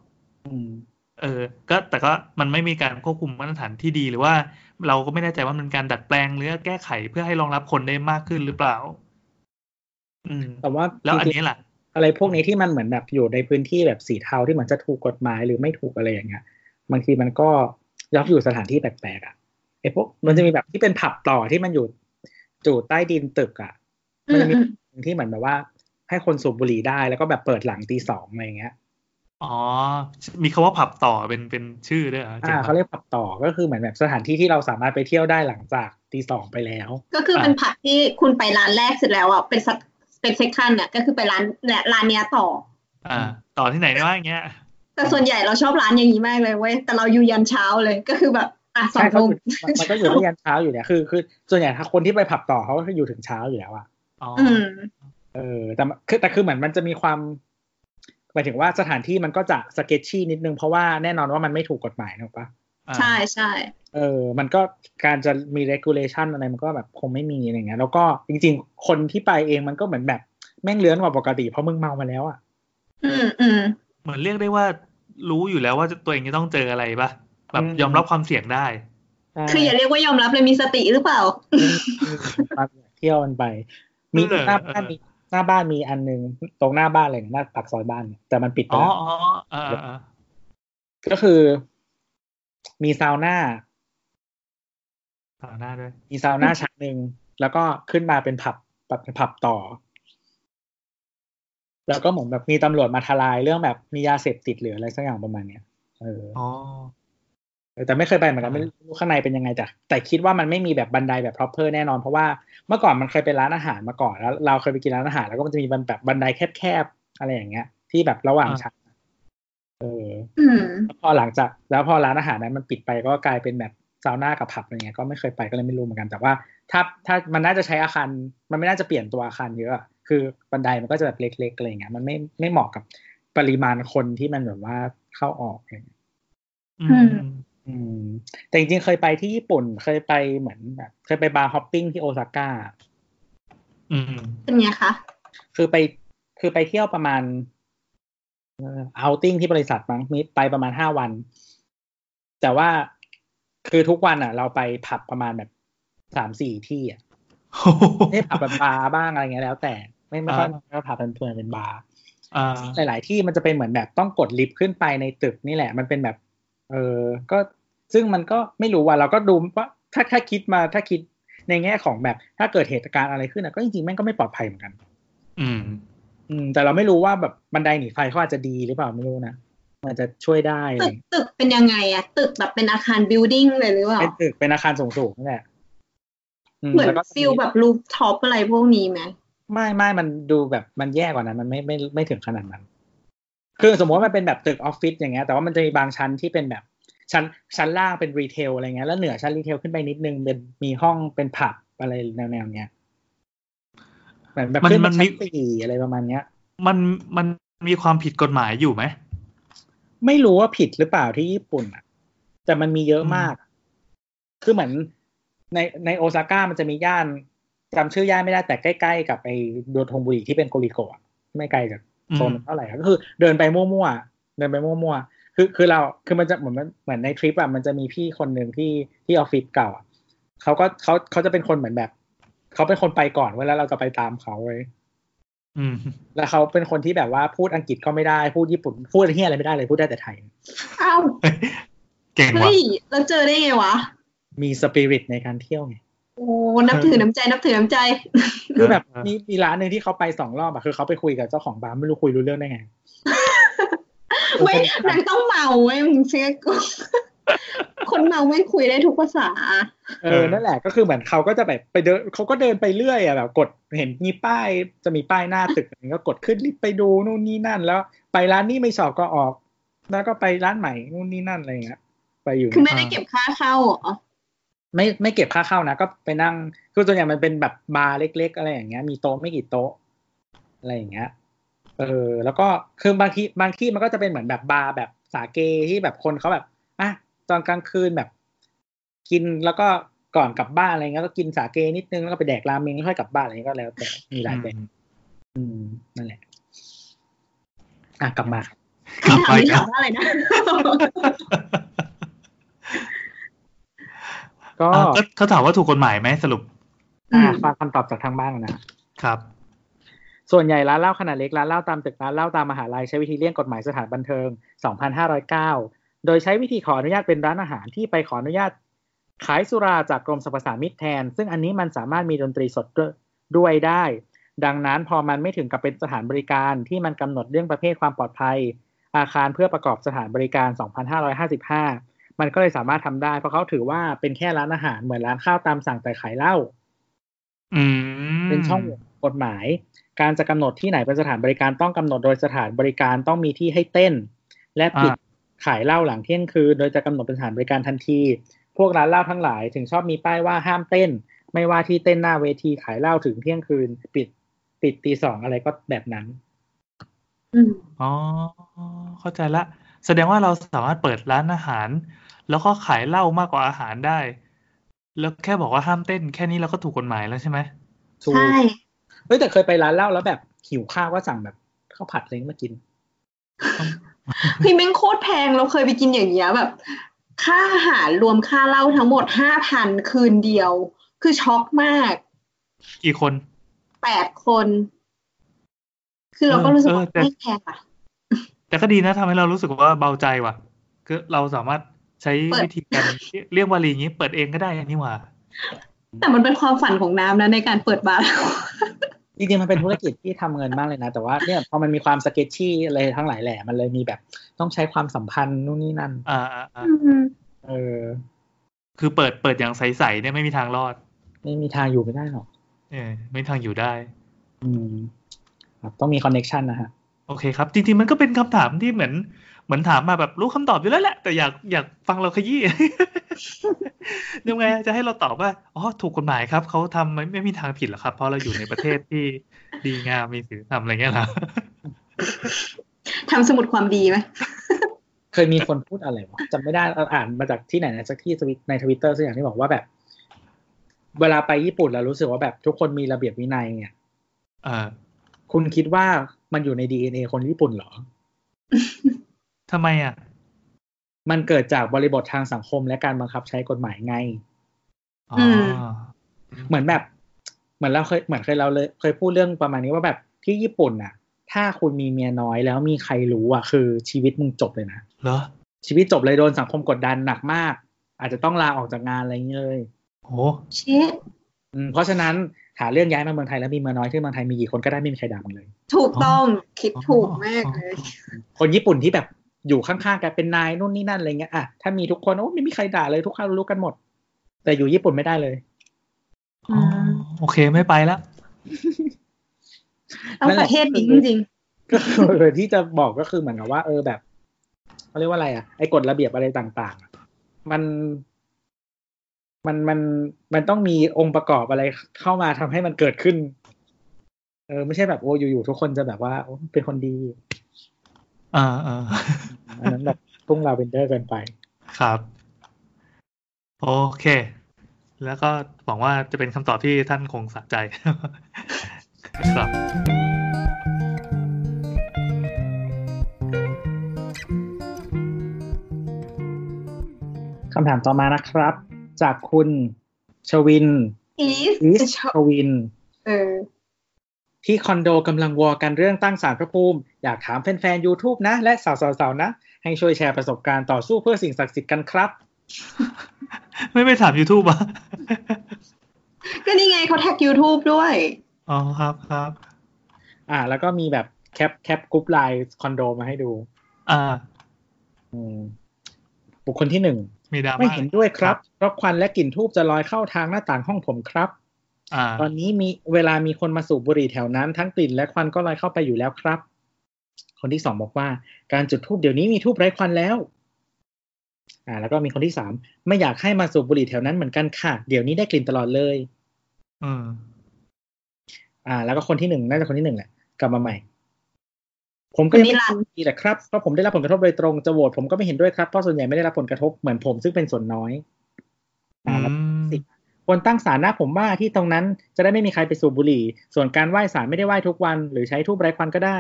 [SPEAKER 3] อืม
[SPEAKER 4] เออ ก็แต่ก็มันไม่มีการควบคุมมาตรฐานที่ดีหรือว่า เราก็ไม่แน่ใจว่ามันการดัดแปลงหรือแก้ไขเพื่อให้รองรับคนได้มากขึ้นหรือเปล่า อืม
[SPEAKER 3] แต่ว่า
[SPEAKER 4] แล้วอัน
[SPEAKER 3] จริงๆ
[SPEAKER 4] นี้ล่ะ
[SPEAKER 3] อะไรพวกนี้ที่มันเหมือนแบบอยู่ในพื้นที่แบบสีเทาที่เหมือนจะถูกกฎหมายหรือไม่ถูกอะไรอย่างเงี้ยบางทีมันก็รับอยู่สถานที่แปลกๆอ่ะไอพวกมันจะมีแบบที่เป็นผับต่อที่มันอยู่จู่ใต้ดินตึกอ่ะ
[SPEAKER 2] อื
[SPEAKER 3] มัน
[SPEAKER 2] ม
[SPEAKER 3] จะมี
[SPEAKER 2] อืม
[SPEAKER 3] ที่เหมือนแบบว่า ให้คนสูบบุหรี่ได้แล้วก็แบบเปิดหลังตีสองอะไรอย่างเงี้ย
[SPEAKER 4] อ๋อ มีคำว่าผับต่อเป็นเป็นชื่อด้วยเหรอจริง
[SPEAKER 3] อ่า
[SPEAKER 4] ปะ
[SPEAKER 3] เขาเรียกผับต่อก็คือเหมือนแบบสถานที่ที่เราสามารถไปเที่ยวได้หลังจากตีสองไปแล้ว
[SPEAKER 2] ก็คือเป็นผับที่คุณไปร้านแรกเสร็จแล้วอ่ะเป็นสักเป็นเซคชันเนี่ยก็คือไปร้านเนี่ยร้านเนี้ยต่อ
[SPEAKER 4] อ่า ต่อที่ไหนได้บ้างอย่างเงี้ย
[SPEAKER 2] แต่ส่วนใหญ่เราชอบร้านอย่างนี้มากเลยเว้ยแต่เราอยู่ยันเช้าเลยก็คือแบบอ่ะสอ
[SPEAKER 3] ใช่
[SPEAKER 2] ง
[SPEAKER 3] เขา
[SPEAKER 2] ทุ่ม
[SPEAKER 3] อยู่มันก็อยู่ได้ยันเช้าอยู่เนี่ยคือคือส่วนใหญ่ถ้าคนที่ไปผับต่อเขาก็อยู่ถึงเช้าอยู่แล้วอ่ะ
[SPEAKER 4] อ๋ออ
[SPEAKER 2] อืม
[SPEAKER 3] เออแต่มันคือแต่คือเหมือนมันจะมีความหมายถึงว่าสถานที่มันก็จะสเก t ชี่นิดนึง เพราะว่าแน่นอนว่ามันไม่ถูกกฎหมายนะปะ
[SPEAKER 4] อ่า
[SPEAKER 2] ใช่ใช่
[SPEAKER 3] เออ มันก็การจะมี regulation อะไรมันก็แบบคงไม่มีอะไรเงี้ยแล้วก็จริงๆ คนที่ไปเองมันก็เหมือนแบบแม่งเลื้อนกว่าปกติเพราะมึงเมามาแล้วอ่ะ
[SPEAKER 2] อืมอืม
[SPEAKER 4] เหมือนเรียกได้ว่ารู้อยู่แล้วว่าจะตัวเองจะต้องเจออะไรปะแบบยอมรับความเสี่ยงได้
[SPEAKER 2] คืออย่าเรียกว่ายอมรับเลยมีสติหรือเปล่า
[SPEAKER 3] มาเที่ยวกันไป มี
[SPEAKER 4] เออ
[SPEAKER 3] หน้าบ้าน
[SPEAKER 4] เออ
[SPEAKER 3] มีหน้าบ้านมีอันนึงตรงหน้าบ้านเลยหน้าปากซอยบ้านเนี่ยแต่มันปิดไป
[SPEAKER 4] อ๋อ
[SPEAKER 3] แล้ว
[SPEAKER 4] อ๋ออ่าอ่า
[SPEAKER 3] ก็คือมีซาวน่า
[SPEAKER 4] ต่อหน้าด้วย
[SPEAKER 3] มีซาวน่าชั้นหนึ่งแล้วก็ขึ้นมาเป็นผับแบบผับต่อ แล้วก็เหมือนแบบมีตำรวจมาทลายเรื่องแบบมียาเสพติดหรืออะไรสักอย่างประมาณเนี้ยเออ
[SPEAKER 4] อ๋อ
[SPEAKER 3] แต่ไม่เคยไปเหมือนกันไม่รู้ข้างในเป็นยังไงแต่แต่คิดว่ามันไม่มีแบบบันไดแบบ proper แน่นอนเพราะว่าเมื่อก่อนมันเคยเป็นร้านอาหารมาก่อนแล้ว เราเคยไปกินร้านอาหาร แล้วก็มันจะมีบันแบบบันไดแคบๆอะไรอย่างเงี้ย ที่แบบระหว่าง
[SPEAKER 4] อ่า
[SPEAKER 3] ชั้นเออ
[SPEAKER 2] อืม
[SPEAKER 3] พอหลังจาก แล้วพอร้านอาหารนั้นมันปิดไปก็กลายเป็นแบบซาวน่ากับผับอะไรเงี้ยก็ไม่เคยไปก็เลยไม่รู้เหมือนกันแต่ว่า ถ้าถ้ามันน่าจะใช้อาคาร มันไม่น่าจะเปลี่ยนตัวอาคารเยอะอะคือบันไดมันก็จะแบบเล็กๆอะไรเงี้ยมันไม่ไม่เหมาะกับปริมาณคนที่มันแบบว่าเข้าออกอะไรเงี้ย
[SPEAKER 2] อื
[SPEAKER 4] อืม
[SPEAKER 2] ม
[SPEAKER 3] อืม แต่จริงๆเคยไปที่ญี่ปุ่นเคยไปเหมือนแบบเคยไปบาร์ฮอปปิ้งที่โอซาก้า
[SPEAKER 4] อืม
[SPEAKER 2] เป็นไงคะ
[SPEAKER 3] คือไปคือไปเที่ยวประมาณเอาติ้งที่บริษัทมั้งมีไปประมาณห้าวัน แต่ว่าคือทุกวันอ่ะ เราไปผับประมาณแบบสามสี่ที่อ่ะ ไม่ผับเป็นบาร์บ้างอะไรเงี้ยแล้วแต่ไม่ไม่ค่อย
[SPEAKER 4] อ่า
[SPEAKER 3] ไม่ค่อยผับเป็นเพื่อนเป็นบาร์
[SPEAKER 4] *laughs* อ่า
[SPEAKER 3] หลาย ๆ ที่มันจะเป็นเหมือนแบบต้องกดลิฟต์ขึ้นไปในตึกนี่แหละ มันเป็นแบบ เออก็ซึ่งมันก็ไม่รู้ว่าเราก็ดูว่าถ้าถ้าคิดมาถ้าคิดในแง่ของแบบ ถ้าเกิดเหตุการณ์อะไรขึ้นอะก็จริงๆแม่งก็ไม่ปลอดภัยเหมือนกัน
[SPEAKER 4] อืม
[SPEAKER 3] อืม แต่เราไม่รู้ว่าแบบบันไดหนีไฟเขาอาจจะดีหรือเปล่าไม่รู้นะมันอาจจะช่วยได้อะไร
[SPEAKER 2] ตึกตึกเป็นยังไงอะตึกแบบเป็นอาคารบิลดิ้งเลยหรือเปล่า
[SPEAKER 3] เป็นตึกเป็นอาคารสูงๆนั่นแหละ
[SPEAKER 2] เหมือน
[SPEAKER 3] แล้วก็
[SPEAKER 2] ฟิลแบบรูฟท็อปอะไรพวกนี้ไหม
[SPEAKER 3] ไม่ไม่มันดูแบบมันแย่กว่านั้น มันไม่ไม่ไม่ถึงขนาดนั้น คือสมมติว่ามันเป็นแบบตึกออฟฟิศอย่างเงี้ยแต่ว่ามันจะมีบางชั้นที่เป็นแบบชั้นชั้นล่างเป็นรีเทลอะไรเงี้ยแล้วเหนือชั้นรีเทลขึ้นไปนิดนึงเป็นมีห้องเป็นผับอะไรแนวแนวๆเนี้ยเหมือนแบบ
[SPEAKER 4] มัน
[SPEAKER 3] ขึ้น
[SPEAKER 4] มั
[SPEAKER 3] มาน
[SPEAKER 4] มี
[SPEAKER 3] ชั้นสี่อะไรประมาณเนี้ย
[SPEAKER 4] มันมันมีความผิดกฎหมายอยู่ไหม
[SPEAKER 3] ไม่รู้ว่าผิดหรือเปล่าที่ญี่ปุ่นอ่ะ แต่มันมีเยอะมาก คือเหมือนในในโอซาก้ามันจะมีย่านจำชื่อย่านไม่ได้แต่ใกล้ๆกับไอ้โดทงบุรีที่เป็นโกริโกะอะไม่ไกลจากโซนเท่าไหร่อะก็คือ เดินไปมั่วๆเดินไปมั่วๆคือคือเราคือมันจะเหมือนมันเหมือนในทริปอ่ะมันจะมีพี่คนหนึ่งที่ที่ออฟฟิศเก่าอะเขาก็เขาเขาจะเป็นคนเหมือนแบบเขาเป็นคนไปก่อนเวลาเราจะไปตามเขาเว้ย
[SPEAKER 4] อืม
[SPEAKER 3] แล้วเขาเป็นคนที่แบบว่าพูดอังกฤษก็ไม่ได้พูดญี่ปุ่น พูดเฮียอะไรไม่ได้เลยพูดได้แต่ไทย
[SPEAKER 2] อ้าว
[SPEAKER 4] เก่งว่ะ
[SPEAKER 2] เฮ้ยเราเจอได้ไงวะ
[SPEAKER 3] มีสปิริตในการเที่ยวไง
[SPEAKER 2] โอ้นับถือน้ำใจนับถือ
[SPEAKER 3] *laughs*
[SPEAKER 2] น้ำใจ
[SPEAKER 3] คือแบบ
[SPEAKER 4] เออ
[SPEAKER 3] มีมีร้านหนึ่งที่เขาไปสองรอบอะคือเขาไปคุยกับเจ้าของบาร์ไม่รู้คุยรู้เรื่องได้ไง
[SPEAKER 2] ไม่นางต้องเมาเว้ยมึงเชื่อกู *laughs* คนเมาไม่คุยได้ทุกภาษา
[SPEAKER 3] เออนั่นแหละก็คือเหมือนเขาก็จะแบบไปเดินเขาก็เดินไปเรื่อยอะแบบกดเห็นมีป้ายจะมีป้ายหน้าตึกอะไรก็กดขึ้นรีบไปดูนู่นนี่นั่น แล้วไปร้านนี้ไม่ชอบก็ออก แล้วก็ไปร้านใหม่นู่นนี่นั่นอะไรอย่างเงี้ยไปอยู่
[SPEAKER 2] คือไม่ได้เก็บค่าเข้าเหรอ
[SPEAKER 3] ไม่ไม่เก็บค่าเข้านะก็ไปนั่งคือส่วนใหญ่มันเป็นแบบบาร์เล็ก ๆ อะไรอย่างเงี้ยมีโต๊ะไม่กี่โต๊ะอะไรอย่างเงี้ยเออแล้วก็คือบางที่บางที่มันก็จะเป็นเหมือนแบบบาร์แบบสาเกที่แบบคนเขาแบบอ่ะตอนกลางคืนแบบ กินแล้วก็ก่อนกลับบ้านอะไรเงี้ยก็กินสาเกนิดนึงแล้วก็ไปแดกราเมงแล้วค่อยกลับบ้านอะไรเงี้ยก็แล้วแต่มีหลายแบบอืมนั่นแหละ อ่ะกลับมาครับ
[SPEAKER 4] *laughs* กลับ
[SPEAKER 2] คำถา
[SPEAKER 4] ไป
[SPEAKER 3] *laughs*
[SPEAKER 2] มที่ถา
[SPEAKER 4] ครับ
[SPEAKER 2] มว่าอะไรนะ
[SPEAKER 3] ก็
[SPEAKER 4] *laughs* อ่ะก็เขาถามว่าถูกกฎหมายไหมสรุป
[SPEAKER 2] อืม
[SPEAKER 3] อ่ะฟังคำตอบจากทางบ้านนะ
[SPEAKER 4] ครับ
[SPEAKER 3] ส่วนใหญ่ร้านเหล้าขนาดเล็ก ร้านเหล้าตามตึก ร้านเหล้าตามมหาลัยใช้วิธีเลี่ยงกฎหมายสถานบันเทิง 2,509 โดยใช้วิธีขออนุญาตเป็นร้านอาหารที่ไปขออนุญาต ขายสุราจากกรมสรรพสามิตแทน ซึ่งอันนี้มันสามารถมีดนตรีสดด้วยได้ ดังนั้นพอมันไม่ถึงกับเป็นสถานบริการที่มันกำหนดเรื่องประเภทความปลอดภัย อาคารเพื่อประกอบสถานบริการ 2,555 มันก็เลยสามารถทำได้ เพราะเขาถือว่าเป็นแค่ร้านอาหารเหมือนร้านข้าวตามสั่งแต่ขายเหล้า
[SPEAKER 4] อืม
[SPEAKER 3] เป็นช่องโหว่ของกฎหมาย การจะกำหนดที่ไหนเป็นสถานบริการต้องกำหนดโดยสถานบริการต้องมีที่ให้เต้น และปิดขายเหล้าหลังเที่ยงคืน โดยจะกำหนดเป็นสถานบริการทันที พวกร้านเหล้าทั้งหลายถึงชอบมีป้ายว่าห้ามเต้น ไม่ว่าที่เต้นหน้าเวทีขายเหล้าถึงเที่ยงคืน ปิดปิดตีสองอะไรก็แบบนั้น
[SPEAKER 2] อืม
[SPEAKER 4] อ๋อเข้าใจละ แสดงว่าเราสามารถเปิดร้านอาหาร แล้วก็ขายเหล้ามากกว่าอาหารได้ แล้วแค่บอกว่าห้ามเต้น แค่นี้เราก็ถูกกฎหมายแล้วใช่ไหม
[SPEAKER 3] ถูก
[SPEAKER 2] ใช่
[SPEAKER 3] เฮ้ยแต่เคยไปร้านเหล้าแล้วแบบหิวข้าวก็สั่งแบบข้าวผัดอะไรมากิน
[SPEAKER 2] พี่แม่งโคตรแพงเราเคยไปกินอย่างเงี้ยแบบ ค่าอาหารรวมค่าเหล้าทั้งหมดห้าพันคืนเดียว คือช็อกมาก
[SPEAKER 4] กี่คน
[SPEAKER 2] แปดคน คือเราก็รู้สึกว่า
[SPEAKER 4] เออแต่
[SPEAKER 2] ไม่แพงอ่ะ
[SPEAKER 4] แต่ก็ดีนะทำให้เรารู้สึกว่าเบาใจว่ะคือเราสามารถใช้
[SPEAKER 2] เปิด
[SPEAKER 4] วิธีการเรียกวาลีอย่างนี้ เปิดเองก็ได้นี่หว่า
[SPEAKER 2] แต่มันเป็นความฝันของน้ำนะในการเปิดบ *laughs* าร์
[SPEAKER 3] จริงๆมันเป็นธุรกิจที่ทำเงินมากเลยนะ แต่ว่าเนี่ยพอมันมีความสเก็ตชี่อะไรทั้งหลายแหล่มันเลยมีแบบต้องใช้ความสัมพันธ์นู่นนี่นั่น
[SPEAKER 4] อ่าอ่าอ่า
[SPEAKER 3] เออ
[SPEAKER 4] คือเปิดเปิดอย่างใสๆเนี่ยไม่มีทางรอด
[SPEAKER 3] ไม่มีทางอยู่ไม่ได้หรอก
[SPEAKER 4] เออไม่มีทางอยู่ได้
[SPEAKER 3] อืมครับต้องมีคอนเน็ชันนะฮะ
[SPEAKER 4] โอเคครับ จริงๆมันก็เป็นคำถามที่เหมือนเหมือนถามมาแบบรู้คำตอบอยู่แล้วแหละแต่อยากอยากฟังเราขยี้ *laughs* ยังไงจะให้เราตอบว่าอ๋อถูกกฎหมายครับเขาทำไม่ไม่มีทางผิดหรอกครับ เพราะเราอยู่ในประเทศที่ดีงามมีศีลธรรมอะไรเงี้ยเหรอ *laughs*
[SPEAKER 2] ทำสมุดความดีไหม
[SPEAKER 3] เคยมีคนพูดอะไรวะจำไม่ได้เอาอ่านมาจากที่ไหนนะสักที่ทวิตในทวิตเตอร์สักอย่างที่บอกว่าแบบ เวลาไปญี่ปุ่นแล้วรู้สึกว่าแบบทุกคนมีระเบียบวินัยเนี่ย
[SPEAKER 4] เออ
[SPEAKER 3] คุณคิดว่ามันอยู่ใน DNA คนญี่ปุ่นเหรอ
[SPEAKER 4] ทำไมอ่ะ
[SPEAKER 3] มันเกิดจากบริบททางสังคมและการบังคับใช้กฎหมายไง
[SPEAKER 4] อ๋ออ
[SPEAKER 3] เหมือนแบบ เหมือนเราเคยเหมือนเคยเราเลยเคยพูดเรื่องประมาณนี้ว่าแบบที่ญี่ปุ่นน่ะ ถ้าคุณมีเมียน้อยแล้วมีใครรู้อ่ะคือชีวิตมึงจบเลยนะ
[SPEAKER 4] เหรอ
[SPEAKER 3] ชีวิตจบเลยโดนสังคมกดดันหนักมาก อาจจะต้องลาออกจากงานอะไรอย่างนี้เลย
[SPEAKER 4] โห
[SPEAKER 2] เช่
[SPEAKER 3] อืมเพราะฉะนั้นหาเรื่องย้ายมาเมืองไทยแล้วมีเมียน้อยที่เมืองไทยมีกี่คนก็ได้ไม่มีใครด่ามึงเลย
[SPEAKER 2] ถูกต้องคิดถูกมากเลย
[SPEAKER 3] คนญี่ปุ่นที่แบบอยู่ข้างๆกันเป็นนายนู่นนี่นั่นอะไรเงี้ยอ่ะถ้ามีทุกคนโอ้ไม่มีใครด่าเลยทุกคนรู้กันหมด แต่อยู่ญี่ปุ่นไม่ได้เลย
[SPEAKER 4] อ๋อโอเคไม่ไปละ
[SPEAKER 2] ต้องประเทศนี้จริง
[SPEAKER 3] ก็คือที่จะบอกก็คือเหมือนกับว่า เออแบบเขาเรียกว่าอะไรอ่ะไอ้กฎระเบียบอะไรต่างๆอะมันมันมันมันต้องมีองค์ประกอบอะไรเข้ามาทำให้มันเกิดขึ้น เออ ไม่ใช่แบบโอ้อยู่ๆทุกคนจะแบบว่าโอ้เป็นคนดี
[SPEAKER 4] อ่าอ่ *laughs* า
[SPEAKER 3] อันนั้นแบบพุ่งลาเวนเดอร์เกินไป
[SPEAKER 4] ครับ โอเค แล้วก็หวังว่าจะเป็นคำตอบที่ท่านคงสะใจ *laughs* ครับ
[SPEAKER 3] คำถามต่อมานะครับ จากคุณชวิน
[SPEAKER 2] ๆอีส
[SPEAKER 3] อีสชวิน
[SPEAKER 2] เออ
[SPEAKER 3] ที่คอนโดกำลังวอกันเรื่องตั้งศาลพระภูมิ อยากถามแฟนๆ YouTube นะ และสาวๆ ๆ นะ ให้ช่วยแชร์ประสบการณ์ต่อสู้เพื่อสิ่งศักดิ์สิทธิ์กันครับ
[SPEAKER 4] ไม่ไม่ถาม YouTube อ่ะ *laughs*
[SPEAKER 2] ก็นี่ไงเขาแท็ก YouTube ด้วย
[SPEAKER 4] อ๋อครับครับ
[SPEAKER 3] อ่า แล้วก็มีแบบแคปแคปกรุ๊ปไลน์คอนโดมาให้ดู
[SPEAKER 4] อ่า
[SPEAKER 3] อืม บุคคลที่หนึ่ง
[SPEAKER 4] มีดราม่า
[SPEAKER 3] ไม่เห็นด้วยครับ เพราะควันและกลิ่นทูบจะลอยเข้าทางหน้าต่างห้องผมครับ
[SPEAKER 4] อ่า
[SPEAKER 3] ตอนนี้มีเวลามีคนมาสูบบุหรี่แถวนั้น ทั้งกลิ่นและควันก็ลอยเข้าไปอยู่แล้วครับ คนที่สองบอกว่า การจุดทูบเดี๋ยวนี้มีทูบไร้ควันแล้ว อ่า แล้วก็มีคนที่สามไม่อยากให้มาสูบบุหรี่แถวนั้นเหมือนกันค่ะ เดี๋ยวนี้ได้กลิ่นตลอดเลย
[SPEAKER 4] อืม
[SPEAKER 3] อ่า แล้วก็คนที่หนึ่งน่าจะคนที่หนึ่งแหละกลับมาใหม่ ผมก็ยัง
[SPEAKER 2] คนนิ
[SPEAKER 3] ไม่
[SPEAKER 2] รันดร์
[SPEAKER 3] ดีแหละครับเพราะผมได้รับผลกระทบโดยตรงจะโหวตผมก็ไม่เห็นด้วยครับเพราะส่วนใหญ่ไม่ได้รับผลกระทบเหมือนผมซึ่งเป็นส่วนน้อย
[SPEAKER 4] อื
[SPEAKER 3] อ่าแล้ว
[SPEAKER 4] ม
[SPEAKER 3] สิ ควรตั้งศาลหน้าผมว่าที่ตรงนั้นจะได้ไม่มีใครไปสูบบุหรี่ ส่วนการไหว้ศาลไม่ได้ไหว้ทุกวัน หรือใช้ทูบไร้ควันก็ได้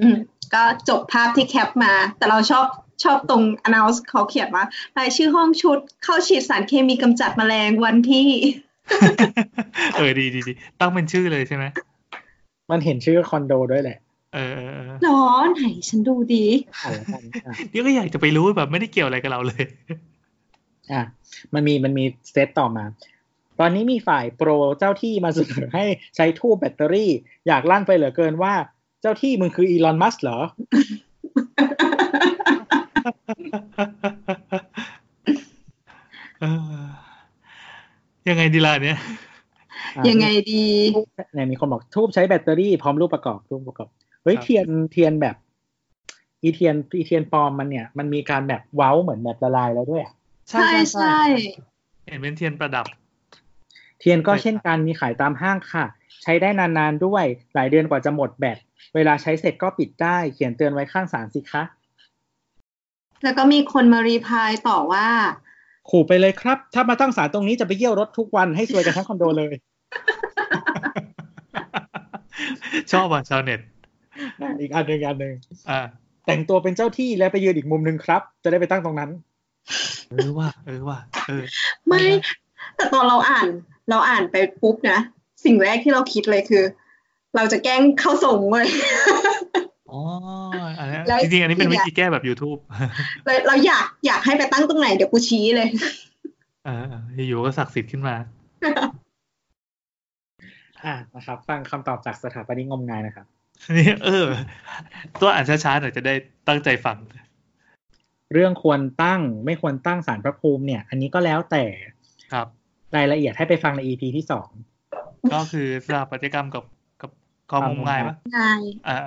[SPEAKER 2] อืมก็จบภาพที่แคปมา แต่เราชอบ ชอบตรง announce เขาเขียนว่ารายชื่อห้องชุดเข้าฉีดสารเคมีกำจัดแมลงวันที่
[SPEAKER 4] *laughs*
[SPEAKER 2] *laughs*
[SPEAKER 4] เออดีดีดีตั้งเป็นชื่อเลยใช่ไหม
[SPEAKER 3] มันเห็นชื่อคอนโดด้วยแหละ
[SPEAKER 4] เออเออเออ
[SPEAKER 2] หรอไหนฉันดูดี
[SPEAKER 3] อ่านแล้วกันอ่ะ
[SPEAKER 4] เดี๋ยวก็อยากจะไปรู้แบบไม่ได้เกี่ยวอะไรกับเราเลย *laughs*
[SPEAKER 3] อ่ะมันมีมันมีเซตต่อมา ตอนนี้มีฝ่ายโปรเจ้าที่มาเสนอให้ใช้ทูบแบตเตอรี่ อยากลั่นไปเหลือเกินว่า เจ้าที่มึงคืออีลอนมัสก์เหรอ
[SPEAKER 4] เออยังไงดีล่ะเนี่ย
[SPEAKER 3] อ่ะ
[SPEAKER 2] ยังไงดี
[SPEAKER 3] ทูบเนี่ยมีคนบอกทูบใช้แบตเตอรี่พร้อมรูปประกอบรูปประกอบเฮ้ย
[SPEAKER 4] ครับ
[SPEAKER 3] เทียนเทียนแบบ อีเทียนอีเทียนปลอมมันเนี่ย มันมีการแบบเว้าเหมือนแบบละลายแล้วด้วยอ่ะ
[SPEAKER 2] ใช่ใช่
[SPEAKER 4] เห็นเป็นเทียนประดับ *laughs*
[SPEAKER 3] เทียนก็
[SPEAKER 4] ใช่
[SPEAKER 3] เช่นกันมีขายตามห้างค่ะ ใช้ได้นานๆด้วย หลายเดือนกว่าจะหมดแบตเวลาใช้เสร็จก็ปิดได้ เขียนเตือนไว้ข้างสารสิคะ
[SPEAKER 2] แล้วก็มีคนมารีพลายต่อว่า
[SPEAKER 3] ขู่ไปเลยครับ ถ้ามาตั้งสารตรงนี้จะไปเยี่ยวรถทุกวันให้ซวยกันทั้งคอนโดเลย
[SPEAKER 4] ชอบอ่ะชาวเน็ต
[SPEAKER 3] อีกอันหนึ่งอีกอันหนึ่ง
[SPEAKER 4] อ่า
[SPEAKER 3] แต่งตัวเป็นเจ้าที่แล้วไปยืนอีกมุมหนึ่งครับ จะได้ไปตั้งตรงนั้น
[SPEAKER 4] เออว่า เออว่า เออ
[SPEAKER 2] ไม่ แต่ตอนเราอ่าน เราอ่านไปปุ๊บนะ สิ่งแรกที่เราคิดเลยคือ เราจะแกล้งเข้าส่งเลย *laughs*
[SPEAKER 4] อ๋ออันนี้
[SPEAKER 2] แล้ว
[SPEAKER 4] จริงๆ อันนี้เป็นวิธีแก้แบบ YouTube
[SPEAKER 2] เลยเราอยากอยากให้ไปตั้งตรงไหนเดี๋ยวกูชี้เลย
[SPEAKER 4] เอออยู่ๆก็ศักดิ์สิทธิ์ขึ้นมา
[SPEAKER 3] อ่านะครับ ฟังคำตอบจากสถาปนิกงมงายนะครับ
[SPEAKER 4] นี่เออ ตัวอ่านช้าๆหน่อยจะได้ตั้งใจฟัง
[SPEAKER 3] เรื่องควรตั้งไม่ควรตั้งสารพระภูมิเนี่ย อันนี้ก็แล้วแต่
[SPEAKER 4] ครับ
[SPEAKER 3] รายละเอียดให้ไปฟังใน EP ที่สอง
[SPEAKER 4] ก็คือสถาปัตยกรรมกับกับกองงมงายปะ
[SPEAKER 2] นาย
[SPEAKER 4] อ่า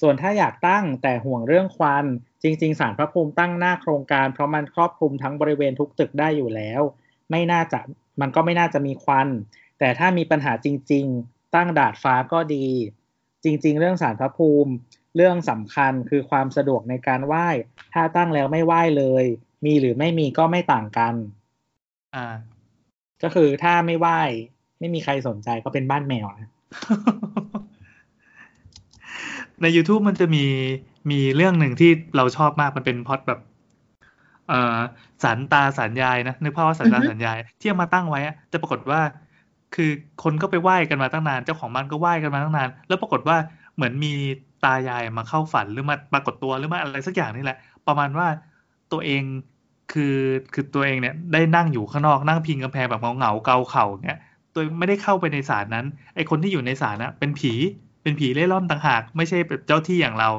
[SPEAKER 3] ส่วนถ้าอยากตั้งแต่ห่วงเรื่องควัน จริง ๆ สารพระภูมิตั้งหน้าโครงการ เพราะมันครอบคลุมทั้งบริเวณทุกตึกได้อยู่แล้ว ไม่น่าจะมันก็ไม่น่าจะมีควัน แต่ถ้ามีปัญหาจริง ๆ ตั้งดาดฟ้าก็ดี จริง ๆ เรื่องสารพระภูมิ เรื่องสำคัญคือความสะดวกในการไหว้ ถ้าตั้งแล้วไม่ไหว้เลย มีหรือไม่มีก็ไม่ต่างกัน
[SPEAKER 4] อ่า
[SPEAKER 3] ก็คือถ้าไม่ไหว้ไม่มีใครสนใจก็เป็นบ้านแมวนะ
[SPEAKER 4] *laughs* ใน YouTube มันจะมีมีเรื่องหนึ่งที่เราชอบมากมันเป็นพล็อดแบบ เอ่อสันตาสัญยายนะนึกภาพว่าสันตาสัญยาย ที่เอามาตั้งไว้อะแต่ปรากฏว่า คือคนก็ไปไหว้กันมาตั้งนาน เจ้าของบ้านก็ไหว้กันมาตั้งนาน แล้วปรากฏว่าเหมือนมีตายายมาเข้าฝันหรือมาปรากฏตัวหรือมาอะไรสักอย่างนี่แหละ ประมาณว่าตัวเองคือคือตัวเองเนี่ยได้นั่งอยู่ข้างนอกนั่งพิงกำแพงแบบเหงาๆเกาเข่าอย่างเงี้ย ตัวไม่ได้เข้าไปในศาลนั้น ไอคนที่อยู่ในศาลนะเป็นผีเป็นผีเล่ร่อนต่างหาก ไม่ใช่แบบเจ้าที่อย่างเรา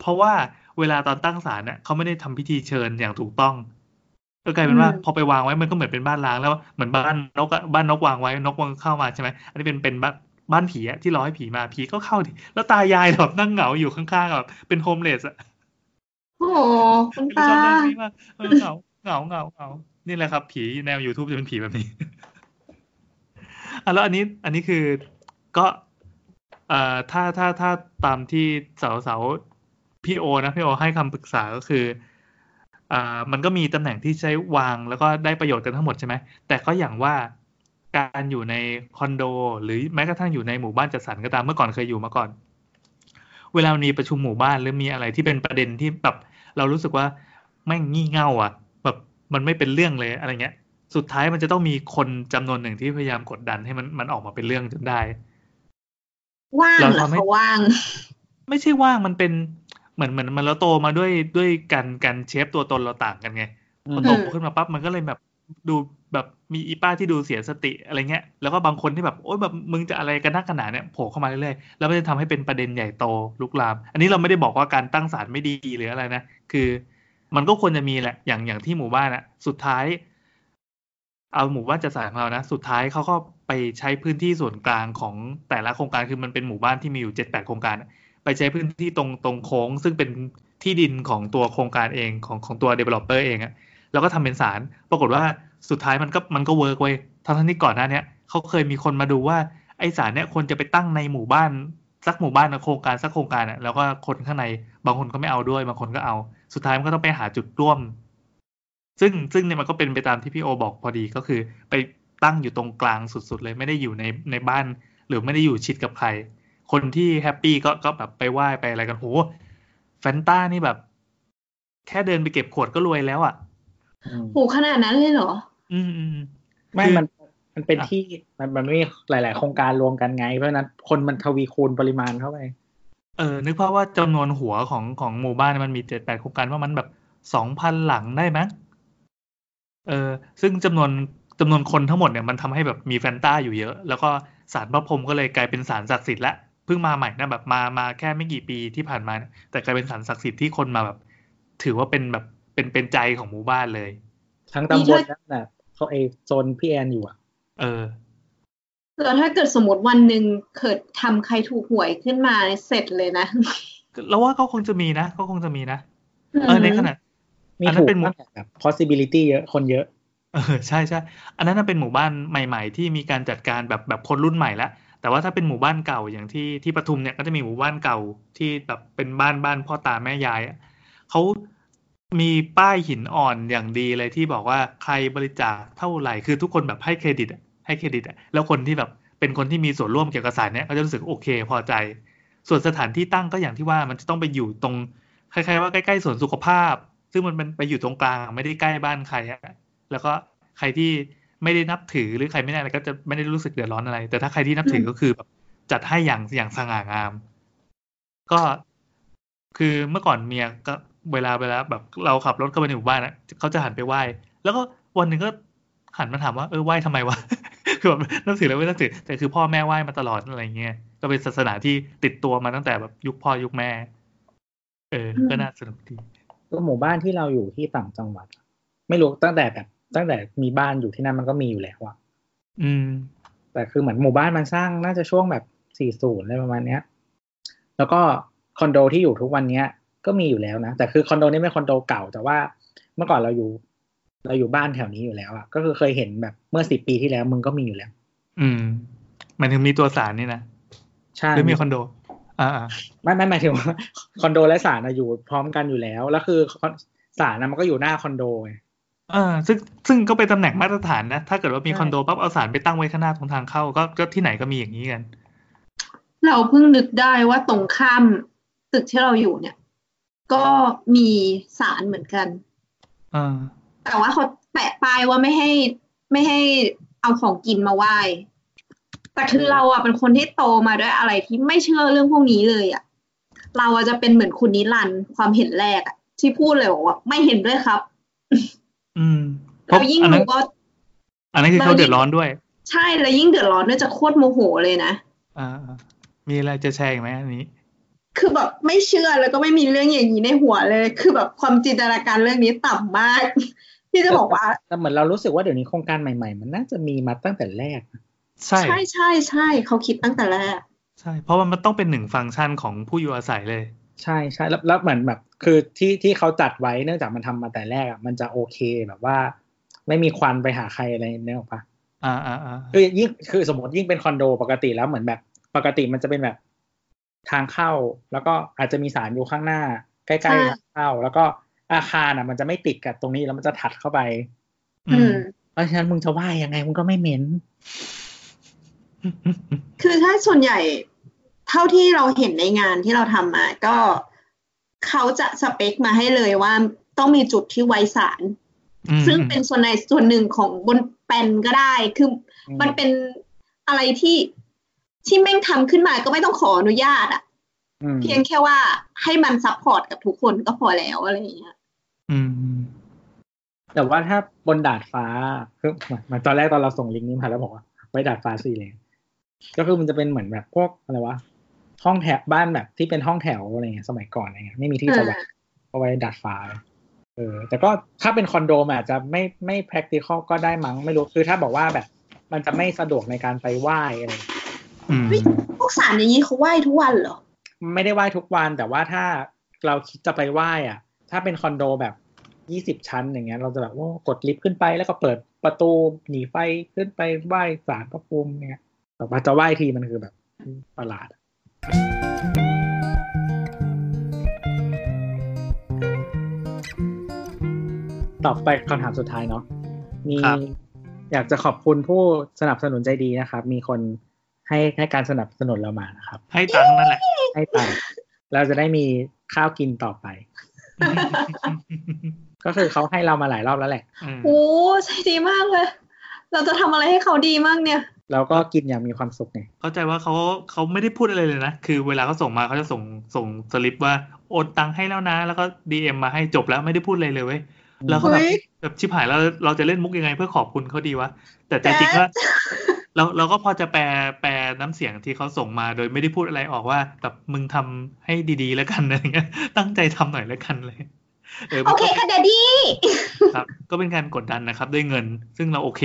[SPEAKER 4] เพราะว่าเวลาตอนตั้งศาลน่ะเขาไม่ได้ทำพิธีเชิญอย่างถูกต้องก็กลายเป็นว่า
[SPEAKER 2] อืม
[SPEAKER 4] พอไปวางไว้มันก็เหมือนเป็นบ้านร้างแล้วเหมือนบ้านนกอะบ้านนกวางไว้นกมันเข้ามาใช่ไหมอันนี้เป็นเป็นบ้านบ้านผีอะที่รอให้ผีมาผีก็เข้าดิแล้วตายายแบบนั่งเหงาอยู่ข้างๆแบบเป็นโฮมเลสอะ
[SPEAKER 2] โอ้โหคุณ
[SPEAKER 4] ช
[SPEAKER 2] ตา
[SPEAKER 4] อบเรื่องนี้มากเออเหงาเหงาเหงาเหงานี่แหละครับ ผีแนว YouTube จะเป็นผีแบบนี้ *laughs* อ่ะแล้วอันนี้ อันนี้คือก็เอ่อถ้าถ้าถ้าตามที่สาวสาวๆพี่โอนะพี่โอให้คำปรึกษาก็คืออ่ามันก็มีตำแหน่งที่ใช้วางแล้วก็ได้ประโยชน์กันทั้งหมดใช่ไหม แต่ก็อย่างว่าการอยู่ในคอนโด หรือแม้กระทั่งอยู่ในหมู่บ้านจัดสรรก็ตามเมื่อก่อนเคยอยู่มาก่อน เวลามันมีประชุมหมู่บ้านหรือมีอะไรที่เป็นประเด็นที่แบบ เรารู้สึกว่าแม่งงี่เง่าอ่ะ แบบมันไม่เป็นเรื่องเลยอะไรเงี้ย สุดท้ายมันจะต้องมีคนจำนวนหนึ่งที่พยายามกดดันให้มันมันออกมาเป็นเรื่องจนได้
[SPEAKER 2] ว่างเหรอ
[SPEAKER 4] เราทำให้
[SPEAKER 2] เขาว่าง
[SPEAKER 4] ไม่ใช่ว่างมันเป็นเหมือนเหมือนมันเราโตมาด้วยด้วยกันกันเชฟตัวตนเราต่างกันไงพอโต
[SPEAKER 2] อืม
[SPEAKER 4] ขึ้นมาปั๊บมันก็เลยแบบดูแบบมีอีป้าที่ดูเสียสติอะไรเงี้ยแล้วก็บางคนที่แบบโอ๊ยแบบมึงจะอะไรกันนักกันหนาเนี่ยโผล่เข้ามาเรื่อยๆแล้วมันจะทำให้เป็นประเด็นใหญ่โตลุกลาม อันนี้เราไม่ได้บอกว่าการตั้งศาลไม่ดีหรืออะไรนะคือ มันก็ควรจะมีแหละอย่างอย่างที่หมู่บ้านอะสุดท้าย เอาหมู่บ้านจัดสรรของเรานะ สุดท้ายเขาก็ไปใช้พื้นที่ส่วนกลางของแต่ละโครงการคือมันเป็นหมู่บ้านที่มีอยู่เจ็ดแปดโครงการอะ ไปใช้พื้นที่ตรงตรงโค้ง ซึ่งเป็นที่ดินของตัวโครงการเองของของตัว developer เองอะแล้วก็ทำเป็นศาลปรากฏว่าสุดท้ายมันก็มันก็เวิร์กเว้ยทั้งทั้งที่ก่อนหน้าเนี้ยเขาเคยมีคนมาดูว่าไอศาลเนี้ยควรจะไปตั้งในหมู่บ้าน สักหมู่บ้านนะโครงการสักโครงการอะแล้วก็คนข้างในบางคนก็ไม่เอาด้วยบางคนก็เอา สุดท้ายมันก็ต้องไปหาจุดร่วม ซึ่งซึ่งเนี่ยมันก็เป็นไปตามที่พี่โอบอกพอดีก็คือ ไปตั้งอยู่ตรงกลางสุดๆเลยไม่ได้อยู่ในในบ้าน หรือไม่ได้อยู่ชิดกับใคร คนที่แฮปปี้ก็ก็แบบไปไหว้ไปอะไรกันโห แฟนต้านี่แบบ แค่เดินไปเก็บขวดก็รวยแล้วอ่ะ
[SPEAKER 3] อืม
[SPEAKER 2] โหขนาดนั้นเลยเหรอ
[SPEAKER 4] อืมอืม
[SPEAKER 3] ไม่
[SPEAKER 4] คือ
[SPEAKER 3] มัน มันเป็น
[SPEAKER 4] อ่ะ
[SPEAKER 3] ที่ มัน มันไม่มีหลาย ๆ โครงการรวมกันไง เพราะฉะนั้น คนมันทวีคูณปริมาณเข้าไป
[SPEAKER 4] เออ นึกภาพว่าจำนวนหัวของของหมู่บ้านเนี่ยมันมีเจ็ดแปดโครงการว่ามันแบบสองพันหลังได้ไหมยเออ ซึ่งจำนวนจำนวนคนทั้งหมดเนี่ยมันทำให้แบบมีแฟนต้าอยู่เยอะ แล้วก็สารพระพรหมก็เลยกลายเป็นสารศักดิ์สิทธิ์ละ เพิ่งมาใหม่นะแบบมามาแค่ไม่กี่ปีที่ผ่านมาเนี่ยแต่กลายเป็นสารศักดิ์สิทธิ์ที่คนมาแบบ ถือว่าเป็นแบบเป็นเป็นใจของหมู่บ้านเลย
[SPEAKER 3] ทั้ง
[SPEAKER 2] นี่
[SPEAKER 3] ตำบล
[SPEAKER 2] ถ้า
[SPEAKER 3] นั่นน่ะเขาไอโซนพี่แอนอยู่อ่ะ
[SPEAKER 4] เออ
[SPEAKER 2] แล้วถ้าเกิดสมมติวันหนึ่งเกิดทำใครถูกหวยขึ้นมาเสร็จเลยนะ
[SPEAKER 4] แล้วว่าก็คงจะมีนะก็คงจะมีนะ เออในขณะ
[SPEAKER 3] มี
[SPEAKER 4] อันนั้
[SPEAKER 3] ถู
[SPEAKER 4] น
[SPEAKER 3] ก
[SPEAKER 4] เป็น
[SPEAKER 3] มากแบบ possibility เยอะ คนเยอะ
[SPEAKER 4] เออใช่ใช่อันนั้นน่ะเป็นหมู่บ้านใหม่ ๆ ที่มีการจัดการแบบแบบคนรุ่นใหม่ละแต่ว่าถ้าเป็นหมู่บ้านเก่าอย่างที่ที่ปทุมเนี่ยก็จะมีหมู่บ้านเก่าที่แบบเป็นบ้านบ้านพ่อตาแม่ยายอะเขามีป้ายหินอ่อนอย่างดีเลยที่บอกว่าใครบริจาคเท่าไหร่คือทุกคนแบบให้เครดิตอะให้เครดิตอะแล้วคนที่แบบเป็นคนที่มีส่วนร่วมเกี่ยวกับสายเนี่ยก็จะรู้สึกโอเคพอใจ ส่วนสถานที่ตั้งก็อย่างที่ว่ามันจะต้องไปอยู่ตรงคล้ายๆว่าใกล้ๆสวนสุขภาพ ซึ่งมันเป็นไปอยู่ตรงกลางอะไม่ได้ใกล้บ้านใครอะ แล้วก็ใครที่ไม่ได้นับถือหรือใครไม่ได้อะไรก็จะไม่ได้รู้สึกเดือดร้อนอะไร แต่ถ้าใครที่นับถือก็คือแบบจัดให้อย่างอย่างสง่างาม ก็คือเมื่อก่อนเมียก็เวลาเวลาแบบเราขับรถเข้าไปในหมู่บ้านนะเขาจะหันไปไหว้ แล้วก็วันหนึ่งก็หันมาถามว่าเออไหว้ทำไมวะ *laughs* คือแบบนับถือแล้วไม่นับถือแต่คือพ่อแม่ไหว้มาตลอดอะไรเงี้ยก็เป็นศาสนาที่ติดตัวมาตั้งแต่แบบยุคพ่อยุคแม่ เออ ก็น่าสนุกดี
[SPEAKER 3] ก็หมู่บ้านที่เราอยู่ที่ต่างจังหวัด ไม่รู้ตั้งแต่แบบตั้งแต่มีบ้านอยู่ที่นั่นมันก็มีอยู่แล้วอะ
[SPEAKER 4] อืม
[SPEAKER 3] แต่คือเหมือนหมู่บ้านมันสร้างน่าจะช่วงแบบ 40อะไรประมาณเนี้ย แล้วก็คอนโดที่อยู่ทุกวันเนี้ย ก็มีอยู่แล้วนะ แต่คือคอนโดนี้เป็นคอนโดเก่า แต่ว่าเมื่อก่อนเราอยู่ เราอยู่บ้านแถวนี้อยู่แล้วอะก็คือเคยเห็นแบบเมื่อสิบปีที่แล้วมึงก็มีอยู่แล้ว
[SPEAKER 4] อืมหมันถึงมีตัวสารนี่นะ
[SPEAKER 3] ใช่
[SPEAKER 4] หรือมีคอนโด อ่า
[SPEAKER 3] ไม่ไม่หมายถึงว่า คอนโดและศาลน่ะอยู่พร้อมกันอยู่แล้ว แล้วคือศาลน่ะมันก็อยู่หน้าคอนโดไง
[SPEAKER 4] ๆอ่า ซึ่งซึ่งก็เป็นตำแหน่งมาตรฐานนะ ถ้าเกิดว่ามี
[SPEAKER 3] ใช่
[SPEAKER 4] คอนโดปั๊บเอาสารไปตั้งไว้ข้างหน้าตรงทางเข้า ก็ก็ที่ไหนก็มีอย่างนี้กัน
[SPEAKER 2] เราเพิ่งนึกได้ว่าตรงข้ามตึกที่เราอยู่เนี่ย ก็มีศาลเหมือนกัน
[SPEAKER 4] อ่า
[SPEAKER 2] แต่ว่าเขาแปะป้ายว่าไม่ให้ไม่ให้เอาของกินมาไหว้ แต่คือเราอ่ะเป็นคนที่โตมาด้วยอะไรที่ไม่เชื่อเรื่องพวกนี้เลยอ่ะ เราอะจะเป็นเหมือนคุณนิรันดร์ความเห็นแรกอ่ะ ที่พูดเลยบอกว่าไม่เห็นด้วยครับ
[SPEAKER 4] อืมเพ
[SPEAKER 2] เรา
[SPEAKER 4] ราะ
[SPEAKER 2] ยิ่ง
[SPEAKER 4] อันนั้น
[SPEAKER 2] รู้ว่า
[SPEAKER 4] อันนั้นคือ
[SPEAKER 2] เรา
[SPEAKER 4] เขาเดือดร้อนด้วย
[SPEAKER 2] ใช่แล้วยิ่งเดือดร้อนด้วยจะโคตรโมโหเลยนะ
[SPEAKER 4] อ่า มีอะไรจะแชร์อีกไหมอันนี้
[SPEAKER 2] คือแบบไม่เชื่อแล้วก็ไม่มีเรื่องอย่างนี้ในหัวเลย คือแบบความจินตนาการเรื่องนี้ต่ำมาก *laughs* ที่จะบอกว่า
[SPEAKER 3] แต่เหมือนเรารู้สึกว่าเดี๋ยวนี้โครงการใหม่ๆ มันน่าจะมีมาตั้งแต่แรก
[SPEAKER 4] ใช่
[SPEAKER 2] ใช่ใช่ใช่เขาคิดตั้งแต่แรก
[SPEAKER 4] ใช่ เพราะว่ามันต้องเป็นหนึ่งฟังก์ชันของผู้อยู่อาศัยเลย
[SPEAKER 3] ใช่ใช่แล้วแล้วเหมือนแบบ คือที่ที่เขาจัดไว้เนื่องจากมันทำมาแต่แรกอ่ะมันจะโอเคแบบว่า ไม่มีควันไปหาใครอะไรเนี่ยหรอกปะ
[SPEAKER 4] อ่าอ่าอ่า
[SPEAKER 3] คือยิ่งคือสมมติยิ่งเป็นคอนโดปกติแล้วเหมือนแบบ ปกติมันจะเป็นแบบทางเข้า แล้วก็อาจจะมีสารอยู่ข้างหน้า ใกล้ๆ
[SPEAKER 2] ใช่
[SPEAKER 3] ทางเข้า แล้วก็อาคารอ่ะ มันจะไม่ติดกับตรงนี้แล้วมันจะถัดเข้าไป
[SPEAKER 4] อื
[SPEAKER 2] อื
[SPEAKER 4] ม
[SPEAKER 2] ม
[SPEAKER 3] เพราะฉะนั้นมึงจะว่ายังไงมึงก็ไม่เหม็น
[SPEAKER 2] คือถ้าส่วนใหญ่เท่าที่เราเห็นในงานที่เราทำมาก็เขาจะสเปคมาให้เลยว่าต้องมีจุดที่ไวสาร
[SPEAKER 4] อืม
[SPEAKER 2] ซึ่งเป็นส่วนในส่วนหนึ่งของบนแปลนก็ได้ คือมันเป็นอะไรที่ที่แม่งทำขึ้นมาก็ไม่ต้องขออนุญาตอะ
[SPEAKER 3] อืม
[SPEAKER 2] เพียงแค่ว่าให้มันซัพพอร์ตกับทุกคนก็พอแล้วอะไรอย่างเงี้ย
[SPEAKER 4] อืม
[SPEAKER 3] แต่ว่าถ้าบนดาดฟ้าคือเหมือนเหมือนตอนแรกตอนเราส่งลิงก์นี้มาแล้วบอกว่าไว้ดาดฟ้าสี่เลยก็คือมันจะเป็นเหมือนแบบพวกอะไรวะห้องแถวบ้านแบบที่เป็นห้องแถวอะไรเงี้ยสมัยก่อนอะไรเงี้ยไม่มีที่สว่างเอาไว้ดาดฟ้าเออ แต่ก็ถ้าเป็นคอนโดมนอาจจะไม่ไม่ practical ก็ได้มั้งไม่รู้คือถ้าบอกว่าแบบ มันจะไม่สะดวกในการไปไหว้อะไรเงี้ย
[SPEAKER 4] อืม
[SPEAKER 2] เฮ้ย พวกสารอย่างนี้เขาไหว้ทุกวันเหรอ
[SPEAKER 3] ไม่ได้ไหว้ทุกวัน แต่ว่าถ้าเราคิดจะไปไหว้อะถ้าเป็นคอนโดแบบยี่สิบชั้นอย่างเงี้ย เราจะแบบโอ้กดลิฟต์ขึ้นไปแล้วก็เปิดประตูหนีไฟขึ้นไปไหว้ศาลพระภูมิเนี่ยแต่ว่าจะไหว้ทีมันคือแบบประหลาด ต่อไปคำถามสุดท้ายเนาะมี
[SPEAKER 4] ครับ
[SPEAKER 3] อยากจะขอบคุณผู้สนับสนุนใจดีนะครับ มีคนให้ให้การสนับสนุนเรามานะครับ
[SPEAKER 4] ให้ตังค์นั่นแหละ
[SPEAKER 3] ให้ตังค์ เราจะได้มีข้าวกินต่อไป ก็คือเขาให้เรามาหลายรอบแล้วแหละ
[SPEAKER 4] อืม
[SPEAKER 2] โอ้ใจดีมากเลย เราจะทำอะไรให้เขาดีมากเนี่ย
[SPEAKER 3] เราก็กินอย่างมีความสุขไง
[SPEAKER 4] เข้าใจว่าเขาเขาไม่ได้พูดอะไรเลยนะ คือเวลาเขาส่งมาเขาจะส่งส่งสลิปว่าโอนตังค์ให้แล้วนะ แล้วก็ดีเอ็มมาให้จบแล้วไม่ได้พูดอะไรเลยเว้ย แล้วก็แบบ
[SPEAKER 2] เฮ้ย
[SPEAKER 4] แบบชิบหายแล้วเราจะเล่นมุกยังไงเพื่อขอบคุณเขาดีวะ แต่แต่
[SPEAKER 2] แต่
[SPEAKER 4] จริงว่าเราเราก็พอจะแปลแปลน้ำเสียงที่เขาส่งมาโดยไม่ได้พูดอะไรออกว่าแบบมึงทำให้ดีๆแล้วกันอะไรเงี้ย ตั้งใจทำหน่อยแล้วกันเลยเออ
[SPEAKER 2] โอ
[SPEAKER 4] มัน
[SPEAKER 2] เค
[SPEAKER 4] ก็
[SPEAKER 2] ค่ะเดดดี้
[SPEAKER 4] ครับ ก็เป็นการกดดันนะครับ ด้วยเงิน ซึ่งเราโอเค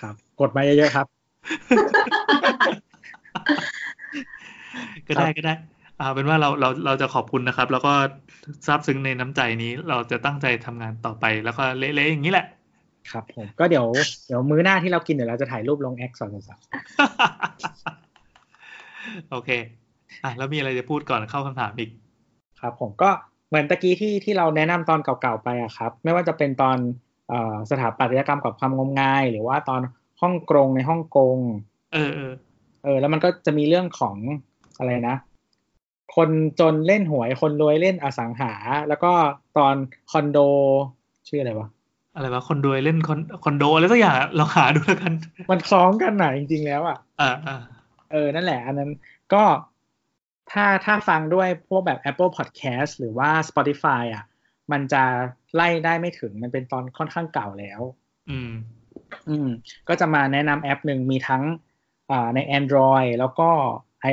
[SPEAKER 3] ครับ กดมาเยอะๆครับ
[SPEAKER 4] ก็ได้ก็ได้ อ่า เป็นว่าเราเราเราจะขอบคุณนะครับ แล้วก็ซาบซึ้งในน้ำใจนี้ เราจะตั้งใจทำงานต่อไปแล้วก็เละๆอย่างนี้แหละ *laughs*
[SPEAKER 3] ครับผมก็เดี๋ยวเดี๋ยวมื้อหน้าที่เรากินเดี๋ยวเราจะถ่ายรูปลงแอคสอนสาว
[SPEAKER 4] โอเค อ่ะแล้วมีอะไรจะพูดก่อนเข้าคำถามอีก
[SPEAKER 3] ๆครับ ผมก็เหมือนตะกี้ที่ที่เราแนะนำตอนเก่าๆไปอะครับ ไม่ว่าจะเป็นตอนเอ่อสถาปัตยกรรมกับความงมงาย หรือว่าตอนฮ่องกงในฮ่องกง
[SPEAKER 4] เออเออ
[SPEAKER 3] เออแล้วมันก็จะมีเรื่องของอะไรนะ คนจนเล่นหวยคนรวยเล่นอสังหา แล้วก็ตอนคอนโด ชื่ออะไรวะ
[SPEAKER 4] อะไรวะคนรวยเล่นคอนคอนโดอะไรสักอย่างอะเราหาดูแล้วกัน
[SPEAKER 3] มันคล้องกันหน่ะจริงๆแล้วอ่ะ
[SPEAKER 4] อ่าอ่า
[SPEAKER 3] เออ นั่นแหละ อันนั้นก็ถ้าถ้าฟังด้วยพวกแบบ Apple Podcast หรือว่า Spotify อ่ะ มันจะไล่ได้ไม่ถึงมันเป็นตอนค่อนข้างเก่าแล้ว
[SPEAKER 4] อืม
[SPEAKER 3] อืม ก็จะมาแนะนำแอปหนึ่งมีทั้งอ่าใน Android แล้วก็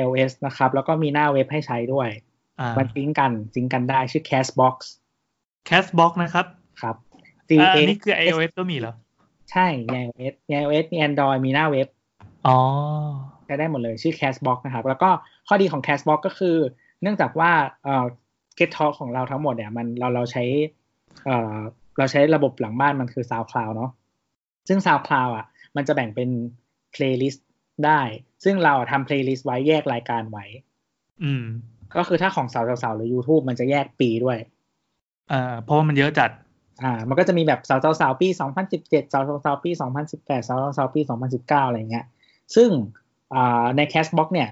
[SPEAKER 3] iOS นะครับ แล้วก็มีหน้าเว็บให้ใช้ด้วย
[SPEAKER 4] อ่า
[SPEAKER 3] มันซิงก์กันซิงก์กันได้ชื่อ Castbox
[SPEAKER 4] Castbox นะครับ
[SPEAKER 3] ครับ C
[SPEAKER 4] อ่า
[SPEAKER 3] A
[SPEAKER 4] อันนี้คือ iOS ก็มีเหรอ
[SPEAKER 3] ใช่ใน iOS ใน iOS มี Android มีหน้าเว็บ
[SPEAKER 4] อ๋อ
[SPEAKER 3] ใช้ได้หมดเลยชื่อ Castbox นะครับ แล้วก็ข้อดีของ Castbox ก็คือ เนื่องจากว่าเอ่อ Get Talk ของเราทั้งหมดเนี่ยมันเราเราใช้เอ่อเราใช้ระบบหลังบ้านมันคือ SoundCloud เนาะซึ่ง SoundCloud อ่ะ มันจะแบ่งเป็น playlist ได้ ซึ่งเราอะทำ playlist ไว้แยกรายการไว้
[SPEAKER 4] อืม
[SPEAKER 3] ก็คือถ้าของสาวๆหรือ YouTube มันจะแยกปีด้วย
[SPEAKER 4] อ่า เพราะว่ามันเยอะจัด
[SPEAKER 3] อ่า มันก็จะมีแบบสาวๆสาวปี 2017สาวๆสาวปี 2018สาวๆสาวปี 2019 อะไรเงี้ย ซึ่งอ่าใน Cashbox เนี่ย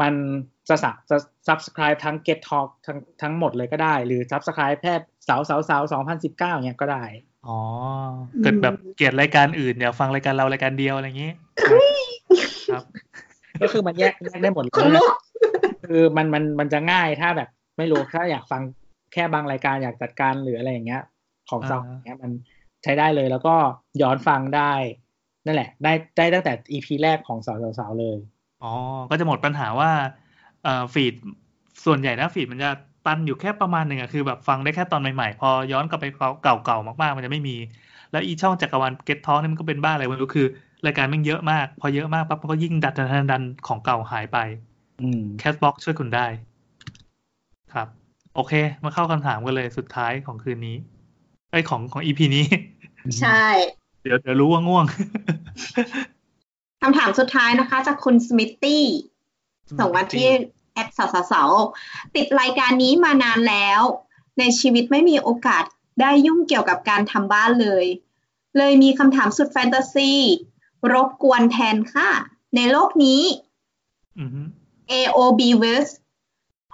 [SPEAKER 3] มันจะสับจะ subscribe ทั้ง Get Talk ทั้งทั้งหมดเลยก็ได้ หรือ subscribe แค่สาวสาวสาวๆ2019เงี้ยก็ได้
[SPEAKER 4] อ๋อ เกิดแบบเกลียดรายการอื่นอยากฟังรายการเรารายการเดียวอะไรอย่างนี้ ครับ
[SPEAKER 3] ก็คือมันแยกแยกได้หมดเล
[SPEAKER 2] คน
[SPEAKER 3] ย
[SPEAKER 2] ลุก
[SPEAKER 3] คือมันมันมันจะง่ายถ้าแบบไม่รู้ถ้าอยากฟังแค่บางรายการอยากจัดการหรืออะไรอย่างเงี้ย ของซาว
[SPEAKER 4] อ่า
[SPEAKER 3] เนี้ยมันใช้ได้เลยแล้วก็ย้อนฟังได้ นั่นแหละ ได้ได้ตั้งแต่ EP แรกของสาวสาวๆเลย
[SPEAKER 4] อ๋อ ก็จะหมดปัญหาว่าเอ่อฟีดส่วนใหญ่นะฟีดมันจะตันอยู่แค่ประมาณหนึ่งอะคือแบบฟังได้แค่ตอนใหม่ๆ พอย้อนกลับไปเก่าๆมากๆ มันจะไม่มี แล้วอีช่องจักรวาลเก็ตท้องนี่ยมันก็เป็นบ้าอะไรไม่รู้คือ รายการแมันเยอะมาก พอเยอะมากปั๊บมันก็ยิ่งดันดันดันดันของเก่าหายไป
[SPEAKER 3] อืม
[SPEAKER 4] แคสบ็อกช่วยคุณได้ ครับ โอเค มาเข้าคำถามกันเลยสุดท้ายของคืนนี้ไอยของของอีพีนี้ *laughs*
[SPEAKER 2] ใช่
[SPEAKER 4] เดี๋ยวเดี๋ยวรู้ว่าง่วง
[SPEAKER 2] คำถามสุดท้ายนะคะ จากคุณสมิตตี้ ส่งมาที่แอดสาวสาวๆติดรายการนี้มานานแล้ว ในชีวิตไม่มีโอกาสได้ยุ่งเกี่ยวกับการทำบ้านเลย เลยมีคำถามสุดแฟนตาซี รบกวนแทนค่ะ ในโลกนี้
[SPEAKER 4] อือฮึ
[SPEAKER 2] AOB West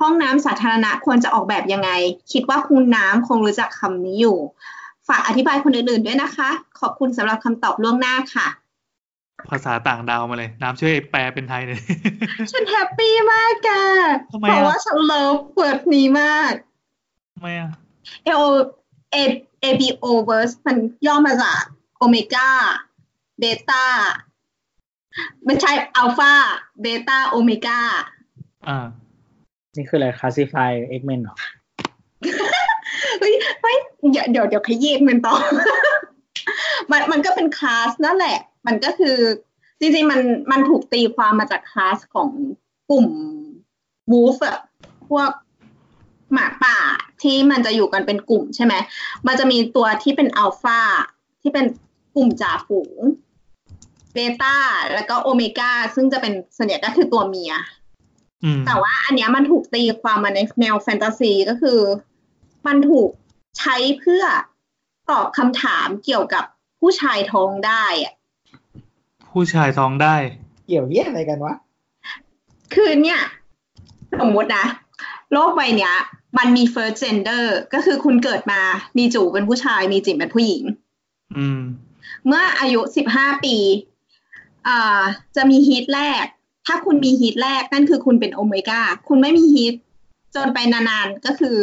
[SPEAKER 2] ห้องน้ำสาธารณะควรจะออกแบบยังไง คิดว่าคุณน้ำคงรู้จักคำนี้อยู่ ฝากอธิบายคนอื่นๆด้วยนะคะ ขอบคุณสำหรับคำตอบล่วงหน้าค่ะ
[SPEAKER 4] ภาษาต่างดาวมาเลย น้ำช่วยแปลเป็นไทยห *laughs* น่อย
[SPEAKER 2] ฉันแฮปปี้มากแก
[SPEAKER 4] ทำไม
[SPEAKER 2] เพ
[SPEAKER 4] อะ
[SPEAKER 2] ราะว่าฉันเลิฟเวิร์ดนี้มาก
[SPEAKER 4] ทำไมอ่ะ
[SPEAKER 2] เอโอเอเอบีโอเวอร์สมันย่อมาจากโอเมก้าเบต้าไม่ใช่อัลฟาเบต้าโอเมก้า
[SPEAKER 4] อ่า
[SPEAKER 3] นี่คืออะไร classify X-Men เหรอ
[SPEAKER 2] เฮ้ยเฮ้ยเดี๋ยวเดี๋ยวเดี๋ยวขยี้มันต่อ *laughs* มันมันก็เป็นคลาสนั่นแหละ มันก็คือ จริงๆมันมันถูกตีความมาจากคลาสของกลุ่มบูฟอะพวกหมาป่าที่มันจะอยู่กันเป็นกลุ่มใช่ไหม มันจะมีตัวที่เป็นอัลฟาที่เป็นกลุ่มจ่าฝูงเบต้าแล้วก็โอเมก้าซึ่งจะเป็นส่วนใหญ่ก็คือตัวเมีย
[SPEAKER 4] อืม
[SPEAKER 2] แต่ว่าอันเนี้ยมันถูกตีความมาในแนวแฟนตาซีก็คือ มันถูกใช้เพื่อตอบคำถามเกี่ยวกับผู้ชายท้องได้อะ
[SPEAKER 4] ผู้ชายท้องได้
[SPEAKER 3] เกี่ยวเยี่ยอะไรกันวะ
[SPEAKER 2] คือเนี่ย สมมตินะ โลกใบเนี้ย มันมี first gender ก็คือคุณเกิดมามีจูเป็นผู้ชาย มีจิ๋มเป็นผู้หญิง
[SPEAKER 4] อืม
[SPEAKER 2] เมื่ออายุ 15 ปีอ่าจะมีฮีทแรก ถ้าคุณมีฮีทแรกนั่นคือคุณเป็นโอเมก้า คุณไม่มีฮีทจนไปนานๆ ก็คือ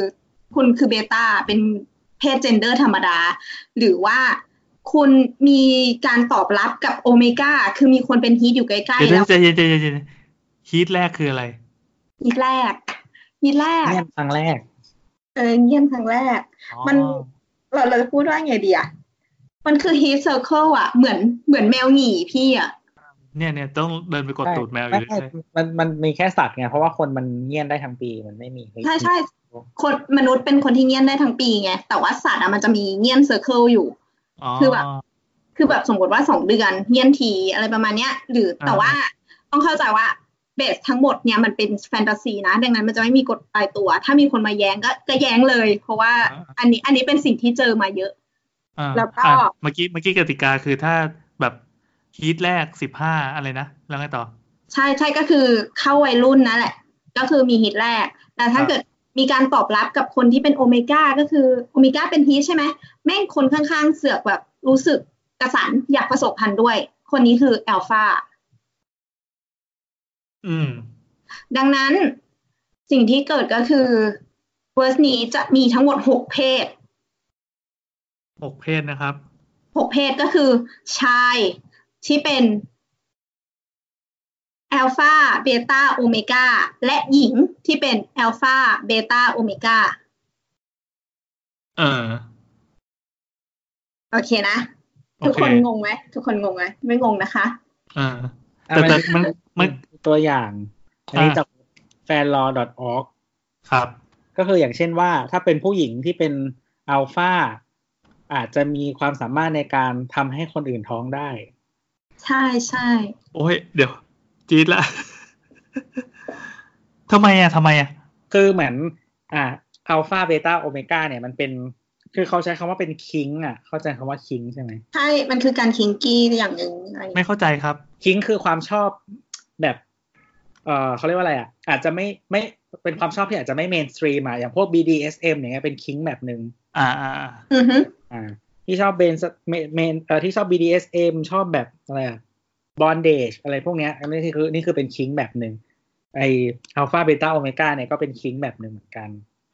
[SPEAKER 2] คุณคือเบต้า เป็นเพศเจนเดอร์ธรรมดา หรือว่าคุณมีการตอบรับกับโอเมก้า คือมีคนเป็นฮีทอยู่ใกล้
[SPEAKER 4] เดี๋ย
[SPEAKER 2] ๆ
[SPEAKER 4] ว
[SPEAKER 2] แล้ว
[SPEAKER 4] ใจเย็นใจเย็นใจเย็นฮีทแรกคืออะไร
[SPEAKER 2] ฮีทแรกฮีทแรก
[SPEAKER 3] เนี่ยครั้งแรก
[SPEAKER 2] เออเงี่ยนครั้งแรก
[SPEAKER 4] อ๋อ
[SPEAKER 2] มัน เราเราจะพูดว่าไงดีอะมันคือฮีทเซอร์เคิลอะเหมือนเหมือนแมวหงี่พี่อะ
[SPEAKER 4] เนี่ยเนี่ยต้องเดินไปกด
[SPEAKER 3] ใช่
[SPEAKER 4] ตูดแมวอ
[SPEAKER 3] ไม่
[SPEAKER 4] ยู่
[SPEAKER 3] ใช่
[SPEAKER 4] เลย
[SPEAKER 3] มันมันมีแค่สัตว์ไง เพราะว่าคนมันเงียนได้ทั้งปีมันไม่มีเฮ้ย
[SPEAKER 2] ใช่ใช่คนมนุษย์เป็นคนที่เงียนได้ทั้งปีไง แต่ว่าสัตว์อะมันจะมีเงียนเซอร์เคิลอยู่ คือแบบ คือแบบสมมติว่าสองเดือนเงียนทีอะไรประมาณเนี้ย หรืออา แต่ว่าต้องเข้าใจว่าเบสทั้งหมดเนี่ยมันเป็นแฟนตาซีนะ ดังนั้นมันจะไม่มีกฎตายตัว ถ้ามีคนมาแย้งก็ก็แย้งเลย เพราะว่าอันนี้อันนี้เป็นสิ่งที่เจอมาเยอะ
[SPEAKER 4] อ่า
[SPEAKER 2] แล้วก็
[SPEAKER 4] อ่ะเมื่อกี้เมื่อกี้กติกาคือถ้าแบบฮีทแรกสิบห้าอะไรนะ แล้วไงต่อ
[SPEAKER 2] ใช่ใช่ก็คือเข้าวัยรุ่นนั่นแหละ ก็คือมีฮิตแรก แต่ถ้า
[SPEAKER 4] ครับ
[SPEAKER 2] เกิดมีการตอบรับกับคนที่เป็นโอเมก้าก็คือโอเมก้าเป็นฮิตใช่ไหมแม่งคนข้างๆเสือกแบบรู้สึกกระสันอยากผสมพันธุ์ด้วย คนนี้คือแอลฟา
[SPEAKER 4] อืม
[SPEAKER 2] ดังนั้นสิ่งที่เกิดก็คือเวอร์สนี้จะมีทั้งหมดหกเพศ
[SPEAKER 4] หกเพศนะครับ
[SPEAKER 2] หกเพศก็คือชายที่เป็นแอลฟาเบต้าโอเมก้าและหญิงที่เป็นแอลฟาเบต้าโอเมก้า
[SPEAKER 4] เออ
[SPEAKER 2] โอเคนะ
[SPEAKER 4] โอเค
[SPEAKER 2] ทุกคนงงไหมทุกคนงงไหมไม่งงนะคะ
[SPEAKER 4] เออ
[SPEAKER 3] อ่ะ
[SPEAKER 4] แต่แต่มันมัน
[SPEAKER 3] ตัวอย่าง
[SPEAKER 4] อ่ะ
[SPEAKER 3] อันนี้จากแฟนรอ .org
[SPEAKER 4] ครับ
[SPEAKER 3] ก็คืออย่างเช่นว่าถ้าเป็นผู้หญิงที่เป็นอัลฟาอาจจะมีความสามารถในการทำให้คนอื่นท้องได้
[SPEAKER 2] ใช่ใช่
[SPEAKER 4] โอ้ยเดี๋ยว จี๊ดละ *laughs* ทำไมอ่ะทำไมอ่ะ
[SPEAKER 3] คือเหมือนอ่าอัลฟาเบต้าโอเมก้าเนี่ยมันเป็น คือเขาใช้คำว่าเป็นคิงอ่ะ เข้าใจคำว่าคิงใช่ไหม
[SPEAKER 2] ใช่มันคือการคิงกี้อย่างหนึ่งอะไรอย่าง
[SPEAKER 4] ไม่
[SPEAKER 2] เงี้ย
[SPEAKER 4] เข้าใจครับ
[SPEAKER 3] คิงคือความชอบแบบ เออเขาเรียกว่าอะไรอ่ะ อาจจะไม่ไม่เป็นความชอบที่อาจจะไม่เมนสตรีมอ่ะ อย่างพวก BDSM อย่างเงี้ยเป็นคิงแบบหนึ่ง
[SPEAKER 4] อ่าอ่าอ่า
[SPEAKER 2] อือฮึ
[SPEAKER 3] อ่า ที่ชอบเบนเมนเอ่อที่ชอบ BDSM ชอบแบบอะไรอ่ะบอนเดจอะไรพวกเนี้ยอันนี้คือนี่คือเป็นคิงแบบหนึ่งไออัลฟาเบต้าโอเมก้าเนี่ยก็เป็นคิงแบบหนึ่งเหมือนกัน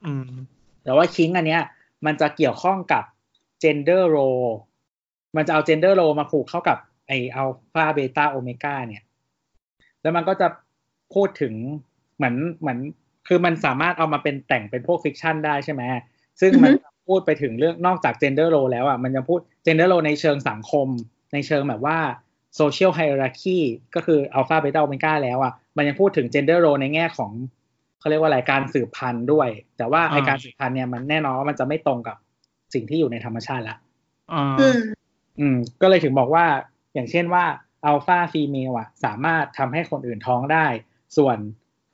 [SPEAKER 4] อืม
[SPEAKER 3] แต่ว่าคิงอันเนี้ยมันจะเกี่ยวข้องกับ gender role มันจะเอา gender role มาผูกเข้ากับไออัลฟาเบต้าโอเมก้าเนี่ย แล้วมันก็จะพูดถึงเหมือนเหมือนคือมันสามารถเอามาเป็นแต่งเป็นพวกฟิกชันได้ใช่ไหมซึ่งมันจะพูดไปถึงเรื่องนอกจาก gender role แล้วอ่ะมันจะพูด gender role ในเชิงสังคม ในเชิงแบบว่า social hierarchy ก็คืออัลฟาเบต้าโอเมก้าแล้วอ่ะมันยังพูดถึง gender role ในแง่ของเขาเรียกว่าอะไรการสืบพันธุ์ด้วย แต่ว่าไอ
[SPEAKER 4] อ่า
[SPEAKER 3] การสืบพันธุ์เนี่ยมันแน่นอนว่ามันจะไม่ตรงกับสิ่งที่อยู่ในธรรมชาติละ
[SPEAKER 4] อ่า
[SPEAKER 2] อืม
[SPEAKER 3] อืมก็เลยถึงบอกว่าอย่างเช่นว่าอัลฟาฟีเมลอะสามารถทำให้คนอื่นท้องได้ ส่วน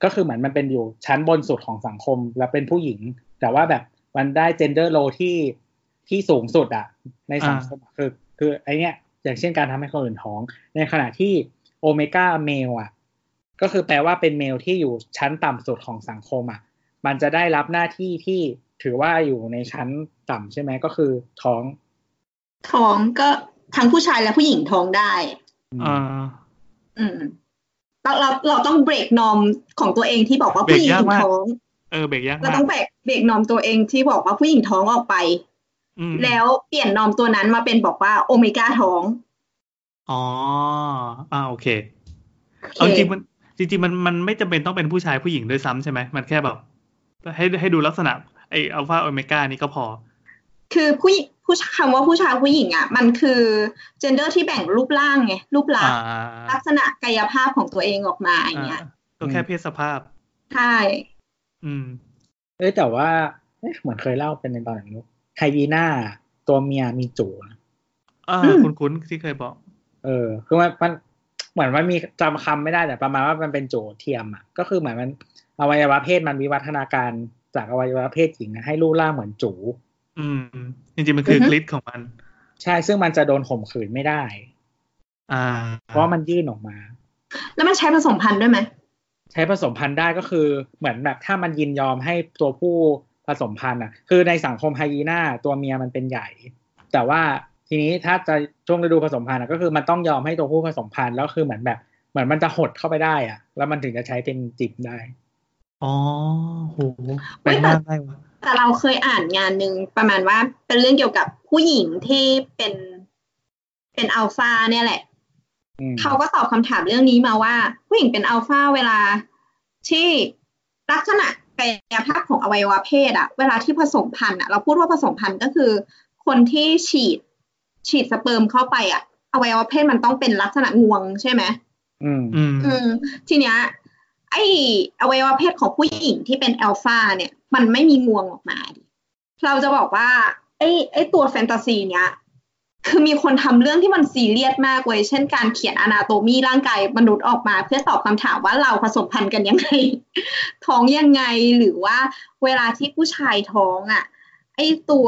[SPEAKER 3] ก็คือเหมือนมันเป็นอยู่ชั้นบนสุดของสังคมและเป็นผู้หญิง แต่ว่าแบบมันได้เจนเดอร์โลที่ที่สูงสุดอะในสังคมอะคือคือไอเนี้ยอย่างเช่นการทำให้คนอื่นท้อง ในขณะที่โอเมก้าเมลอะก็คือแปลว่าเป็นเมลที่อยู่ชั้นต่ำสุดของสังคมอะมันจะได้รับหน้าที่ที่ถือว่าอยู่ในชั้นต่ำใช่ไหมก็คือท้อง
[SPEAKER 2] ท้องก็ทั้งผู้ชายและผู้หญิงท้องได้
[SPEAKER 4] อ่า
[SPEAKER 2] อืมเราเราเราต้องเบรกนอมของตัวเองที่บอกว่าผู้หญิงถึงท้อง
[SPEAKER 4] เออเบรกยาก
[SPEAKER 2] เรา
[SPEAKER 4] มาก
[SPEAKER 2] ต้องเบรกเบรกนอมตัวเองที่บอกว่าผู้หญิงท้องออกไป
[SPEAKER 4] อืม
[SPEAKER 2] แล้วเปลี่ยนนอมตัวนั้นมาเป็นบอกว่าโอเมก้าท้อง
[SPEAKER 4] อ๋อ อ่าโอเค
[SPEAKER 2] โอเค
[SPEAKER 4] เอาจริงๆมันจริงๆมันมันไม่จำเป็นต้องเป็นผู้ชายผู้หญิงด้วยซ้ำใช่ไหมมันแค่แบบให้ให้ดูลักษณะไออัลฟาโอเมก้านี่ก็พอ
[SPEAKER 2] คือผู้หญิงผู้ชายคำว่าผู้ชายผู้หญิงอะมันคือเจนเดอร์ที่แบ่งรูปร่างไงรูปลักษ
[SPEAKER 4] อ่า
[SPEAKER 2] ณ์ ลักษณะกายภาพของตัวเองออกมาอย่างเงี้ย
[SPEAKER 4] อ่าก็แค่เพศสภาพ
[SPEAKER 2] ใช่
[SPEAKER 4] อืม
[SPEAKER 3] เอ้ยแต่ว่าเอ๊ะเหมือนเคยเล่าเป็นในตอนไหนไม่รู้ไฮยีน่าตัวเมียมีจูนะ
[SPEAKER 4] อ่าคุ้นๆที่เคยบอก
[SPEAKER 3] เออ คือมันมันเหมือนมันมีจำคำไม่ได้แต่ประมาณว่ามันเป็นจูเทียมอ่ะก็คือเหมือนมันอวัยวะเพศมันวิวัฒนาการจากอวัยวะเพศหญิงอะให้รูปร่างเหมือนจู
[SPEAKER 4] อืม จริงๆมันคือกลิดของมัน
[SPEAKER 3] ใช่ ซึ่งมันจะโดนข่มขืนไม่ได้
[SPEAKER 4] อ่า
[SPEAKER 3] เพราะมันยื่นออกมา
[SPEAKER 2] แล้วมันใช้ผสมพันธุ์ด้วยไหม
[SPEAKER 5] ใช้ผสมพันธุ์ได้ก็คือเหมือนแบบถ้ามันยินยอมให้ตัวผู้ผสมพันธุ์อ่ะ คือในสังคมไฮยีน่าตัวเมียมันเป็นใหญ่ แต่ว่าทีนี้ถ้าจะช่วงฤดูผสมพันธุ์อะก็คือมันต้องยอมให้ตัวผู้ผสมพันธุ์แล้วคือเหมือนแบบเหมือนมันจะหดเข้าไปได้อ่ะ แล้วมันถึงจะใช้เป็นจิบได้
[SPEAKER 4] อ๋อโห
[SPEAKER 2] เว้
[SPEAKER 4] เป็
[SPEAKER 2] ย
[SPEAKER 4] น
[SPEAKER 2] แต่
[SPEAKER 4] มากได้วะ
[SPEAKER 2] แต่เราเคยอ่านงานหนึ่งประมาณว่าเป็นเรื่องเกี่ยวกับผู้หญิงที่เป็นเป็นอัลฟาเนี่ยแหละ
[SPEAKER 5] อืม
[SPEAKER 2] เขาก็ตอบคำถามเรื่องนี้มาว่า ผู้หญิงเป็นอัลฟาเวลาที่ลักษณะกายภาพของอวัยวะเพศอะเวลาที่ผสมพันธุ์อะเราพูดว่าผสมพันธุ์ก็คือ คนที่ฉีด ฉีดสเปิร์มเข้าไปอะอวัยวะเพศมันต้องเป็นลักษณะงวงใช่ไหม
[SPEAKER 5] อืม
[SPEAKER 4] อืม
[SPEAKER 2] อืมทีเนี้ยไออวัยวะเพศของผู้หญิงที่เป็นแอลฟาเนี่ย มันไม่มีงวงออกมาดิเราจะบอกว่า ไอไอตัวแฟนตาซีเนี้ยคือมีคนทำเรื่องที่มันซีเรียสมากเว้ยเช่นการเขียนอนาโตมีร่างกายมนุษย์ออกมา เพื่อตอบคำถามว่าเราผสมพันธุ์กันยังไง *laughs* ท้องยังไงหรือว่าเวลาที่ผู้ชายท้องอะ่ะ ไอตัว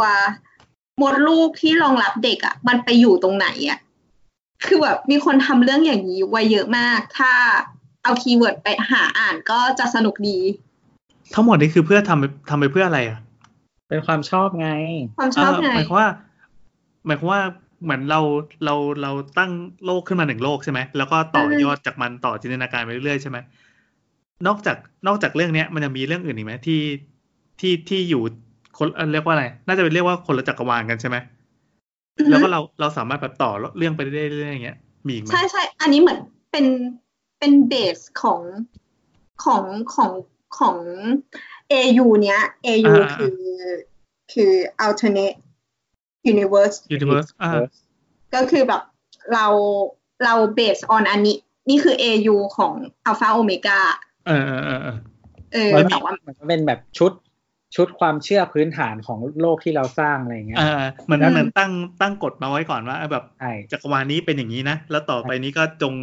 [SPEAKER 2] มดลูกที่รองรับเด็กอะ่ะ มันไปอยู่ตรงไหนอ่ะ คือแบบมีคนทำเรื่องอย่างนี้ไว้เยอะมาก ถ้าเอาคีย์เวิร์ดไปหาอ่านก็จะสนุกดี
[SPEAKER 4] ทั้งหมดนี้คือเพื่อทำไปทำไปเพื่ออะไรอ่ะ
[SPEAKER 5] เป็นความชอบไง
[SPEAKER 2] ความช
[SPEAKER 4] เอ่
[SPEAKER 2] อบ
[SPEAKER 4] อ
[SPEAKER 2] ไง
[SPEAKER 4] หมายความว่า หมายความว่าเหมือนเราเราเราตั้งโลกขึ้นมาหนึ่งโลกใช่ไหมแล้วก็ต่อ
[SPEAKER 2] ใช่
[SPEAKER 4] ยอดจากมันต่อจินตนาการไปเรื่อยๆใช่ไหมนอกจากนอกจากเรื่องเนี้ย มันจะมีเรื่องอื่นอีกไหมที่ที่ที่อยู่คนเอ่อเรียกว่าอะไร น่าจะเป็นเรียกว่าคนละจักรวาลกันใช่ไหมแล้วก็เราเราสามารถแบบต่อเรื่องไปเรื่อยๆอย่างเงี้ยมีอีกไหม
[SPEAKER 2] ใช่ใช่อันนี้เหมือนเป็นเป็นเบสของของของของ AU เนี้ย AU คือคือ alternate universe
[SPEAKER 4] ยูนิเวอร์สอ่า
[SPEAKER 2] ก็คือแบบเราเราเบสออนอันนี้ นี่คือ AU ของ alpha omega
[SPEAKER 4] เออเออเออเออ
[SPEAKER 2] เออ
[SPEAKER 5] มันมี
[SPEAKER 2] แต่ว่า
[SPEAKER 5] มันก็เป็นแบบชุดชุดความเชื่อพื้นฐานของโลกที่เราสร้างอะไรอย่างเงี้ย
[SPEAKER 4] เออเหมือน
[SPEAKER 2] อืม
[SPEAKER 4] เหมือนตั้งตั้งกฎมาไว้ก่อนว่าเออแบบ
[SPEAKER 5] ใช่
[SPEAKER 4] จักรวาลนี้เป็นอย่างนี้นะ แล้วต่อไปนี้ก็จง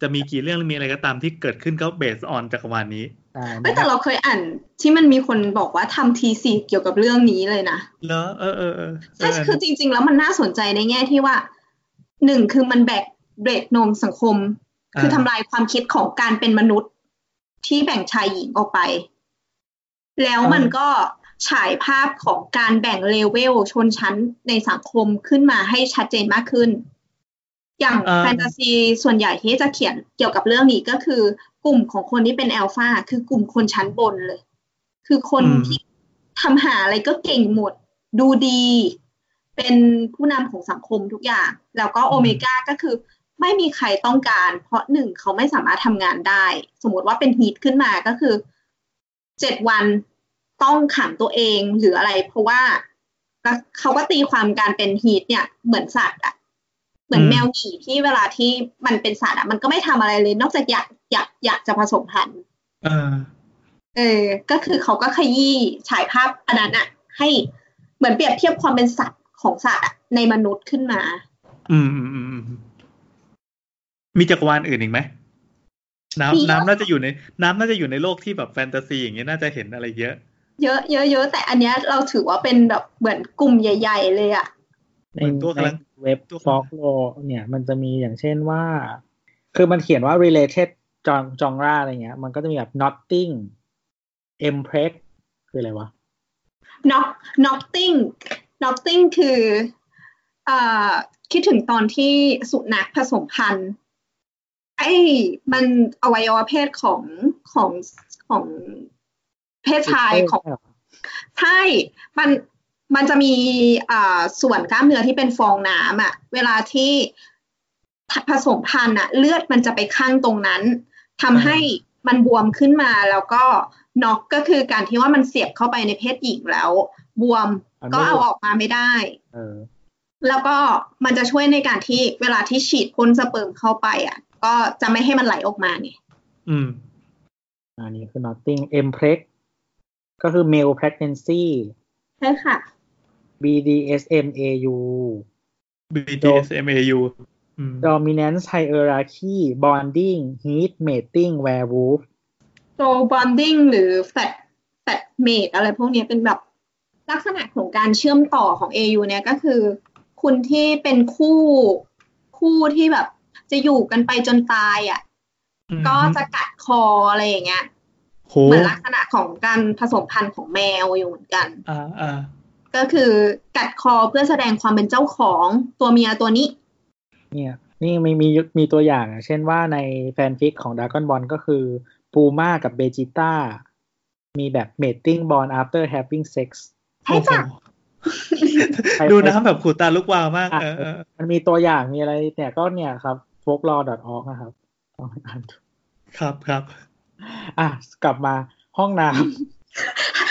[SPEAKER 4] จะมีกี่เรื่องหรือมีอะไรก็ตามที่เกิดขึ้นก็เบสออนจักรวาลนี้
[SPEAKER 5] ใช่
[SPEAKER 2] เอ้ยแต่เราเคยอ่านที่มันมีคนบอกว่าทำทีสีเกี่ยวกับเรื่องนี้เลยนะ
[SPEAKER 4] เหรอเออเออเออเอ
[SPEAKER 2] ใช่
[SPEAKER 4] อ
[SPEAKER 2] คือจริง ๆ แล้วมันน่าสนใจในแง่ที่ว่าหนึ่งคือมันแบกเบรกโนมสังคม คือทำลายความคิดของการเป็นมนุษย์ที่แบ่งชายหญิงออกไป แล้วมันก็ฉายภาพของการแบ่งเลเวลชนชั้นในสังคมขึ้นมาให้ชัดเจนมากขึ้น อย่างแฟนตาซีส่วนใหญ่ที่จะเขียนเกี่ยวกับเรื่องนี้ก็คือกลุ่มของคนที่เป็นแอลฟาคือกลุ่มคนชั้นบนเลย คือคนที่ทำหาอะไรก็เก่งหมด ดูดี เป็นผู้นำของสังคมทุกอย่าง แล้วก็โอเมก้าก็คือ ไม่มีใครต้องการ เพราะหนึ่งเขาไม่สามารถทำงานได้ สมมติว่าเป็นฮีทขึ้นมาก็คือเจ็ดวันต้องขังตัวเองหรืออะไร เพราะว่าเขาก็ตีความการเป็นฮีทเนี่ยเหมือนสัตว์อะเหมือนแมวขี่ที่เวลาที่มันเป็นสัตว์อะมันก็ไม่ทำอะไรเลย นอกจากอยากอยากอยากจะผสมพันธุ์
[SPEAKER 4] เออ
[SPEAKER 2] เออ ก็คือเขาก็ขยี้ฉายภาพอันนั้นอะให้เหมือนเปรียบเทียบความเป็นสัตว์ของสัตว์อะในมนุษย์ขึ้นมา
[SPEAKER 4] อืมอืมอืมอืมมีจักรวาลอื่นอีกไหม
[SPEAKER 2] มี
[SPEAKER 4] น้ำน้ำน่าจะอยู่ใน น้ำน่าจะอยู่ในโลกที่แบบแฟนตาซีอย่างเงี้ยน่าจะเห็นอะไรเยอะ
[SPEAKER 2] เยอะเยอะเยอะแต่อันเนี้ยเราถือว่าเป็นแบบเหมือนกลุ่มใหญ่ ๆ เลยอะ
[SPEAKER 5] ใน
[SPEAKER 4] เหมือนตัวกำลัง
[SPEAKER 5] ในเว็บ
[SPEAKER 4] ตัว
[SPEAKER 5] ฟอก
[SPEAKER 4] กำลัง
[SPEAKER 5] โลเนี่ย มันจะมีอย่างเช่นว่า คือมันเขียนว่า related จองจองราอะไรเงี้ย มันก็จะมีแบบ nothing empress คืออะไรวะ
[SPEAKER 2] น็อกน็อกติ้งน็อกติ้งคือเอ่อคิดถึงตอนที่สุนัขผสมพันธุ์ไอ้มันอวัยวะเพศของของของเพศชายของ ใช่ มัน มันจะมีอ่าส่วนกล้ามเนื้อที่เป็นฟองน้ำอะเวลาที่ผสมพันธุ์อะเลือดมันจะไปข้างตรงนั้นทำให้มันบวมขึ้นมาแล้วก็น็อกก็คือการที่ว่ามันเสียบเข้าไปในเพศหญิงแล้ว บวม
[SPEAKER 5] มันไม่
[SPEAKER 2] ก็เอาออกมาไม่ได้
[SPEAKER 5] เออ
[SPEAKER 2] แล้วก็มันจะช่วยในการที่เวลาที่ฉีดพ่นสเปิร์มเข้าไปอะก็จะไม่ให้มันไหลออกมาเนี่ย
[SPEAKER 4] อืม
[SPEAKER 5] อันนี้คือ nothing empress ก็คือ male pregnancy
[SPEAKER 2] ใช่ค่ะ
[SPEAKER 5] BDSMAU
[SPEAKER 4] BDSMAU อืม
[SPEAKER 5] dominance hierarchy bonding heat mating werewolf
[SPEAKER 2] โซบอนดิ้งหรือแฟตแฟตเมดอะไรพวกเนี้ยเป็นแบบลักษณะของการเชื่อมต่อของ AU เนี่ยก็คือ คุณที่เป็นคู่คู่ที่แบบจะอยู่กันไปจนตายอะ่ะ
[SPEAKER 4] อืม
[SPEAKER 2] ก็จะกัดคออะไรอย่างเงี้ย
[SPEAKER 4] โห
[SPEAKER 2] เหมือนลักษณะของการผสมพันธุ์ของแมวอยู่เหมือนกัน
[SPEAKER 4] อ่าอ่า
[SPEAKER 2] ก็คือกัดคอเพื่อแสดงความเป็นเจ้าของตัวเมียตัวนี้
[SPEAKER 3] เนี่ยนี่มีมีมีตัวอย่างอะเช่นว่าในแฟนฟิกของด a ก o n บอลก็คือปูม่ากับเบจิต้ามีแบบเมตติ้งบอล after having sex
[SPEAKER 2] ให้จับ
[SPEAKER 4] โอ้โหดูนะครับแบบขูดตาลุกวาวมากเออเออ
[SPEAKER 3] มันมีตัวอย่างมีอะไรเนี่ยก็เนี่ยครับฟกรอดออกนะครับลองอ่านดู
[SPEAKER 4] ครับครับ
[SPEAKER 3] อ่ะกลับมาห้องน้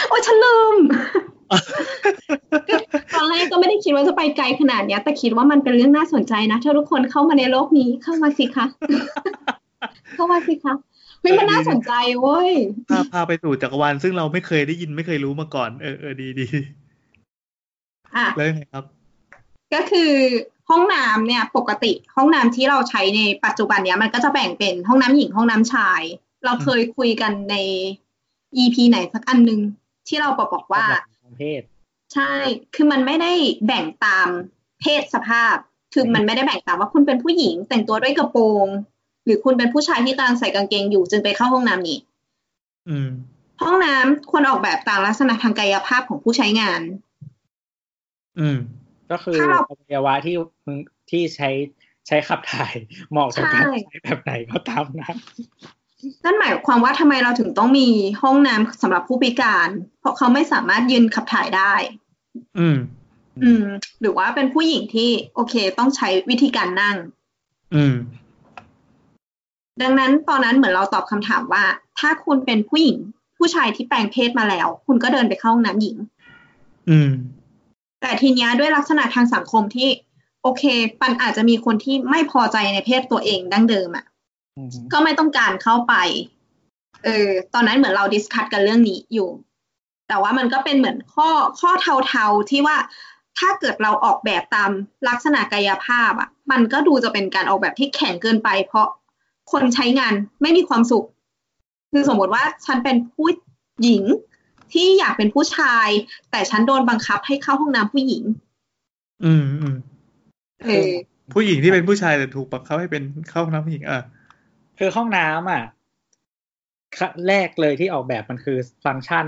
[SPEAKER 2] โอ้ยฉันลืม ตอนแรกก็ไม่ได้คิดว่าจะไปไกลขนาดเนี้ย แต่คิดว่ามันเป็นเรื่องน่าสนใจนะถ้าทุกคนเข้ามาในโลกนี้เข้ามาสิคะ *laughs* เข้ามาสิคะเฮ้ยมันน่าสนใจเว้ย
[SPEAKER 4] พาพาไปสู่จักรวาลซึ่งเราไม่เคยได้ยินไม่เคยรู้มาก่อน เออเออดีดี
[SPEAKER 2] อ่ะ
[SPEAKER 4] แล้วยังไงครับ
[SPEAKER 2] ก็คือห้องน้ำเนี่ยปกติห้องน้ำที่เราใช้ในปัจจุบันเนี้ยมันก็จะแบ่งเป็นห้องน้ำหญิงห้องน้ำชาย เราเคยคุยกันใน EP ไหนสักอันหนึง ที่เราบอกบอก
[SPEAKER 3] ำ
[SPEAKER 2] ว่า
[SPEAKER 3] สำหรับทางเพศ
[SPEAKER 2] ใช่ คือมันไม่ได้แบ่งตามเพศสภาพ คือมันไม่ได้แบ่งตามว่าคุณเป็นผู้หญิงแต่งตัวด้วยกระโปรง หรือคุณเป็นผู้ชายที่กำลังใส่กางเกงอยู่จึงไปเข้าห้องน้ำนี้
[SPEAKER 4] อืม
[SPEAKER 2] ห้องน้ำควรออกแบบตามลักษณะทางกายภาพของผู้ใช้งาน
[SPEAKER 4] อืม
[SPEAKER 3] ก็คือ
[SPEAKER 2] ถ้าเรา
[SPEAKER 3] อวัยวะที่มึงที่ใช้ใช้ขับถ่ายเหมาะกับการ
[SPEAKER 2] ใช่
[SPEAKER 3] ใช้แบบไหนก็ตามนะ
[SPEAKER 2] นั่นหมายความว่าทำไมเราถึงต้องมีห้องน้ำสำหรับผู้พิการ เพราะเขาไม่สามารถยืนขับถ่ายได้
[SPEAKER 4] อืม
[SPEAKER 2] อืม หรือว่าเป็นผู้หญิงที่โอเค ต้องใช้วิธีการนั่ง
[SPEAKER 4] อืม
[SPEAKER 2] ดังนั้นตอนนั้นเหมือนเราตอบคำถามว่า ถ้าคุณเป็นผู้หญิง ผู้ชายที่แปลงเพศมาแล้ว คุณก็เดินไปเข้าห้องน้ำหญิง
[SPEAKER 4] อืม
[SPEAKER 2] แต่ทีเนี้ยด้วยลักษณะทางสังคมที่ โอเค ปันอาจจะมีคนที่ไม่พอใจในเพศตัวเองดั้งเดิมอะ่ะ
[SPEAKER 3] อืม
[SPEAKER 2] ก็ไม่ต้องการเข้าไป เออตอนนั้นเหมือนเราดิสคัตกันเรื่องนี้อยู่ แต่ว่ามันก็เป็นเหมือนข้อข้อเทาๆที่ว่าถ้าเกิดเราออกแบบตามลักษณะกายภาพอะ่ะ มันก็ดูจะเป็นการออกแบบที่แข็งเกินไป เพราะคนใช้งานไม่มีความสุข คือสมมติว่าฉันเป็นผู้หญิงที่อยากเป็นผู้ชาย แต่ฉันโดนบังคับให้เข้าห้องน้ำผู้หญิง
[SPEAKER 4] อืมอืม
[SPEAKER 2] เออ
[SPEAKER 4] ผู้หญิงที่เป็นผู้ชายแต่ถูกบังคับให้เป็นเข้าห้องน้ำผู้หญิงอ่ะ
[SPEAKER 3] คือห้องน้ำอ่ะขั้นแรกเลยที่ออกแบบมันคือฟังก์ชัน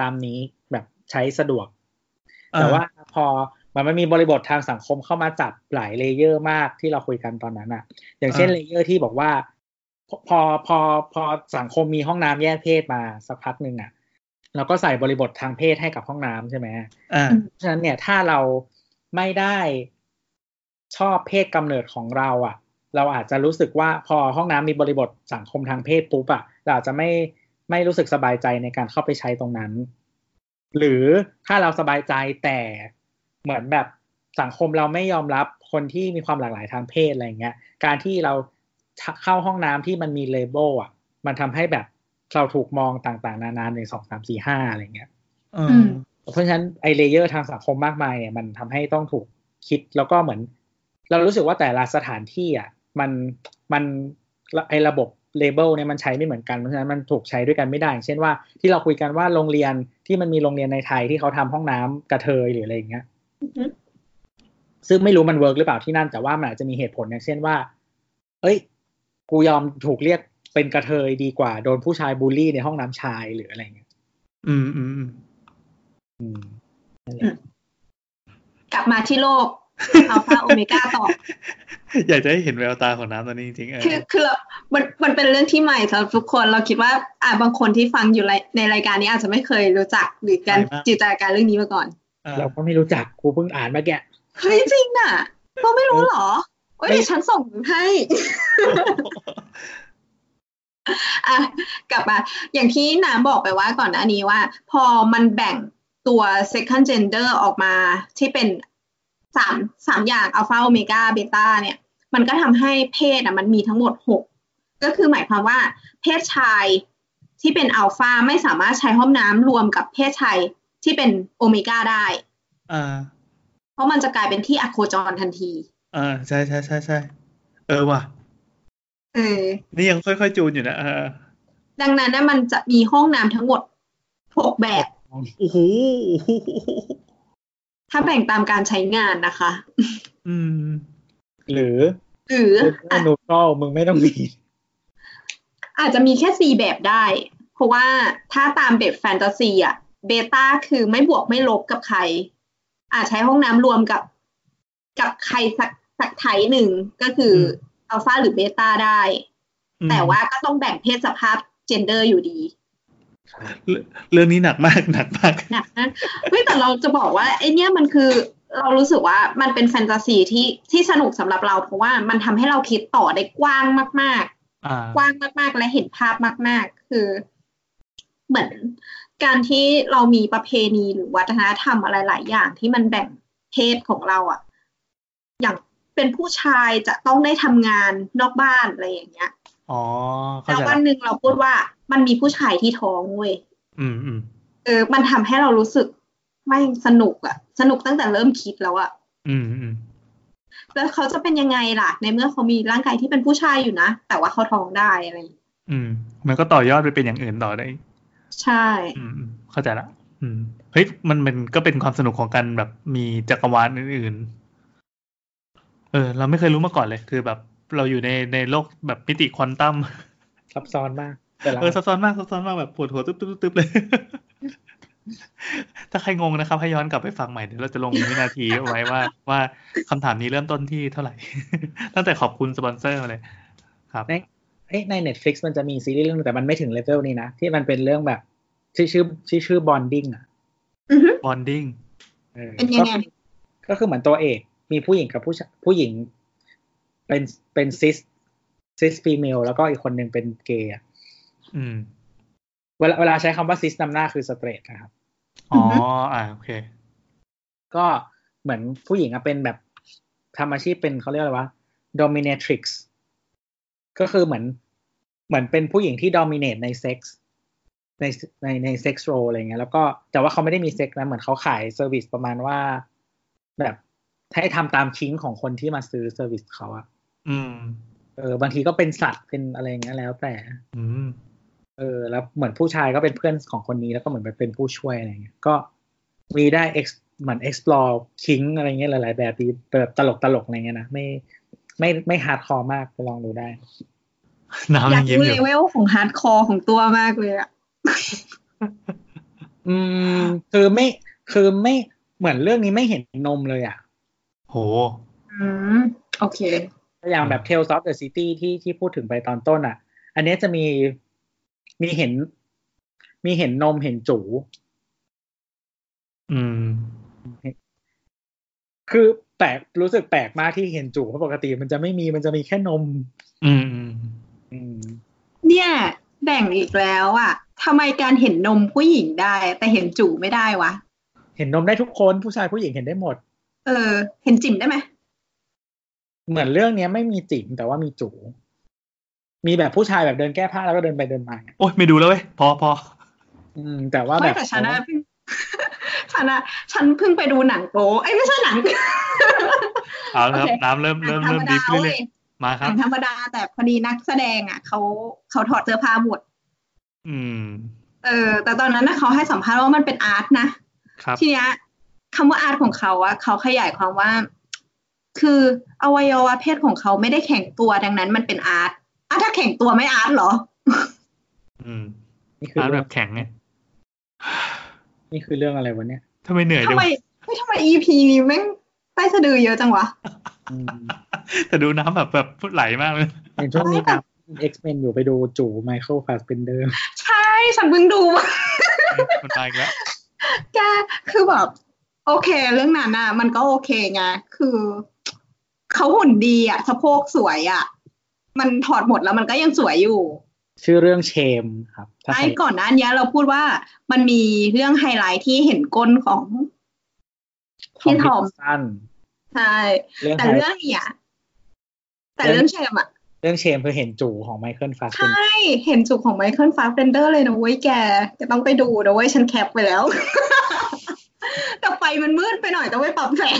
[SPEAKER 3] ตามนี้แบบใช้สะดวก
[SPEAKER 4] อ่ะ
[SPEAKER 3] แต่ว่าพอมันไม่มีบริบททางสังคมเข้ามาจับหลายเลเยอร์มากที่เราคุยกันตอนนั้นอะอย่างเช่นเลเยอร์ที่บอกว่า พอพอพอพอสังคมมีห้องน้ำแยกเพศมาสักพักหนึ่งอะเราก็ใส่บริบททางเพศให้กับห้องน้ำใช่ไหม
[SPEAKER 4] อ่ะ
[SPEAKER 2] อืม
[SPEAKER 3] เพราะฉะนั้นเนี่ยถ้าเราไม่ได้ชอบเพศกำเนิดของเราอะเราอาจจะรู้สึกว่าพอห้องน้ำมีบริบทสังคมทางเพศปุ๊บอะเราอาจจะไม่ไม่รู้สึกสบายใจในการเข้าไปใช้ตรงนั้น หรือถ้าเราสบายใจแต่เหมือนแบบสังคมเราไม่ยอมรับคนที่มีความหลากหลายทางเพศอะไรเงี้ย การที่เราเข้าห้องน้ำที่มันมีเลเบลอ่ะ มันทำให้แบบเราถูกมองต่างๆ นานาหนึ่งสองสามสี่ห้าอะไรเงี้ย
[SPEAKER 4] อื
[SPEAKER 2] อื
[SPEAKER 4] ม
[SPEAKER 2] ม
[SPEAKER 3] เพราะฉะนั้นไอเลเยอร์ทางสังคมมากมายเนี่ยมันทำให้ต้องถูกคิดแล้วก็เหมือน เรารู้สึกว่าแต่ละสถานที่อ่ะมันมันไอระบบเลเบลเนี่ยมันใช้ไม่เหมือนกันเพราะฉะนั้นมันถูกใช้ด้วยกันไม่ได้อย่างเช่นว่าที่เราคุยกันว่าโรงเรียนที่มันมีโรงเรียนในไทยที่เขาทำห้องน้ำกระเทยหรืออะไรอย่างเงี้ย ซึ่งไม่รู้มันเวิร์กหรือเปล่าที่นั่นแต่ว่ามันอาจจะมีเหตุผลอย่างเช่นว่า เอ้ย กูยอมถูกเรียกเป็นกระเทยดีกว่าโดนผู้ชายบูลลี่ในห้องน้ำชายหรืออะไรอย่างเงี้ย
[SPEAKER 4] อืมอืมอืม
[SPEAKER 3] อืม
[SPEAKER 2] กลับมาที่โลก อัลฟาโอเมก้าต่อ
[SPEAKER 4] อยากจะให้เห็นแววตาของน้ำตอนนี้จริงๆเออ
[SPEAKER 2] คือคือเรามันมันเป็นเรื่องที่ใหม่สำหรับทุกคนเราคิดว่าอ่าบางคนที่ฟังอยู่ในในรายการนี้อาจจะไม่เคยรู้จักหรือการจินตนาการเรื่องนี้มาก่อน
[SPEAKER 4] อ่ะ
[SPEAKER 3] เราก็ไม่รู้จักกูเพิ่งอ่านมาแกะ
[SPEAKER 2] เฮ้ยจริงน่ะเราไม่รู้เหรอโอ้ยเดี๋ยวฉันส่งให้ อ่ะกลับมาอย่างที่น้ำบอกไปว่าก่อนหน้านี้ว่า พอมันแบ่งตัว second gender ออกมาที่เป็นสามสามอย่าง alpha omega beta เนี่ย มันก็ทำให้เพศอ่ะมันมีทั้งหมดหกก็คือหมายความว่าเพศชายที่เป็น alpha ไม่สามารถใช้ห้องน้ำรวมกับเพศชายที่เป็น omega ได้
[SPEAKER 4] อ่า
[SPEAKER 2] เพราะมันจะกลายเป็นที่อโคจรทันที
[SPEAKER 4] อ่าใช่ใช่ใช่ใช่เออว่ะ
[SPEAKER 2] เออ
[SPEAKER 4] นี่ยังค่อยๆจูนอยู่นะเออ
[SPEAKER 2] ดังนั้นนะมันจะมีห้องน้ำทั้งหมดหกแบบ
[SPEAKER 4] โอ้โห
[SPEAKER 2] ถ้าแบ่งตามการใช้งานนะคะ
[SPEAKER 4] อืม
[SPEAKER 3] หรือ
[SPEAKER 2] หรือ
[SPEAKER 3] อ
[SPEAKER 2] อ่ะ *laughs*
[SPEAKER 3] นูโตมึงไม่ต้องมี
[SPEAKER 2] อาจจะมีแค่สี่แบบได้ เพราะว่าถ้าตามแบบแฟนตาซีอ่ะเบต้าคือไม่บวกไม่ลบกับใคร อาจใช้ห้องน้ำรวมกับ กับใครสักสักไทยหนึ่งก็คืออัลฟาหรือเบต้าได้
[SPEAKER 4] อืม
[SPEAKER 2] แต่ว่าก็ต้องแบ่งเพศสภาพเจนเดอร์อยู่ดี
[SPEAKER 4] เรื่องเรื่องนี้หนักมากหนักมาก
[SPEAKER 2] หนักนะเฮ้ยแต่เราจะบอกว่าไอเนี้ยมันคือเรารู้สึกว่ามันเป็นแฟนตาซีที่ที่สนุกสำหรับเรา เพราะว่ามันทำให้เราคิดต่อได้กว้างมาก
[SPEAKER 4] อ่า
[SPEAKER 2] ๆ กว้างมากๆ และเห็นภาพมาก ๆ คือ เหมือนการที่เรามีประเพณีหรือวัฒนธรรมอะไรหลายอย่างที่มันแบ่งเพศของเราอะอย่างเป็นผู้ชายจะต้องได้ทำงานนอกบ้านอะไรอย่างเงี้ย
[SPEAKER 4] อ๋อ เข้า
[SPEAKER 2] แล้ว
[SPEAKER 4] ใจ
[SPEAKER 2] วั
[SPEAKER 4] ละ
[SPEAKER 2] นหนึ่งเราพูดว่ามันมีผู้ชายที่ท้องเว้ย
[SPEAKER 4] อืมอืม
[SPEAKER 2] เออ มันทำให้เรารู้สึกไม่สนุกอะสนุกตั้งแต่เริ่มคิดแล้วอะ
[SPEAKER 4] อืมอืม
[SPEAKER 2] แล้วเขาจะเป็นยังไงล่ะ ในเมื่อเขามีร่างกายที่เป็นผู้ชายอยู่นะ แต่ว่าเขาท้องได้อะไรอย่างเงี้ย
[SPEAKER 4] อืม มันก็ต่อยอดไปเป็นอย่างอื่นต่อได้
[SPEAKER 2] ใช่
[SPEAKER 4] อืมอืมเข้าใจละอืมเฮ้ยมันมันก็เป็นความสนุกของการแบบมีจักรวาลอื่นๆ เออ เราไม่เคยรู้มาก่อนเลย คือแบบเราอยู่ในในโลกแบบมิติควอนตัม
[SPEAKER 3] ซับซ้อนมากแต่ละ
[SPEAKER 4] เออซับซ้อนมากซับซ้อนมากแบบปวดหัวตึ๊บตึ๊บตึ๊บเลย *laughs* ถ้าใครงงนะครับ ให้ย้อนกลับไปฟังใหม่เดี๋ยวเราจะลงวินาทีเอาไว้ว่า ว่าคำถามนี้เริ่มต้นที่เท่าไหร่ *laughs* ตั้งแต่ขอบคุณสปอนเซอร์มาเลย ครับ
[SPEAKER 3] เอ้ยใน Netflix มันจะมีซีรีส์เรื่องหนึงแต่มันไม่ถึงเลเวลนี้นะ ที่มันเป็นเรื่องแบบชื่อชื่อชื่อชื่อบอนดิ้งอ่ะ
[SPEAKER 2] อือฮึ
[SPEAKER 4] bonding
[SPEAKER 3] ออ
[SPEAKER 2] เป็นยังไง
[SPEAKER 3] ก็ก็คือเหมือนตัวเอก มีผู้หญิงกับผู้ชายผู้หญิง เป็นเป็นซิสซิสฟีเมลแล้วก็อีกคนหนึ่งเป็นเกย์อะ
[SPEAKER 4] อืม
[SPEAKER 3] เวลาเวลาใช้คำว่าซิสนำหน้าคือสเตรทนะครับ
[SPEAKER 4] อ๋ออ่าโอเค
[SPEAKER 3] ก็เหมือนผู้หญิงอะเป็นแบบทำอาชีพเป็นเขาเรียกอะไรวะ dominatrix ก็คือเหมือนเหมือนเป็นผู้หญิงที่ dominate ในเซ็กส์ในในในเซ็กส์โรอะไรเงี้ยแล้วก็แต่ว่าเขาไม่ได้มีเซ็กส์นะเหมือนเขาขายเซอร์วิสประมาณว่า แบบให้ทำตามคิงของคนที่มาซื้อเซอร์วิสเขาอะ
[SPEAKER 4] อืม
[SPEAKER 3] เออบางทีก็เป็นสัตว์เป็นอะไรอย่างเงี้ยแล้วแต่
[SPEAKER 4] อืม
[SPEAKER 3] เออแล้วเหมือนผู้ชายก็เป็นเพื่อนของคนนี้แล้วก็เหมือนไปเป็นผู้ช่วยอะไรเงี้ยก็มีได้ ex เหมือน explore คิงอะไรเงี้ยหลาย ๆ แบบดีแบบตลกตลกๆอะไรเงี้ยนะไม่ไม่ไม่ฮาร์ดคอร์มากไปลองดูได้
[SPEAKER 4] น้ำ
[SPEAKER 2] อยา
[SPEAKER 4] ยั
[SPEAKER 2] ก
[SPEAKER 4] งยิ้ม
[SPEAKER 2] รู้
[SPEAKER 4] อ
[SPEAKER 2] เล
[SPEAKER 4] ยู่
[SPEAKER 2] เวลของฮาร์ดคอร์ของตัวมากเลยอะ
[SPEAKER 3] อืมคือไม่คือไม่เหมือนเรื่องนี้ไม่เห็นนมเลยอ่ะ
[SPEAKER 4] โห
[SPEAKER 2] อืม โอเค
[SPEAKER 3] ก็อย่างแบบ Tales of the City ที่ที่พูดถึงไปตอนต้นอ่ะ อันเนี้ยจะมีมีเห็น มีเห็นนมเห็นจู
[SPEAKER 4] อืม
[SPEAKER 3] คือแปลกรู้สึกแปลกมากที่เห็นจูเพราะปกติมันจะไม่มีมันจะมีแค่นม
[SPEAKER 4] อืมอืม
[SPEAKER 3] อืม
[SPEAKER 2] เนี่ย แบ่งอีกแล้วอะทำไมการเห็นนมผู้หญิงได้ แต่เห็นจู่ไม่ได้วะ
[SPEAKER 3] เห็นนมได้ทุกคนผู้ชายผู้หญิงเห็นได้หมด
[SPEAKER 2] เออ เห็นจิ๋มได้ไหม
[SPEAKER 3] เหมือนเรื่องเนี้ยไม่มีจิ๋มแต่ว่ามีจูมีแบบผู้ชายแบบเดินแก้ผ้าแล้วก็เดินไปเดินมา
[SPEAKER 4] โอ้ยไม่ดูแล้วเว้ย พอพอ
[SPEAKER 3] อืม แต่ว่าแบ
[SPEAKER 2] ไม่
[SPEAKER 3] บ
[SPEAKER 2] แต่ฉันอะเพิ่ง *laughs* ฉันอะฉันเพิ่งไปดูหนังโป๊เอ้ยไม่ใช่หนัง
[SPEAKER 4] เอาละครับ
[SPEAKER 2] โอเค
[SPEAKER 4] น้ำเริ่ม
[SPEAKER 2] หนั
[SPEAKER 4] เริ่
[SPEAKER 2] งธร
[SPEAKER 4] มเริ่
[SPEAKER 2] ร
[SPEAKER 4] ม
[SPEAKER 2] ม
[SPEAKER 4] ดิ
[SPEAKER 2] ดา
[SPEAKER 4] ฟ
[SPEAKER 2] เว้
[SPEAKER 4] เรื่อย
[SPEAKER 2] ย
[SPEAKER 4] ๆมาค
[SPEAKER 2] ห
[SPEAKER 4] รั
[SPEAKER 2] นั
[SPEAKER 4] บ
[SPEAKER 2] งธรรมดาแต่พอดีนักแสดงอ่ะเขาเขาถอดเสื้อผ้าหมด
[SPEAKER 4] อืม
[SPEAKER 2] เออ แต่ตอนนั้นนะเขาให้สัมภาษณ์ว่ามันเป็นอาร์ตนะครับ ทีเนี้ยคำว่าอาร์ตของเขาอะเขาขยายความว่า คืออวัยวะเพศของเขาไม่ได้แข็งตัวดังนั้นมันเป็นอาร์ตอ่ะถ้าแข็งตัวไม่อาร์ตเหรอ
[SPEAKER 4] อืม
[SPEAKER 3] นี่คือ
[SPEAKER 4] ร้าน
[SPEAKER 3] เรื่
[SPEAKER 4] แบ
[SPEAKER 3] อง
[SPEAKER 4] บแข็งไง
[SPEAKER 3] นี่คือเรื่องอะไรวะเนี่ย
[SPEAKER 4] ทำไมเหนื่อย
[SPEAKER 2] ทำ
[SPEAKER 4] จัง
[SPEAKER 2] ไม
[SPEAKER 4] วะ
[SPEAKER 2] ไม่ทำไม EP นี้แม่งใต้สะดือเยอะจังวะ
[SPEAKER 3] อืม
[SPEAKER 4] แต่ดูน้ำแบบแบบไหลมากเลย
[SPEAKER 3] ในช่วงนี้นะ X-Men อยู่ไปดูจูไมเคิลฟาสเปนเดอร์
[SPEAKER 2] ใช่ฉันเพิ่งดูมา
[SPEAKER 4] มันมาอีกแล้ว
[SPEAKER 2] แกคือแบบโอเค เรื่องนั้นอ่ะ มันก็โอเคไงคือ เขาหุ่นดีอ่ะสะโพกสวยอ่ะ มันถอดหมดแล้วมันก็ยังสวยอยู่
[SPEAKER 3] ชื่อเรื่องเชมครับถ้า
[SPEAKER 2] ไอ้
[SPEAKER 3] ใคร
[SPEAKER 2] ก่อนหน้านี้เราพูดว่ามันมีเรื่องไฮไลท์ที่เห็นก้นของ พี่ทอม
[SPEAKER 3] ดิกสัน
[SPEAKER 2] ใช่
[SPEAKER 3] เรื่อง
[SPEAKER 2] แต่
[SPEAKER 3] ไฮ
[SPEAKER 2] เรื่องเนี่ยแต่เรื่องเชมอ่ะ
[SPEAKER 3] เรื่องเชมคือเห็นจูของไมเคิลฟาสเปน
[SPEAKER 2] ใช่เห็นจุกของไมเคิลฟาสเบนเดอร์เลยนะเว้ยแกจะต้องไปดูนะเว้ยฉันแคปไปแล้ว *laughs* แต่ไฟมันมืดไปหน่อยต้องไปปรับแสง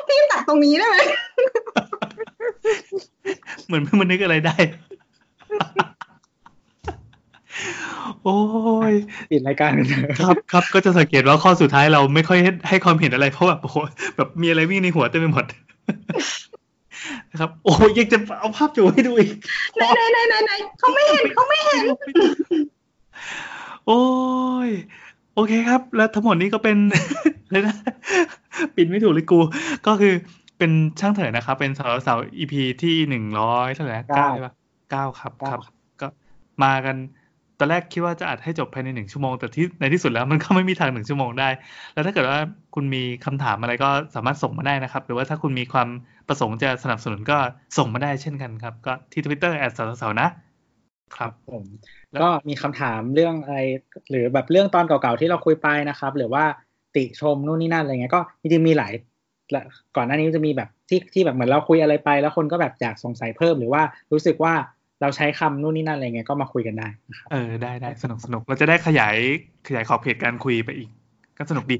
[SPEAKER 2] *laughs* พี่ตัดตรงนี้ได้ไหม
[SPEAKER 4] เหมือนเพิ่งมันนึกอะไรได้
[SPEAKER 2] *laughs*
[SPEAKER 4] โอ้ย
[SPEAKER 3] ปิดรายการกันเถอะ
[SPEAKER 4] ครับครับก็จะสังเกตว่าข้อสุดท้ายเรา *laughs* ไม่ค่อยให้ให้ความเห็นอะไรเพราะแบบโอ้โหแบบมีอะไรวิ่งในหัวเต็มไปหมด นะครับ โอ้ยยังจะเอาภาพจู่ให้ดูอีก
[SPEAKER 2] ไหนไหนไหนไหนไหนเขาไม่เห็นเขาไม่เห็น
[SPEAKER 4] โอ้ย โอเคครับ แล้วทั้งหมดนี้ก็เป็น *laughs* เลยนะ ปิดไม่ถูกเลยกู ก็คือเป็นช่างเถิดนะครับ เป็นสาวสาว EP ที่หนึ่งร้อยเท่าไหร่นะเก้า
[SPEAKER 3] เก้า
[SPEAKER 4] ใช่ปะเก้าครับค
[SPEAKER 3] เก้า
[SPEAKER 4] รับ ก็มากัน ตอนแรกคิดว่าจะอัดให้จบภายในหนึ่งชั่วโมง แต่ที่ในที่สุดแล้วมัน *laughs* ก็ไม่มีทางหนึ่งชั่วโมงได้ แล้วถ้าเกิดว่าคุณมีคำถามอะไรก็สามารถส่งมาได้นะครับ หรือว่าถ้าคุณมีความประสงค์จะสนับสนุนก็ส่งมาได้เช่นกันครับ ก็ที่ทวิตเตอร์แอดสาวสาวนะครับ
[SPEAKER 3] ผมก็มีคำถามเรื่องอะไร หรือแบบเรื่องตอนเก่าๆที่เราคุยไปนะครับ หรือว่าติชมนู่นนี่นั่นอะไรเงี้ยก็จริงๆมีหลายละก่อนหน้านี้จะมีแบบที่ที่แบบเหมือนเราคุยอะไรไป แล้วคนก็แบบอยากสงสัยเพิ่มหรือว่ารู้สึกว่าเราใช้คำนู่นนี่นั่นอะไรเงี้ยก็มาคุยกันได้นะครับ
[SPEAKER 4] เออได้ได้สนุกสนุกเราจะได้ขยายขยายขอบเขตการคุยไปอีก ก็สนุกดี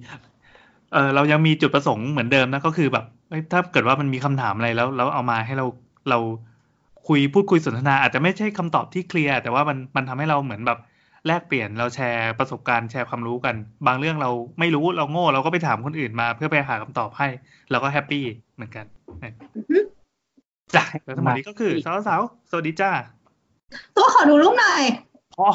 [SPEAKER 4] เออเรายังมีจุดประสงค์เหมือนเดิมนะก็คือแบบเอ้ยถ้าเกิดว่ามันมีคำถามอะไรแล้วแล้วเอามาให้เราเราคุยพูดคุยสนทนา อาจจะไม่ใช่คำตอบที่เคลียร์แต่ว่ามันมันทำให้เราเหมือนแบบแลกเปลี่ยนเราแชร์ประสบการณ์แชร์ความรู้กัน บางเรื่องเราไม่รู้เราโง่ เราก็ไปถามคนอื่นมา เพื่อไปหาคำตอบให้เราก็แฮปปี้เหมือนกันนะจ้ะแล้วทั้งหมดนี้ก็คือสาวๆสวัสดีจ้า
[SPEAKER 2] ตัวขอดูรูปหน่อย
[SPEAKER 4] อ๋อ